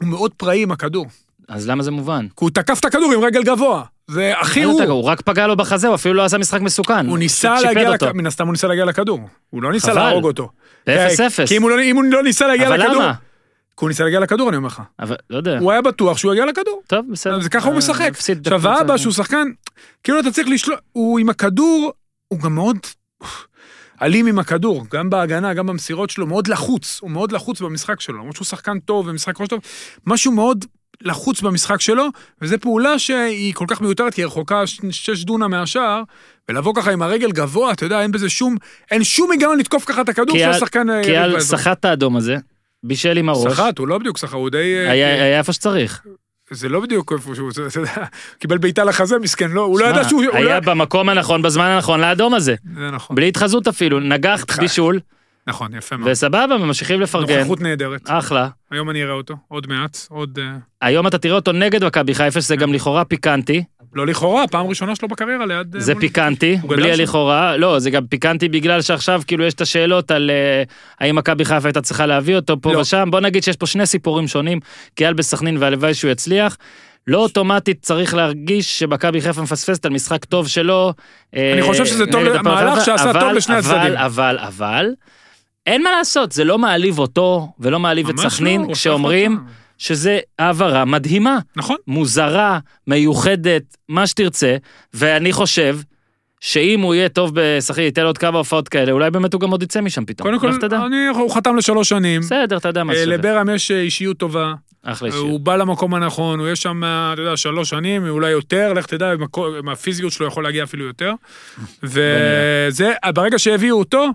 Speaker 3: הוא מאוד פראי עם הכדור.
Speaker 1: אז למה זה מובן?
Speaker 3: כי הוא תקף את הכדור עם רגל גבוה. זה הכי
Speaker 1: אין לו
Speaker 3: הוא.
Speaker 1: את הכ- הוא רק פגע לו בחזה, הוא אפילו לא עשה משחק מסוכן.
Speaker 3: הוא ניסה
Speaker 1: פשוט
Speaker 3: להגיע,
Speaker 1: שיפד
Speaker 3: לכ-
Speaker 1: אותו.
Speaker 3: מן הסתם הוא ניסה להגיע לכדור. הוא לא ניסה
Speaker 1: חבל.
Speaker 3: להרוג אותו.
Speaker 1: באפס
Speaker 3: כי-
Speaker 1: אפס.
Speaker 3: כי אם הוא לא- אם הוא לא ניסה להגיע
Speaker 1: אבל
Speaker 3: לכדור...
Speaker 1: למה?
Speaker 3: כי הוא ניסה להגיע לכדור, אני אומר לך.
Speaker 1: אבל לא יודע.
Speaker 3: הוא היה בטוח שהוא יגיע לכדור.
Speaker 1: טוב, בסדר.
Speaker 3: זה ככה הוא
Speaker 1: אה,
Speaker 3: משחק.
Speaker 1: הפסיד את
Speaker 3: עכשיו
Speaker 1: הקבוצה.
Speaker 3: האבא שהוא שחקן, כאילו אתה צריך לשלול, הוא עם הכדור, הוא גם מאוד אלים עם הכדור, גם בהגנה, גם במסירות שלו, מאוד לחוץ, הוא מאוד לחוץ במשחק שלו, למרות שהוא שחקן טוב ומשחק ראש טוב, משהו מאוד לחוץ במשחק שלו, וזו פעולה שהיא כל כך מיותרת, כי היא רחוקה ש- שש דונם מהשער, ולבוא ככה עם הרגל גבוה, אתה יודע, אין בזה שום, אין שום היגיון לתקוף ככה את הכדור
Speaker 1: כי
Speaker 3: של
Speaker 1: על-
Speaker 3: השחקן אה,
Speaker 1: כי על סחט את האדום הזה, בישל עם הראש,
Speaker 3: סחט, הוא לא בדיוק סחט, הוא די... אה,
Speaker 1: היה היה איפה שצריך.
Speaker 3: זה לא בדיוק איפה שהוא, אתה יודע, קיבל בעיטה לחזה מסכן, לא, הוא לא
Speaker 1: שמע,
Speaker 3: ידע שהוא, הוא לא...
Speaker 1: היה במקום הנכון, בזמן הנכון, לאדום הזה.
Speaker 3: זה נכון,
Speaker 1: בלי התחזות אפילו, נגח
Speaker 3: אה,
Speaker 1: בישול,
Speaker 3: נכון, יפה מאוד.
Speaker 1: וסבבה, וממשיכים לפרגן.
Speaker 3: נוכחות נהדרת.
Speaker 1: אחלה.
Speaker 3: היום אני אראה אותו, עוד מעט, עוד... אה,
Speaker 1: היום אתה תראה אותו נגד מכבי חיפה, שזה גם לכאורה פיקנטי.
Speaker 3: לא לכאורה, פעם ראשונה שלו בקריירה ליד... אה,
Speaker 1: זה
Speaker 3: מול-
Speaker 1: פיקנטי,
Speaker 3: הוא גדל
Speaker 1: בלי
Speaker 3: שם.
Speaker 1: הלכאורה. לא, זה גם פיקנטי בגלל שעכשיו כאילו יש את השאלות על אה, האם מכבי חיפה הייתה צריכה להביא אותו פה
Speaker 3: לא.
Speaker 1: ושם. בוא נגיד שיש פה שני סיפורים שונים, קיאל בסכנין והלוואי שהוא יצליח. לא אוטומטית צריך להרגיש שמכבי חיפה מפספסת על משחק טוב שלו. אה,
Speaker 3: אני חושב שזה טוב, מהלך שעשה טוב לשני הצדדים.
Speaker 1: אבל, אבל, אבל, אין מה לעשות, זה לא מעליב אותו ולא מעליב את
Speaker 3: ממש לא,
Speaker 1: סכנין
Speaker 3: הוא עושה
Speaker 1: כשאומרים
Speaker 3: החלטה.
Speaker 1: שזה העברה מדהימה.
Speaker 3: נכון,
Speaker 1: מוזרה, מיוחדת, מה שתרצה, ואני חושב שאם הוא יהיה טוב בשחקן, ייתן לו עוד כמה הופעות כאלה, אולי באמת הוא גם עוד יצא משם פתאום.
Speaker 3: קודם כל,
Speaker 1: לך תדע.
Speaker 3: אני- הוא חתם לשלוש שנים.
Speaker 1: בסדר, אתה יודע מה
Speaker 3: אה,
Speaker 1: שווה.
Speaker 3: לברם יש אה, אישיות טובה,
Speaker 1: אחלה
Speaker 3: אה,
Speaker 1: אישיות.
Speaker 3: הוא בא למקום הנכון, הוא יש שם, אה, אתה יודע, שלוש שנים, אולי יותר, לך תדע, עם הכ- עם הפיזיות שלו יכול להגיע אפילו יותר. וזה, ברגע שהביאו אותו,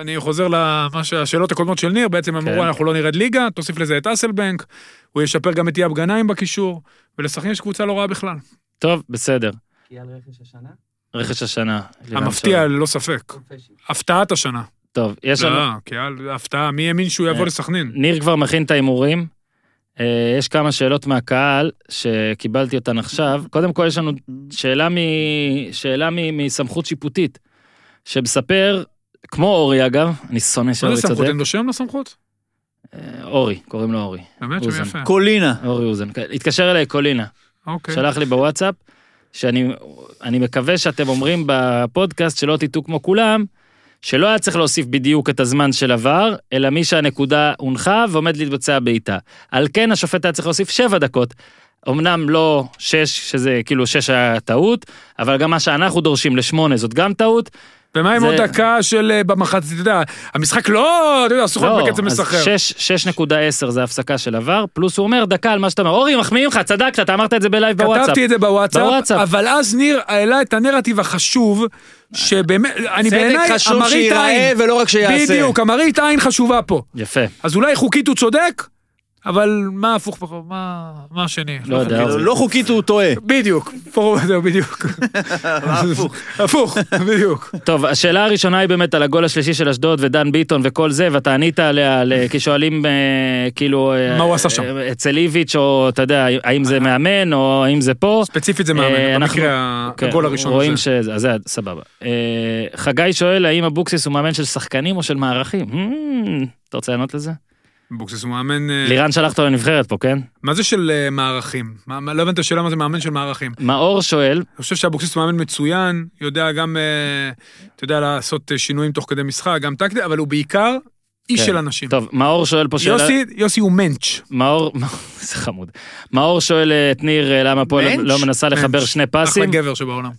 Speaker 3: אני חוזר למה שהשאלות הקודמות של ניר, בעצם הם אמרו,
Speaker 1: כן.
Speaker 3: אנחנו לא נרד ליגה, תוסיף לזה את אסלבנק, הוא ישפר גם את יאב גנאים בקישור, ולסכנין יש קבוצה לא רעה בכלל.
Speaker 1: טוב, בסדר.
Speaker 6: כי על רכש השנה,
Speaker 1: רכש השנה. לירן
Speaker 3: המפתיע,
Speaker 1: שרון.
Speaker 3: ללא ספק.
Speaker 6: חופשי.
Speaker 3: הפתעת השנה.
Speaker 1: טוב, יש לנו...
Speaker 3: לא, כי היה הפתעה, מי האמין שהוא יבוא
Speaker 1: אה.
Speaker 3: לסכנין?
Speaker 1: ניר כבר מכין את ההימורים. אה, יש כמה שאלות מהקהל שקיבלתי אותן עכשיו. קודם כל יש לנו שאלה, מ... שאלה מ... מסמכות שיפוטית, שמספר, כמו אורי אגב, אני שונא
Speaker 3: מה
Speaker 1: שאורי
Speaker 3: זה סמכות?
Speaker 1: צודק,
Speaker 3: אין לו שם לסמכות?
Speaker 1: אה, אורי, קוראים לו אורי.
Speaker 3: באמת
Speaker 1: אוזן.
Speaker 3: שם יפה.
Speaker 4: קולינה.
Speaker 1: אורי אוזן. כן, התקשר אליי קולינה,
Speaker 3: אוקיי.
Speaker 1: שלח לי בוואטסאפ, שאני אני מקווה שאתם אומרים בפודקאסט שלא תטעו כמו כולם, שלא היה צריך להוסיף בדיוק את הזמן של עבר, אלא מי שהנקודה הונחה ועומד להתבצע בעיטה. על כן השופט היה צריך להוסיף שבע דקות. אמנם לא שש, שזה כאילו שש היה טעות, אבל גם מה שאנחנו דורשים לשמונה זאת גם טעות.
Speaker 3: ומה עם
Speaker 1: זה-
Speaker 3: עוד דקה של אה, במחצית, אתה יודע, המשחק לא, אתה יודע, עשו רק בקצב
Speaker 1: אז
Speaker 3: מסחרר.
Speaker 1: שש- 6.10 זה הפסקה של עבר, פלוס הוא אומר דקה על מה שאתה אומר. אורי, מחמיאים לך, צדקת, אתה אמרת את זה בלייב בוואטסאפ.
Speaker 3: כתבתי את זה בוואטסאפ,
Speaker 1: בוואטסאפ.
Speaker 3: אבל אז ניר העלה את הנרטיב החשוב, שבאמת, אני בעיניי,
Speaker 4: צדק חשוב
Speaker 3: המראית
Speaker 4: שייראה
Speaker 3: עין,
Speaker 4: ולא רק שיעשה.
Speaker 3: בדיוק, המראית עין חשובה פה.
Speaker 1: יפה.
Speaker 3: אז אולי חוקית הוא צודק, אבל מה הפוך פה, מה מה השני?
Speaker 1: לא יודע.
Speaker 4: כאילו,
Speaker 1: זה-
Speaker 4: לא חוקית הוא טועה.
Speaker 3: בדיוק, פורום הזה, בדיוק.
Speaker 4: הפוך.
Speaker 3: הפוך, בדיוק.
Speaker 1: טוב, השאלה הראשונה היא באמת על הגול השלישי של אשדוד ודן ביטון וכל זה, ואתה ענית עליה, על- כי שואלים אה, כאילו... אה,
Speaker 3: מה הוא עשה שם? אה.
Speaker 1: אה, אצל איביץ', או אתה יודע, האם זה מאמן, או האם זה פה.
Speaker 3: ספציפית זה
Speaker 1: אה,
Speaker 3: מאמן,
Speaker 1: אנחנו-
Speaker 3: במקרה ה-
Speaker 1: כן,
Speaker 3: הגול הראשון
Speaker 1: רואים
Speaker 3: הזה.
Speaker 1: שזה, אז זה סבבה. אה, חגי שואל, האם אבוקסיס הוא מאמן של שחקנים או של מערכים? Hmm, אתה רוצה לענות לזה?
Speaker 3: אה. אבוקסיס הוא מאמן... אה,
Speaker 1: לירן שלח אותו לנבחרת פה, כן?
Speaker 3: מה זה של אה, מערכים? מה- מה- לא הבנתי את השאלה מה זה מאמן של מערכים.
Speaker 1: מאור שואל,
Speaker 3: אני חושב שאבוקסיס הוא מאמן מצוין, יודע גם, אה, אתה יודע, לעשות אה, שינויים תוך כדי משחק, גם טקטי, אבל הוא בעיקר איש
Speaker 1: כן.
Speaker 3: של אנשים.
Speaker 1: טוב, מאור שואל פה שאלה...
Speaker 3: יוסי, יוסי הוא מענץ'.
Speaker 1: מאור, זה חמוד. מאור שואל אה, את ניר אה, למה הפועל
Speaker 4: מענץ'?
Speaker 1: לא מנסה לחבר
Speaker 3: מענץ'.
Speaker 1: שני פסים.
Speaker 3: אחלה גבר שבעולם.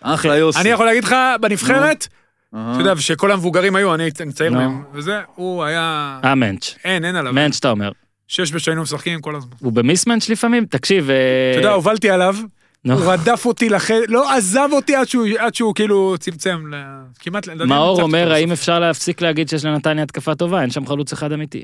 Speaker 4: אחלה יוסי.
Speaker 3: אני יכול להגיד לך, בנבחרת,
Speaker 4: אה.
Speaker 3: אתה יודע, שכל המבוגרים היו, אני הייתי- אני צעיר
Speaker 1: נו.
Speaker 3: מהם, וזה, הוא היה...
Speaker 1: אה, מענץ'.
Speaker 3: אין, אין עליו.
Speaker 1: מענץ' אתה אומר.
Speaker 3: שש בשיינו משחקים כל הזמן.
Speaker 1: הוא במיסמנץ' לפעמים? תקשיב... אה,
Speaker 3: אתה יודע, הובלתי עליו,
Speaker 1: נו.
Speaker 3: הוא רדף אותי לחדר, לא עזב אותי עד שהוא- עד שהוא כאילו צמצם, ל- כמעט... לדעתי
Speaker 1: מאור
Speaker 3: ניצחתי
Speaker 1: אומר,
Speaker 3: אותו
Speaker 1: האם אפשר להפסיק להגיד שיש לנתניה התקפה טובה? אין שם חלוץ אחד אמיתי.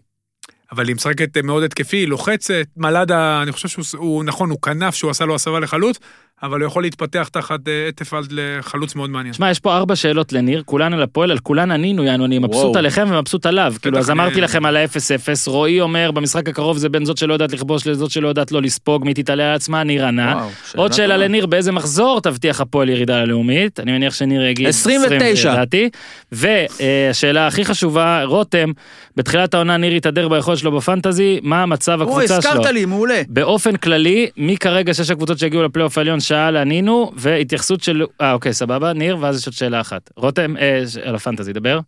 Speaker 3: אבל היא משחקת אה, מאוד התקפי, לוחצת, מלאדה, אני חושב שהוא הוא- נכון, הוא כנף שהוא עשה לו הסבה לחלוץ, אבל הוא יכול להתפתח תחת אה, עטף עד לחלוץ מאוד מעניין.
Speaker 1: שמע, יש פה ארבע שאלות לניר, כולן על הפועל, על כולן ענינו, יענו, אני מבסוט
Speaker 4: וואו.
Speaker 1: עליכם ומבסוט עליו. כאילו, אז
Speaker 3: אני-
Speaker 1: אמרתי לכם על ה-0-0, רועי אומר, במשחק הקרוב זה בין זאת שלא יודעת לכבוש לזאת שלא יודעת לא לספוג, מי תתעלה על עצמה, ניר ענה.
Speaker 4: וואו,
Speaker 1: אה? עוד שאלה
Speaker 4: טובה.
Speaker 1: לניר, באיזה מחזור תבטיח הפועל ירידה ללאומית? אני מניח שניר יגיד
Speaker 4: 29.
Speaker 1: לדעתי. והשאלה הכי חשובה, רותם, בתחילת העונה ניר התהדר ביכולת שלו בפנטזי, מה מצב
Speaker 4: או,
Speaker 1: הקבוצה שלו?
Speaker 4: הזכרת לי, מעולה.
Speaker 1: באופן כללי, מכרגע שש הקבוצות שהגיעו לפלייאוף העליון, שאל ענינו, והתייחסות של... אה, אוקיי, סבבה, ניר, ואז יש עוד שאלה אחת. רותם, אה, ש- על הפנטזי, דבר.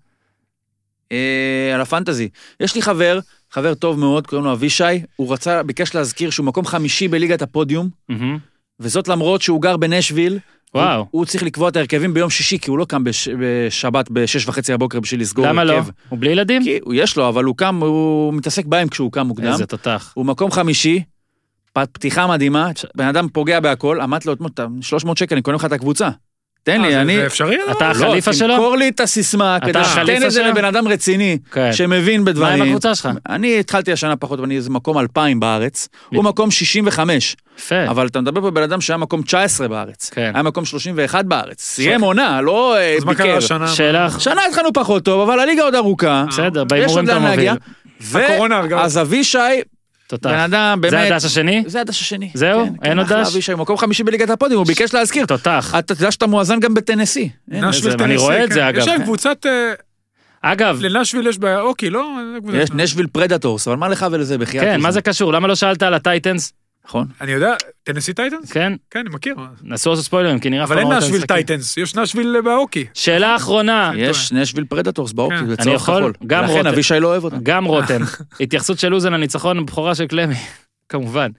Speaker 4: אה, על הפנטזי. יש לי חבר, חבר טוב מאוד, קוראים לו אבישי, הוא רצה, ביקש להזכיר שהוא מקום חמישי בליגת הפודיום,
Speaker 1: מהמם.
Speaker 4: וזאת למרות שהוא גר בנשוויל.
Speaker 1: וואו.
Speaker 4: הוא, הוא צריך לקבוע את ההרכבים ביום שישי, כי הוא לא קם בש, בשבת בשש וחצי הבוקר בשביל לסגור
Speaker 1: למה לא?
Speaker 4: הרכב.
Speaker 1: הוא בלי ילדים?
Speaker 4: כי הוא- יש לו, אבל הוא קם, הוא מתעסק בהם כשהוא קם מוקדם.
Speaker 1: איזה תותח.
Speaker 4: הוא מקום חמישי, פת- פתיחה מדהימה, בן אדם פוגע בהכל, אמרתי לו, "אתמול, אתה- 300 שקל, אני קונה לך את הקבוצה. תן
Speaker 3: אה,
Speaker 4: לי,
Speaker 3: זה-
Speaker 4: אני...
Speaker 3: זה אפשרי? לא?
Speaker 1: אתה החליפה
Speaker 4: לא,
Speaker 1: שלו?
Speaker 4: תמכור לי את הסיסמה,
Speaker 1: אתה
Speaker 4: כדי שתן
Speaker 1: החליפה
Speaker 4: את זה
Speaker 1: שלו?
Speaker 4: לבן אדם רציני,
Speaker 1: כן.
Speaker 4: שמבין
Speaker 1: מה
Speaker 4: בדברים.
Speaker 1: עם הקבוצה שלך?
Speaker 4: אני התחלתי השנה פחות, אבל אני איזה מקום 2,000 בארץ, הוא מקום 65,
Speaker 1: יפה.
Speaker 4: אבל אתה מדבר פה בבן אדם שהיה מקום 19 בארץ,
Speaker 1: כן.
Speaker 4: היה מקום 31 בארץ, סיים עונה, לא אה,
Speaker 3: אז מה קרה
Speaker 4: ביקר.
Speaker 3: השנה?
Speaker 1: שאלה אח-
Speaker 4: שנה התחלנו פחות טוב, אבל הליגה עוד ארוכה,
Speaker 1: אה. בסדר,
Speaker 4: יש עוד
Speaker 1: בהימורים אתה
Speaker 4: לאן
Speaker 1: מוביל.
Speaker 4: להגיע.
Speaker 3: הקורונה הרגה
Speaker 4: אז אבישי,
Speaker 1: תותח.
Speaker 4: בן אדם
Speaker 1: זה
Speaker 4: באמת,
Speaker 1: הדש השני?
Speaker 4: זה הדש השני.
Speaker 1: זהו?
Speaker 4: כן,
Speaker 1: אין
Speaker 4: כן,
Speaker 1: עוד
Speaker 4: אחלה
Speaker 1: דש?
Speaker 4: אבישי, הוא מקום חמישי בליגת הפודיום, הוא ביקש להזכיר.
Speaker 1: תותח.
Speaker 4: אתה יודע שאתה מואזן גם בטנסי. אין,
Speaker 3: נשוויל,
Speaker 1: זה- אני
Speaker 3: טנסי,
Speaker 1: רואה את
Speaker 3: כן.
Speaker 1: זה, אגב.
Speaker 3: יש להם קבוצת... אה,
Speaker 1: אגב,
Speaker 3: לנשוויל יש בעיה, אוקי, לא? זה קבוצת-
Speaker 4: יש נשוויל פרדטורס, אבל מה לך ולזה בחייאת?
Speaker 1: כן,
Speaker 4: אוזן.
Speaker 1: מה זה קשור? למה לא שאלת על הטייטנס?
Speaker 4: נכון.
Speaker 3: אני יודע, טנסי טייטנס?
Speaker 1: כן?
Speaker 3: כן, אני מכיר.
Speaker 1: נסו לעשות ספוילרים, כי נראה אף
Speaker 3: אבל
Speaker 1: פעם
Speaker 3: אין
Speaker 1: לא ראיתי
Speaker 3: נשוויל
Speaker 1: משחקים.
Speaker 3: טייטנס, יש נשוויל אה, באוקי.
Speaker 1: שאלה אחרונה,
Speaker 4: יש נשוויל פרדטורס באופי,
Speaker 3: כן.
Speaker 4: זה
Speaker 1: אה, אני
Speaker 4: צהוב
Speaker 1: יכול?
Speaker 4: כחול.
Speaker 1: גם
Speaker 4: לכן
Speaker 1: רותם.
Speaker 4: אבישי לא אוהב אותם.
Speaker 1: גם רותם. התייחסות של אוזן לניצחון הבכורה של קלמי, כמובן.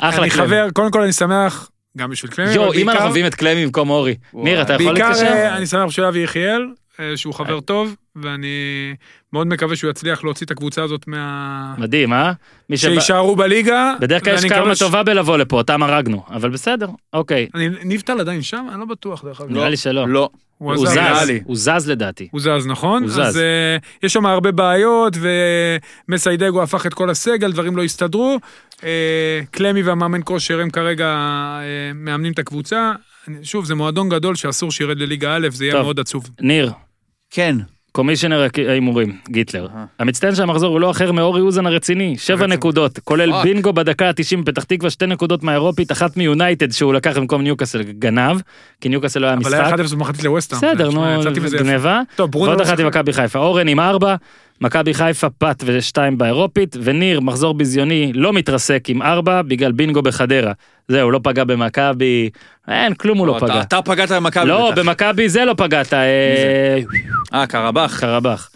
Speaker 1: אחלה
Speaker 3: אני
Speaker 1: קלמי.
Speaker 3: חבר, קודם כל אני שמח, גם בשביל קלמי,
Speaker 1: יואו,
Speaker 3: אבל
Speaker 1: אם
Speaker 3: בעיקר-
Speaker 1: אנחנו מביאים את קלמי במקום אורי. ניר, אתה יכול
Speaker 3: בעיקר
Speaker 1: להתקשר?
Speaker 3: אה, אני שמח של אבי יחיאל, אה, שהוא חבר טוב, ואני מאוד מקווה שהוא יצליח להוציא את הקבוצה הזאת מה...
Speaker 1: מדהים, אה? מי שבא-
Speaker 3: שיישארו בליגה.
Speaker 1: בדרך כלל יש
Speaker 3: ואני
Speaker 1: קרמה
Speaker 3: מקווה ש-
Speaker 1: טובה בלבוא לפה, אותם הרגנו, אבל בסדר, אוקיי.
Speaker 3: אני- ניבטל עדיין שם? אני לא בטוח דרך אגב.
Speaker 1: נראה לי שלא.
Speaker 4: לא.
Speaker 3: הוא
Speaker 1: הוא
Speaker 3: עזב.
Speaker 4: נראה
Speaker 1: זז,
Speaker 4: לי.
Speaker 1: הוא זז לדעתי.
Speaker 3: הוא זז, נכון?
Speaker 1: הוא זז.
Speaker 3: אז אה, יש שם הרבה בעיות, ומסיידגו הפך את כל הסגל, דברים לא הסתדרו. אה, קלמי והמאמן כושר הם כרגע אה, מאמנים את הקבוצה. אני- שוב, זה מועדון גדול שאסור שירד לליגה א', זה יהיה
Speaker 1: טוב.
Speaker 3: מאוד עצוב.
Speaker 1: ניר,
Speaker 4: כן.
Speaker 1: קומישיונר הק- ההימורים, גיטלר. המצטיין של המחזור הוא לא אחר מאורי אוזן הרציני, שבע נקודות, כולל
Speaker 4: פאק.
Speaker 1: בינגו בדקה ה-90 בפתח תקווה, שתי נקודות מהאירופית, אחת מיונייטד שהוא לקח במקום ניוקאסל, גנב, כי ניוקאסל לא היה
Speaker 3: אבל היה
Speaker 1: משחק.
Speaker 3: 1-0 במחצית לווסטהאם.
Speaker 1: בסדר, נו,
Speaker 3: יצאתי מזה יפה.
Speaker 1: גניבה.
Speaker 3: טוב, ברונו
Speaker 1: ועוד
Speaker 3: לא
Speaker 1: אחת
Speaker 3: שיחק.
Speaker 1: עם מכבי חיפה. אורן עם ארבע, מכבי חיפה פת ושתיים באירופית, וניר, מחזור ביזיוני, לא מתרסק עם ארבע בגלל בינגו בחדרה. זהו, לא פגע במכבי, אין, כלום הוא לא
Speaker 4: אתה-
Speaker 1: פגע.
Speaker 4: אתה פגעת במכבי.
Speaker 1: לא,
Speaker 4: בטח.
Speaker 1: במכבי זה לא פגעת, אה,
Speaker 4: אה, קרבח.
Speaker 1: קרבח.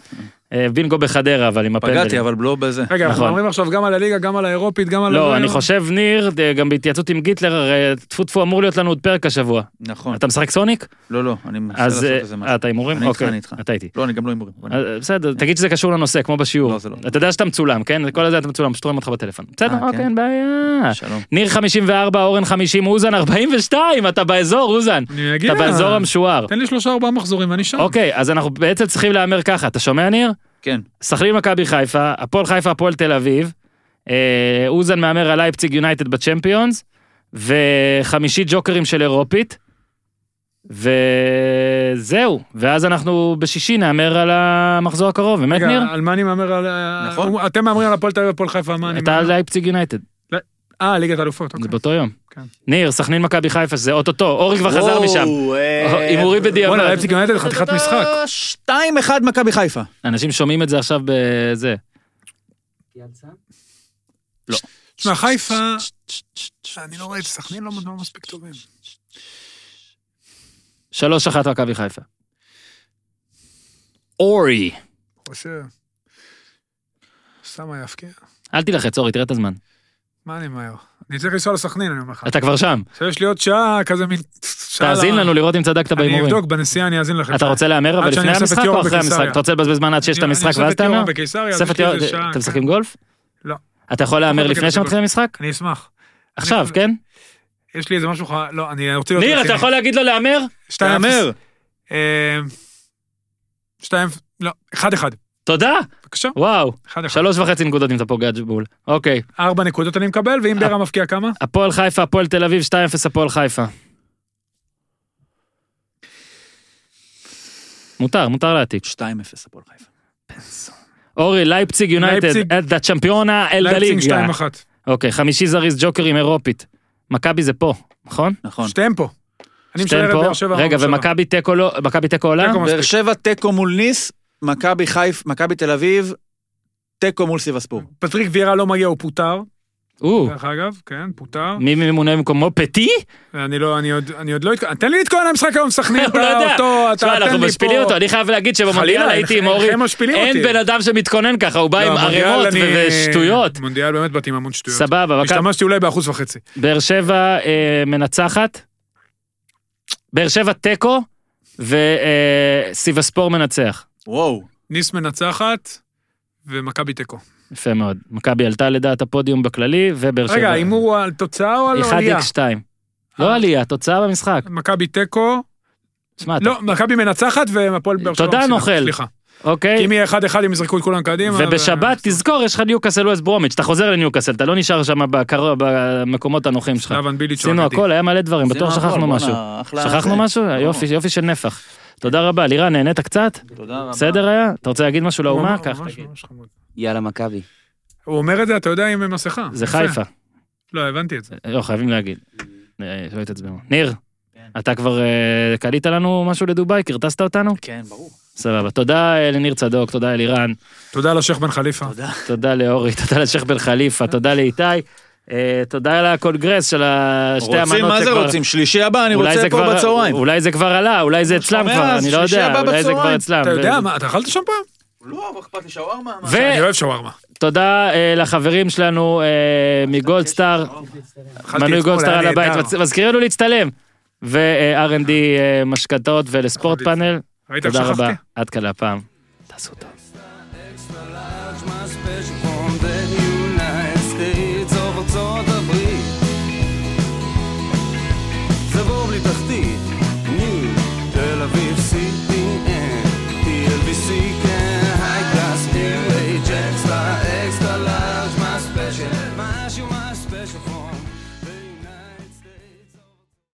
Speaker 1: אה, בינגו בחדרה, אבל עם הפנדלים.
Speaker 4: פגעתי, אבל לא בזה.
Speaker 3: רגע, אנחנו
Speaker 1: נכון.
Speaker 3: מדברים עכשיו גם על הליגה, גם על האירופית, גם על...
Speaker 1: לא, אני חושב, ניר, אה, גם בהתייעצות עם גיטלר, הרי טפו טפו אמור להיות לנו עוד פרק השבוע.
Speaker 4: נכון.
Speaker 1: אתה משחק סוניק?
Speaker 4: לא, לא, אני מנסה
Speaker 1: אז
Speaker 4: לעשות
Speaker 1: אה,
Speaker 4: איזה משהו.
Speaker 1: אתה הימורים?
Speaker 4: אני איתך,
Speaker 1: אוקיי,
Speaker 4: אני איתך.
Speaker 1: אתה איתי.
Speaker 4: לא, אני גם לא הימורים. בוא נראה.
Speaker 1: אה, בסדר, תגיד שזה קשור לנושא, כמו בשיעור.
Speaker 4: לא, זה לא.
Speaker 1: אתה יודע שאתה מצולם, כן? כל הזה אתה מצולם, פשוט רואים אותך בטלפון. בסדר,
Speaker 4: אה, כן.
Speaker 1: אוקיי, אין בעיה.
Speaker 4: שלום.
Speaker 1: ניר 54, אורן 50, אוזן 42, אתה באזור, אוזן.
Speaker 3: אני אגיע.
Speaker 1: אתה באזור המשוער.
Speaker 3: תן לי שלושה ארבעה מחזורים, אני שם.
Speaker 1: אוקיי, אז אנחנו בעצם צריכים להמר ככה, אתה שומע ניר?
Speaker 4: כן.
Speaker 1: סחלין מכבי חיפה, הפועל חיפה, הפועל תל אביב, אה, אה, אוזן מהמר על לייפציג יונייטד בצ'מפיונס, וחמישי ג'וקרים של אירופית, וזהו, ואז אנחנו בשישי נהמר על המחזור הקרוב, באמת
Speaker 3: רגע,
Speaker 1: ניר?
Speaker 3: על מה אני מהמר על... ה-
Speaker 4: נכון.
Speaker 3: אתם מהמרים על הפועל תל אביב, הפועל חיפה, מה אני
Speaker 1: אתה על לייפציג יונייטד,
Speaker 3: אה, ליגת אלופות,
Speaker 1: זה
Speaker 3: אוקיי.
Speaker 1: באותו יום.
Speaker 3: כן.
Speaker 1: ניר, סכנין מכבי חיפה, זה אוטוטו, אורי כבר לא חזר משם.
Speaker 4: אה,
Speaker 1: אה, הימורי
Speaker 3: אה, בואנה,
Speaker 1: בדיעבד.
Speaker 3: לייפציג יונתן חתיכת משחק.
Speaker 4: 2-1 מכבי חיפה.
Speaker 1: אנשים שומעים את זה עכשיו בזה.
Speaker 6: יד סם?
Speaker 3: תשמע, חיפה... אני לא רואה, סכנין לא לא מספיק טובים.
Speaker 1: 3-1 מכבי חיפה. אורי.
Speaker 3: חושב. סתם היה הפקיע.
Speaker 1: אל תילחץ, אורי, תראה את הזמן.
Speaker 3: מה אני מהר? אני צריך לנסוע לסכנין, אני אומר לך.
Speaker 1: אתה כבר שם.
Speaker 3: עכשיו יש לי עוד שעה, כזה מין... שעה
Speaker 1: תאזין
Speaker 3: ל-
Speaker 1: לנו לראות אם צדקת
Speaker 3: אני
Speaker 1: בהימורים.
Speaker 3: אבדוק, בנסיעה אני אאזין לכם.
Speaker 1: אתה רוצה להמר אבל
Speaker 3: עד שאני
Speaker 1: לפני
Speaker 3: אוסף את
Speaker 1: המשחק או
Speaker 3: יורם
Speaker 1: אחרי המשחק?
Speaker 3: בקיסריה.
Speaker 1: אתה רוצה לבזבז בזמן עד שיש את
Speaker 3: אני-
Speaker 1: המשחק
Speaker 3: אני
Speaker 1: ואז
Speaker 3: אוסף את
Speaker 1: תהמר?
Speaker 3: יורם בקיסריה, אז
Speaker 1: אוסף
Speaker 3: יש
Speaker 1: את
Speaker 3: לי
Speaker 1: יורם-
Speaker 3: איזה שעה,
Speaker 1: אתם
Speaker 3: כן.
Speaker 1: משחקים גולף?
Speaker 3: לא.
Speaker 1: אתה יכול להמר
Speaker 3: יכול
Speaker 1: לפני
Speaker 3: לקחת
Speaker 1: שמתחיל
Speaker 3: גולף.
Speaker 1: המשחק?
Speaker 3: אני לא אשמח.
Speaker 1: עכשיו,
Speaker 3: יכול-
Speaker 1: כן?
Speaker 3: יש לי איזה משהו ח... לא, אני רוצה להיות...
Speaker 1: ניר, אתה
Speaker 3: רציני.
Speaker 1: יכול להגיד לו להמר?
Speaker 3: 2-0.
Speaker 4: תהמר.
Speaker 3: אה, 2... לא, 1-1.
Speaker 1: תודה!
Speaker 3: בבקשה,
Speaker 1: וואו.
Speaker 3: 1-1.
Speaker 1: שלוש וחצי נקודות אם אתה פוגע ג'בול. אוקיי.
Speaker 3: 4 נקודות אני מקבל, ואם
Speaker 1: אה.
Speaker 3: בירה מפקיע כמה?
Speaker 1: הפועל חיפה, הפועל תל אביב, 2-0 הפועל חיפה. מותר, מותר להעתיק.
Speaker 4: 2-0 הפועל חיפה.
Speaker 1: אורי, לייפציג יונייטד,
Speaker 3: לייפציג.
Speaker 1: את הצ'מפיונה אל
Speaker 3: לייפצינג
Speaker 1: דליגה.
Speaker 3: 2-1.
Speaker 1: אוקיי, חמישי זריז ג'וקרים אירופית. מכבי זה פה, נכון?
Speaker 4: נכון.
Speaker 3: שתיהם פה. אני
Speaker 1: שתיהן
Speaker 3: משלם את
Speaker 1: פה.
Speaker 3: באר שבע.
Speaker 1: רגע,
Speaker 3: ארבע שבע.
Speaker 1: ומכבי תיקו לא, מכבי תיקו עולה?
Speaker 3: תיקו מספיק.
Speaker 4: באר שבע תיקו מול ניס, מכבי חיפה, מכבי תל אביב, תיקו מול סיבספור.
Speaker 3: פטריק וירה לא מגיע, הוא פוטר,
Speaker 1: או,
Speaker 3: דרך אגב, כן, פוטר.
Speaker 1: מי ממונה במקומו? פטי?
Speaker 3: אני לא, אני עוד, אני עוד לא התכונן, תן לי להתכונן למשחק היום, סכנין,
Speaker 1: הוא לא
Speaker 3: אתה
Speaker 1: יודע.
Speaker 3: אותו, אתה
Speaker 1: תשמע,
Speaker 3: תן לי פה.
Speaker 1: אנחנו משפילים אותו, אני חייב להגיד שבמונדיאל
Speaker 3: חלילה,
Speaker 1: הייתי עם
Speaker 3: אינכם-
Speaker 1: אורי,
Speaker 3: אינכם משפילים
Speaker 1: אין
Speaker 3: אותי.
Speaker 1: בן אדם שמתכונן ככה, הוא בא
Speaker 3: לא,
Speaker 1: עם
Speaker 3: המונדיאל
Speaker 1: ערימות
Speaker 3: אני-
Speaker 1: ו- ושטויות.
Speaker 3: מונדיאל באמת באתי עם המון שטויות.
Speaker 1: סבבה, מכבי-
Speaker 3: השתמשתי אולי באחוז וחצי.
Speaker 1: באר שבע אה, מנצחת, באר שבע תיקו, וסיבספור מנצח.
Speaker 4: וואו.
Speaker 3: ניס מנצחת, ומכבי תיקו.
Speaker 1: יפה מאוד. מכבי עלתה לדעת הפודיום בכללי, ובאר שבע.
Speaker 3: רגע, ההימור הוא על תוצאה או על
Speaker 1: 1x2.
Speaker 3: עלייה?
Speaker 1: לא
Speaker 3: אה.
Speaker 1: עלייה, תוצאה במשחק.
Speaker 3: מכבי תיקו,
Speaker 1: תשמע, אתה-
Speaker 3: לא, מכבי מנצחת והפועל באר שבע.
Speaker 1: תודה,
Speaker 3: מפסידה.
Speaker 1: נוכל.
Speaker 3: סליחה. כי
Speaker 1: אוקיי.
Speaker 3: אם יהיה אחד אחד הם יזרקו את כולם קדימה.
Speaker 1: ובשבת
Speaker 3: אה,
Speaker 1: תזכור, יש לך ניוקאסל ווסט ברומיץ', אתה חוזר לניוקאסל, אתה לא נשאר שם בקר- במקומות הנוחים שלך.
Speaker 3: סלאבן ביליץ' הוא
Speaker 1: עשינו
Speaker 3: אגדי.
Speaker 1: הכל, היה מלא דברים, בטוח
Speaker 4: זה
Speaker 1: שכחנו
Speaker 4: מהגול,
Speaker 1: משהו.
Speaker 4: בואנה, אחלה
Speaker 1: שכחנו
Speaker 4: זה.
Speaker 1: משהו? יופי, יופי של נפח. תודה רבה, לירן, נהנית קצת?
Speaker 4: תודה רבה.
Speaker 1: בסדר היה? אתה רוצה להגיד משהו
Speaker 3: הוא
Speaker 1: לאומה?
Speaker 3: אמר,
Speaker 1: לא, קח,
Speaker 3: לא, ממש
Speaker 1: תגיד.
Speaker 3: ממש חמוד.
Speaker 7: יאללה מכבי.
Speaker 3: הוא אומר את זה, אתה יודע, עם מסכה.
Speaker 1: זה
Speaker 3: יפה.
Speaker 1: חיפה.
Speaker 3: לא, הבנתי את זה.
Speaker 1: לא, חייבים להגיד. אה, שלא יתעצבנו. ניר, אתה כבר אה, קלית לנו משהו לדובאי? כרטסת אותנו?
Speaker 4: כן, ברור.
Speaker 1: סבבה. תודה אה, לניר צדוק, תודה אלירן,
Speaker 3: תודה לשייח בן חליפה.
Speaker 4: תודה.
Speaker 1: תודה לאורי, תודה לשייח בן חליפה, תודה לאיתי, אה, תודה לקונגרס של ה- שתי המנות
Speaker 4: רוצים, מה זה רוצים? שלישי הבא, אני
Speaker 1: אולי
Speaker 4: רוצה
Speaker 1: זה
Speaker 4: פה
Speaker 1: כבר-
Speaker 4: בצהריים.
Speaker 1: אולי זה כבר עלה, אולי זה אצלם
Speaker 4: שומע?
Speaker 1: כבר, אני לא
Speaker 4: שלישי
Speaker 1: יודע,
Speaker 4: הבא
Speaker 1: אולי זה כבר
Speaker 4: בצהריים.
Speaker 1: אצלם.
Speaker 3: אתה יודע
Speaker 1: ו- אה-
Speaker 3: מה, אתה אכלת שם פעם?
Speaker 4: לא, אכפת לי שווארמה.
Speaker 1: ו-
Speaker 3: אני אוהב שווארמה.
Speaker 1: תודה אה, לחברים שלנו אה, מגולדסטאר,
Speaker 3: אכלתי
Speaker 1: מנוי
Speaker 3: אתמול,
Speaker 1: גולדסטאר
Speaker 3: היה
Speaker 1: על הבית,
Speaker 3: נהדר.
Speaker 1: מצ- מזכירים לנו להצטלם. ו-R&D אה, משכנתאות ולספורט
Speaker 3: אכלתי.
Speaker 1: פאנל.
Speaker 3: ראית איך
Speaker 1: תודה
Speaker 3: שכחתי?
Speaker 1: רבה, עד כאן הפעם. תעשו טוב.
Speaker 2: extra large, my special from the United States of ארצות הברית. זה בור בלי תחתית. eh, eh,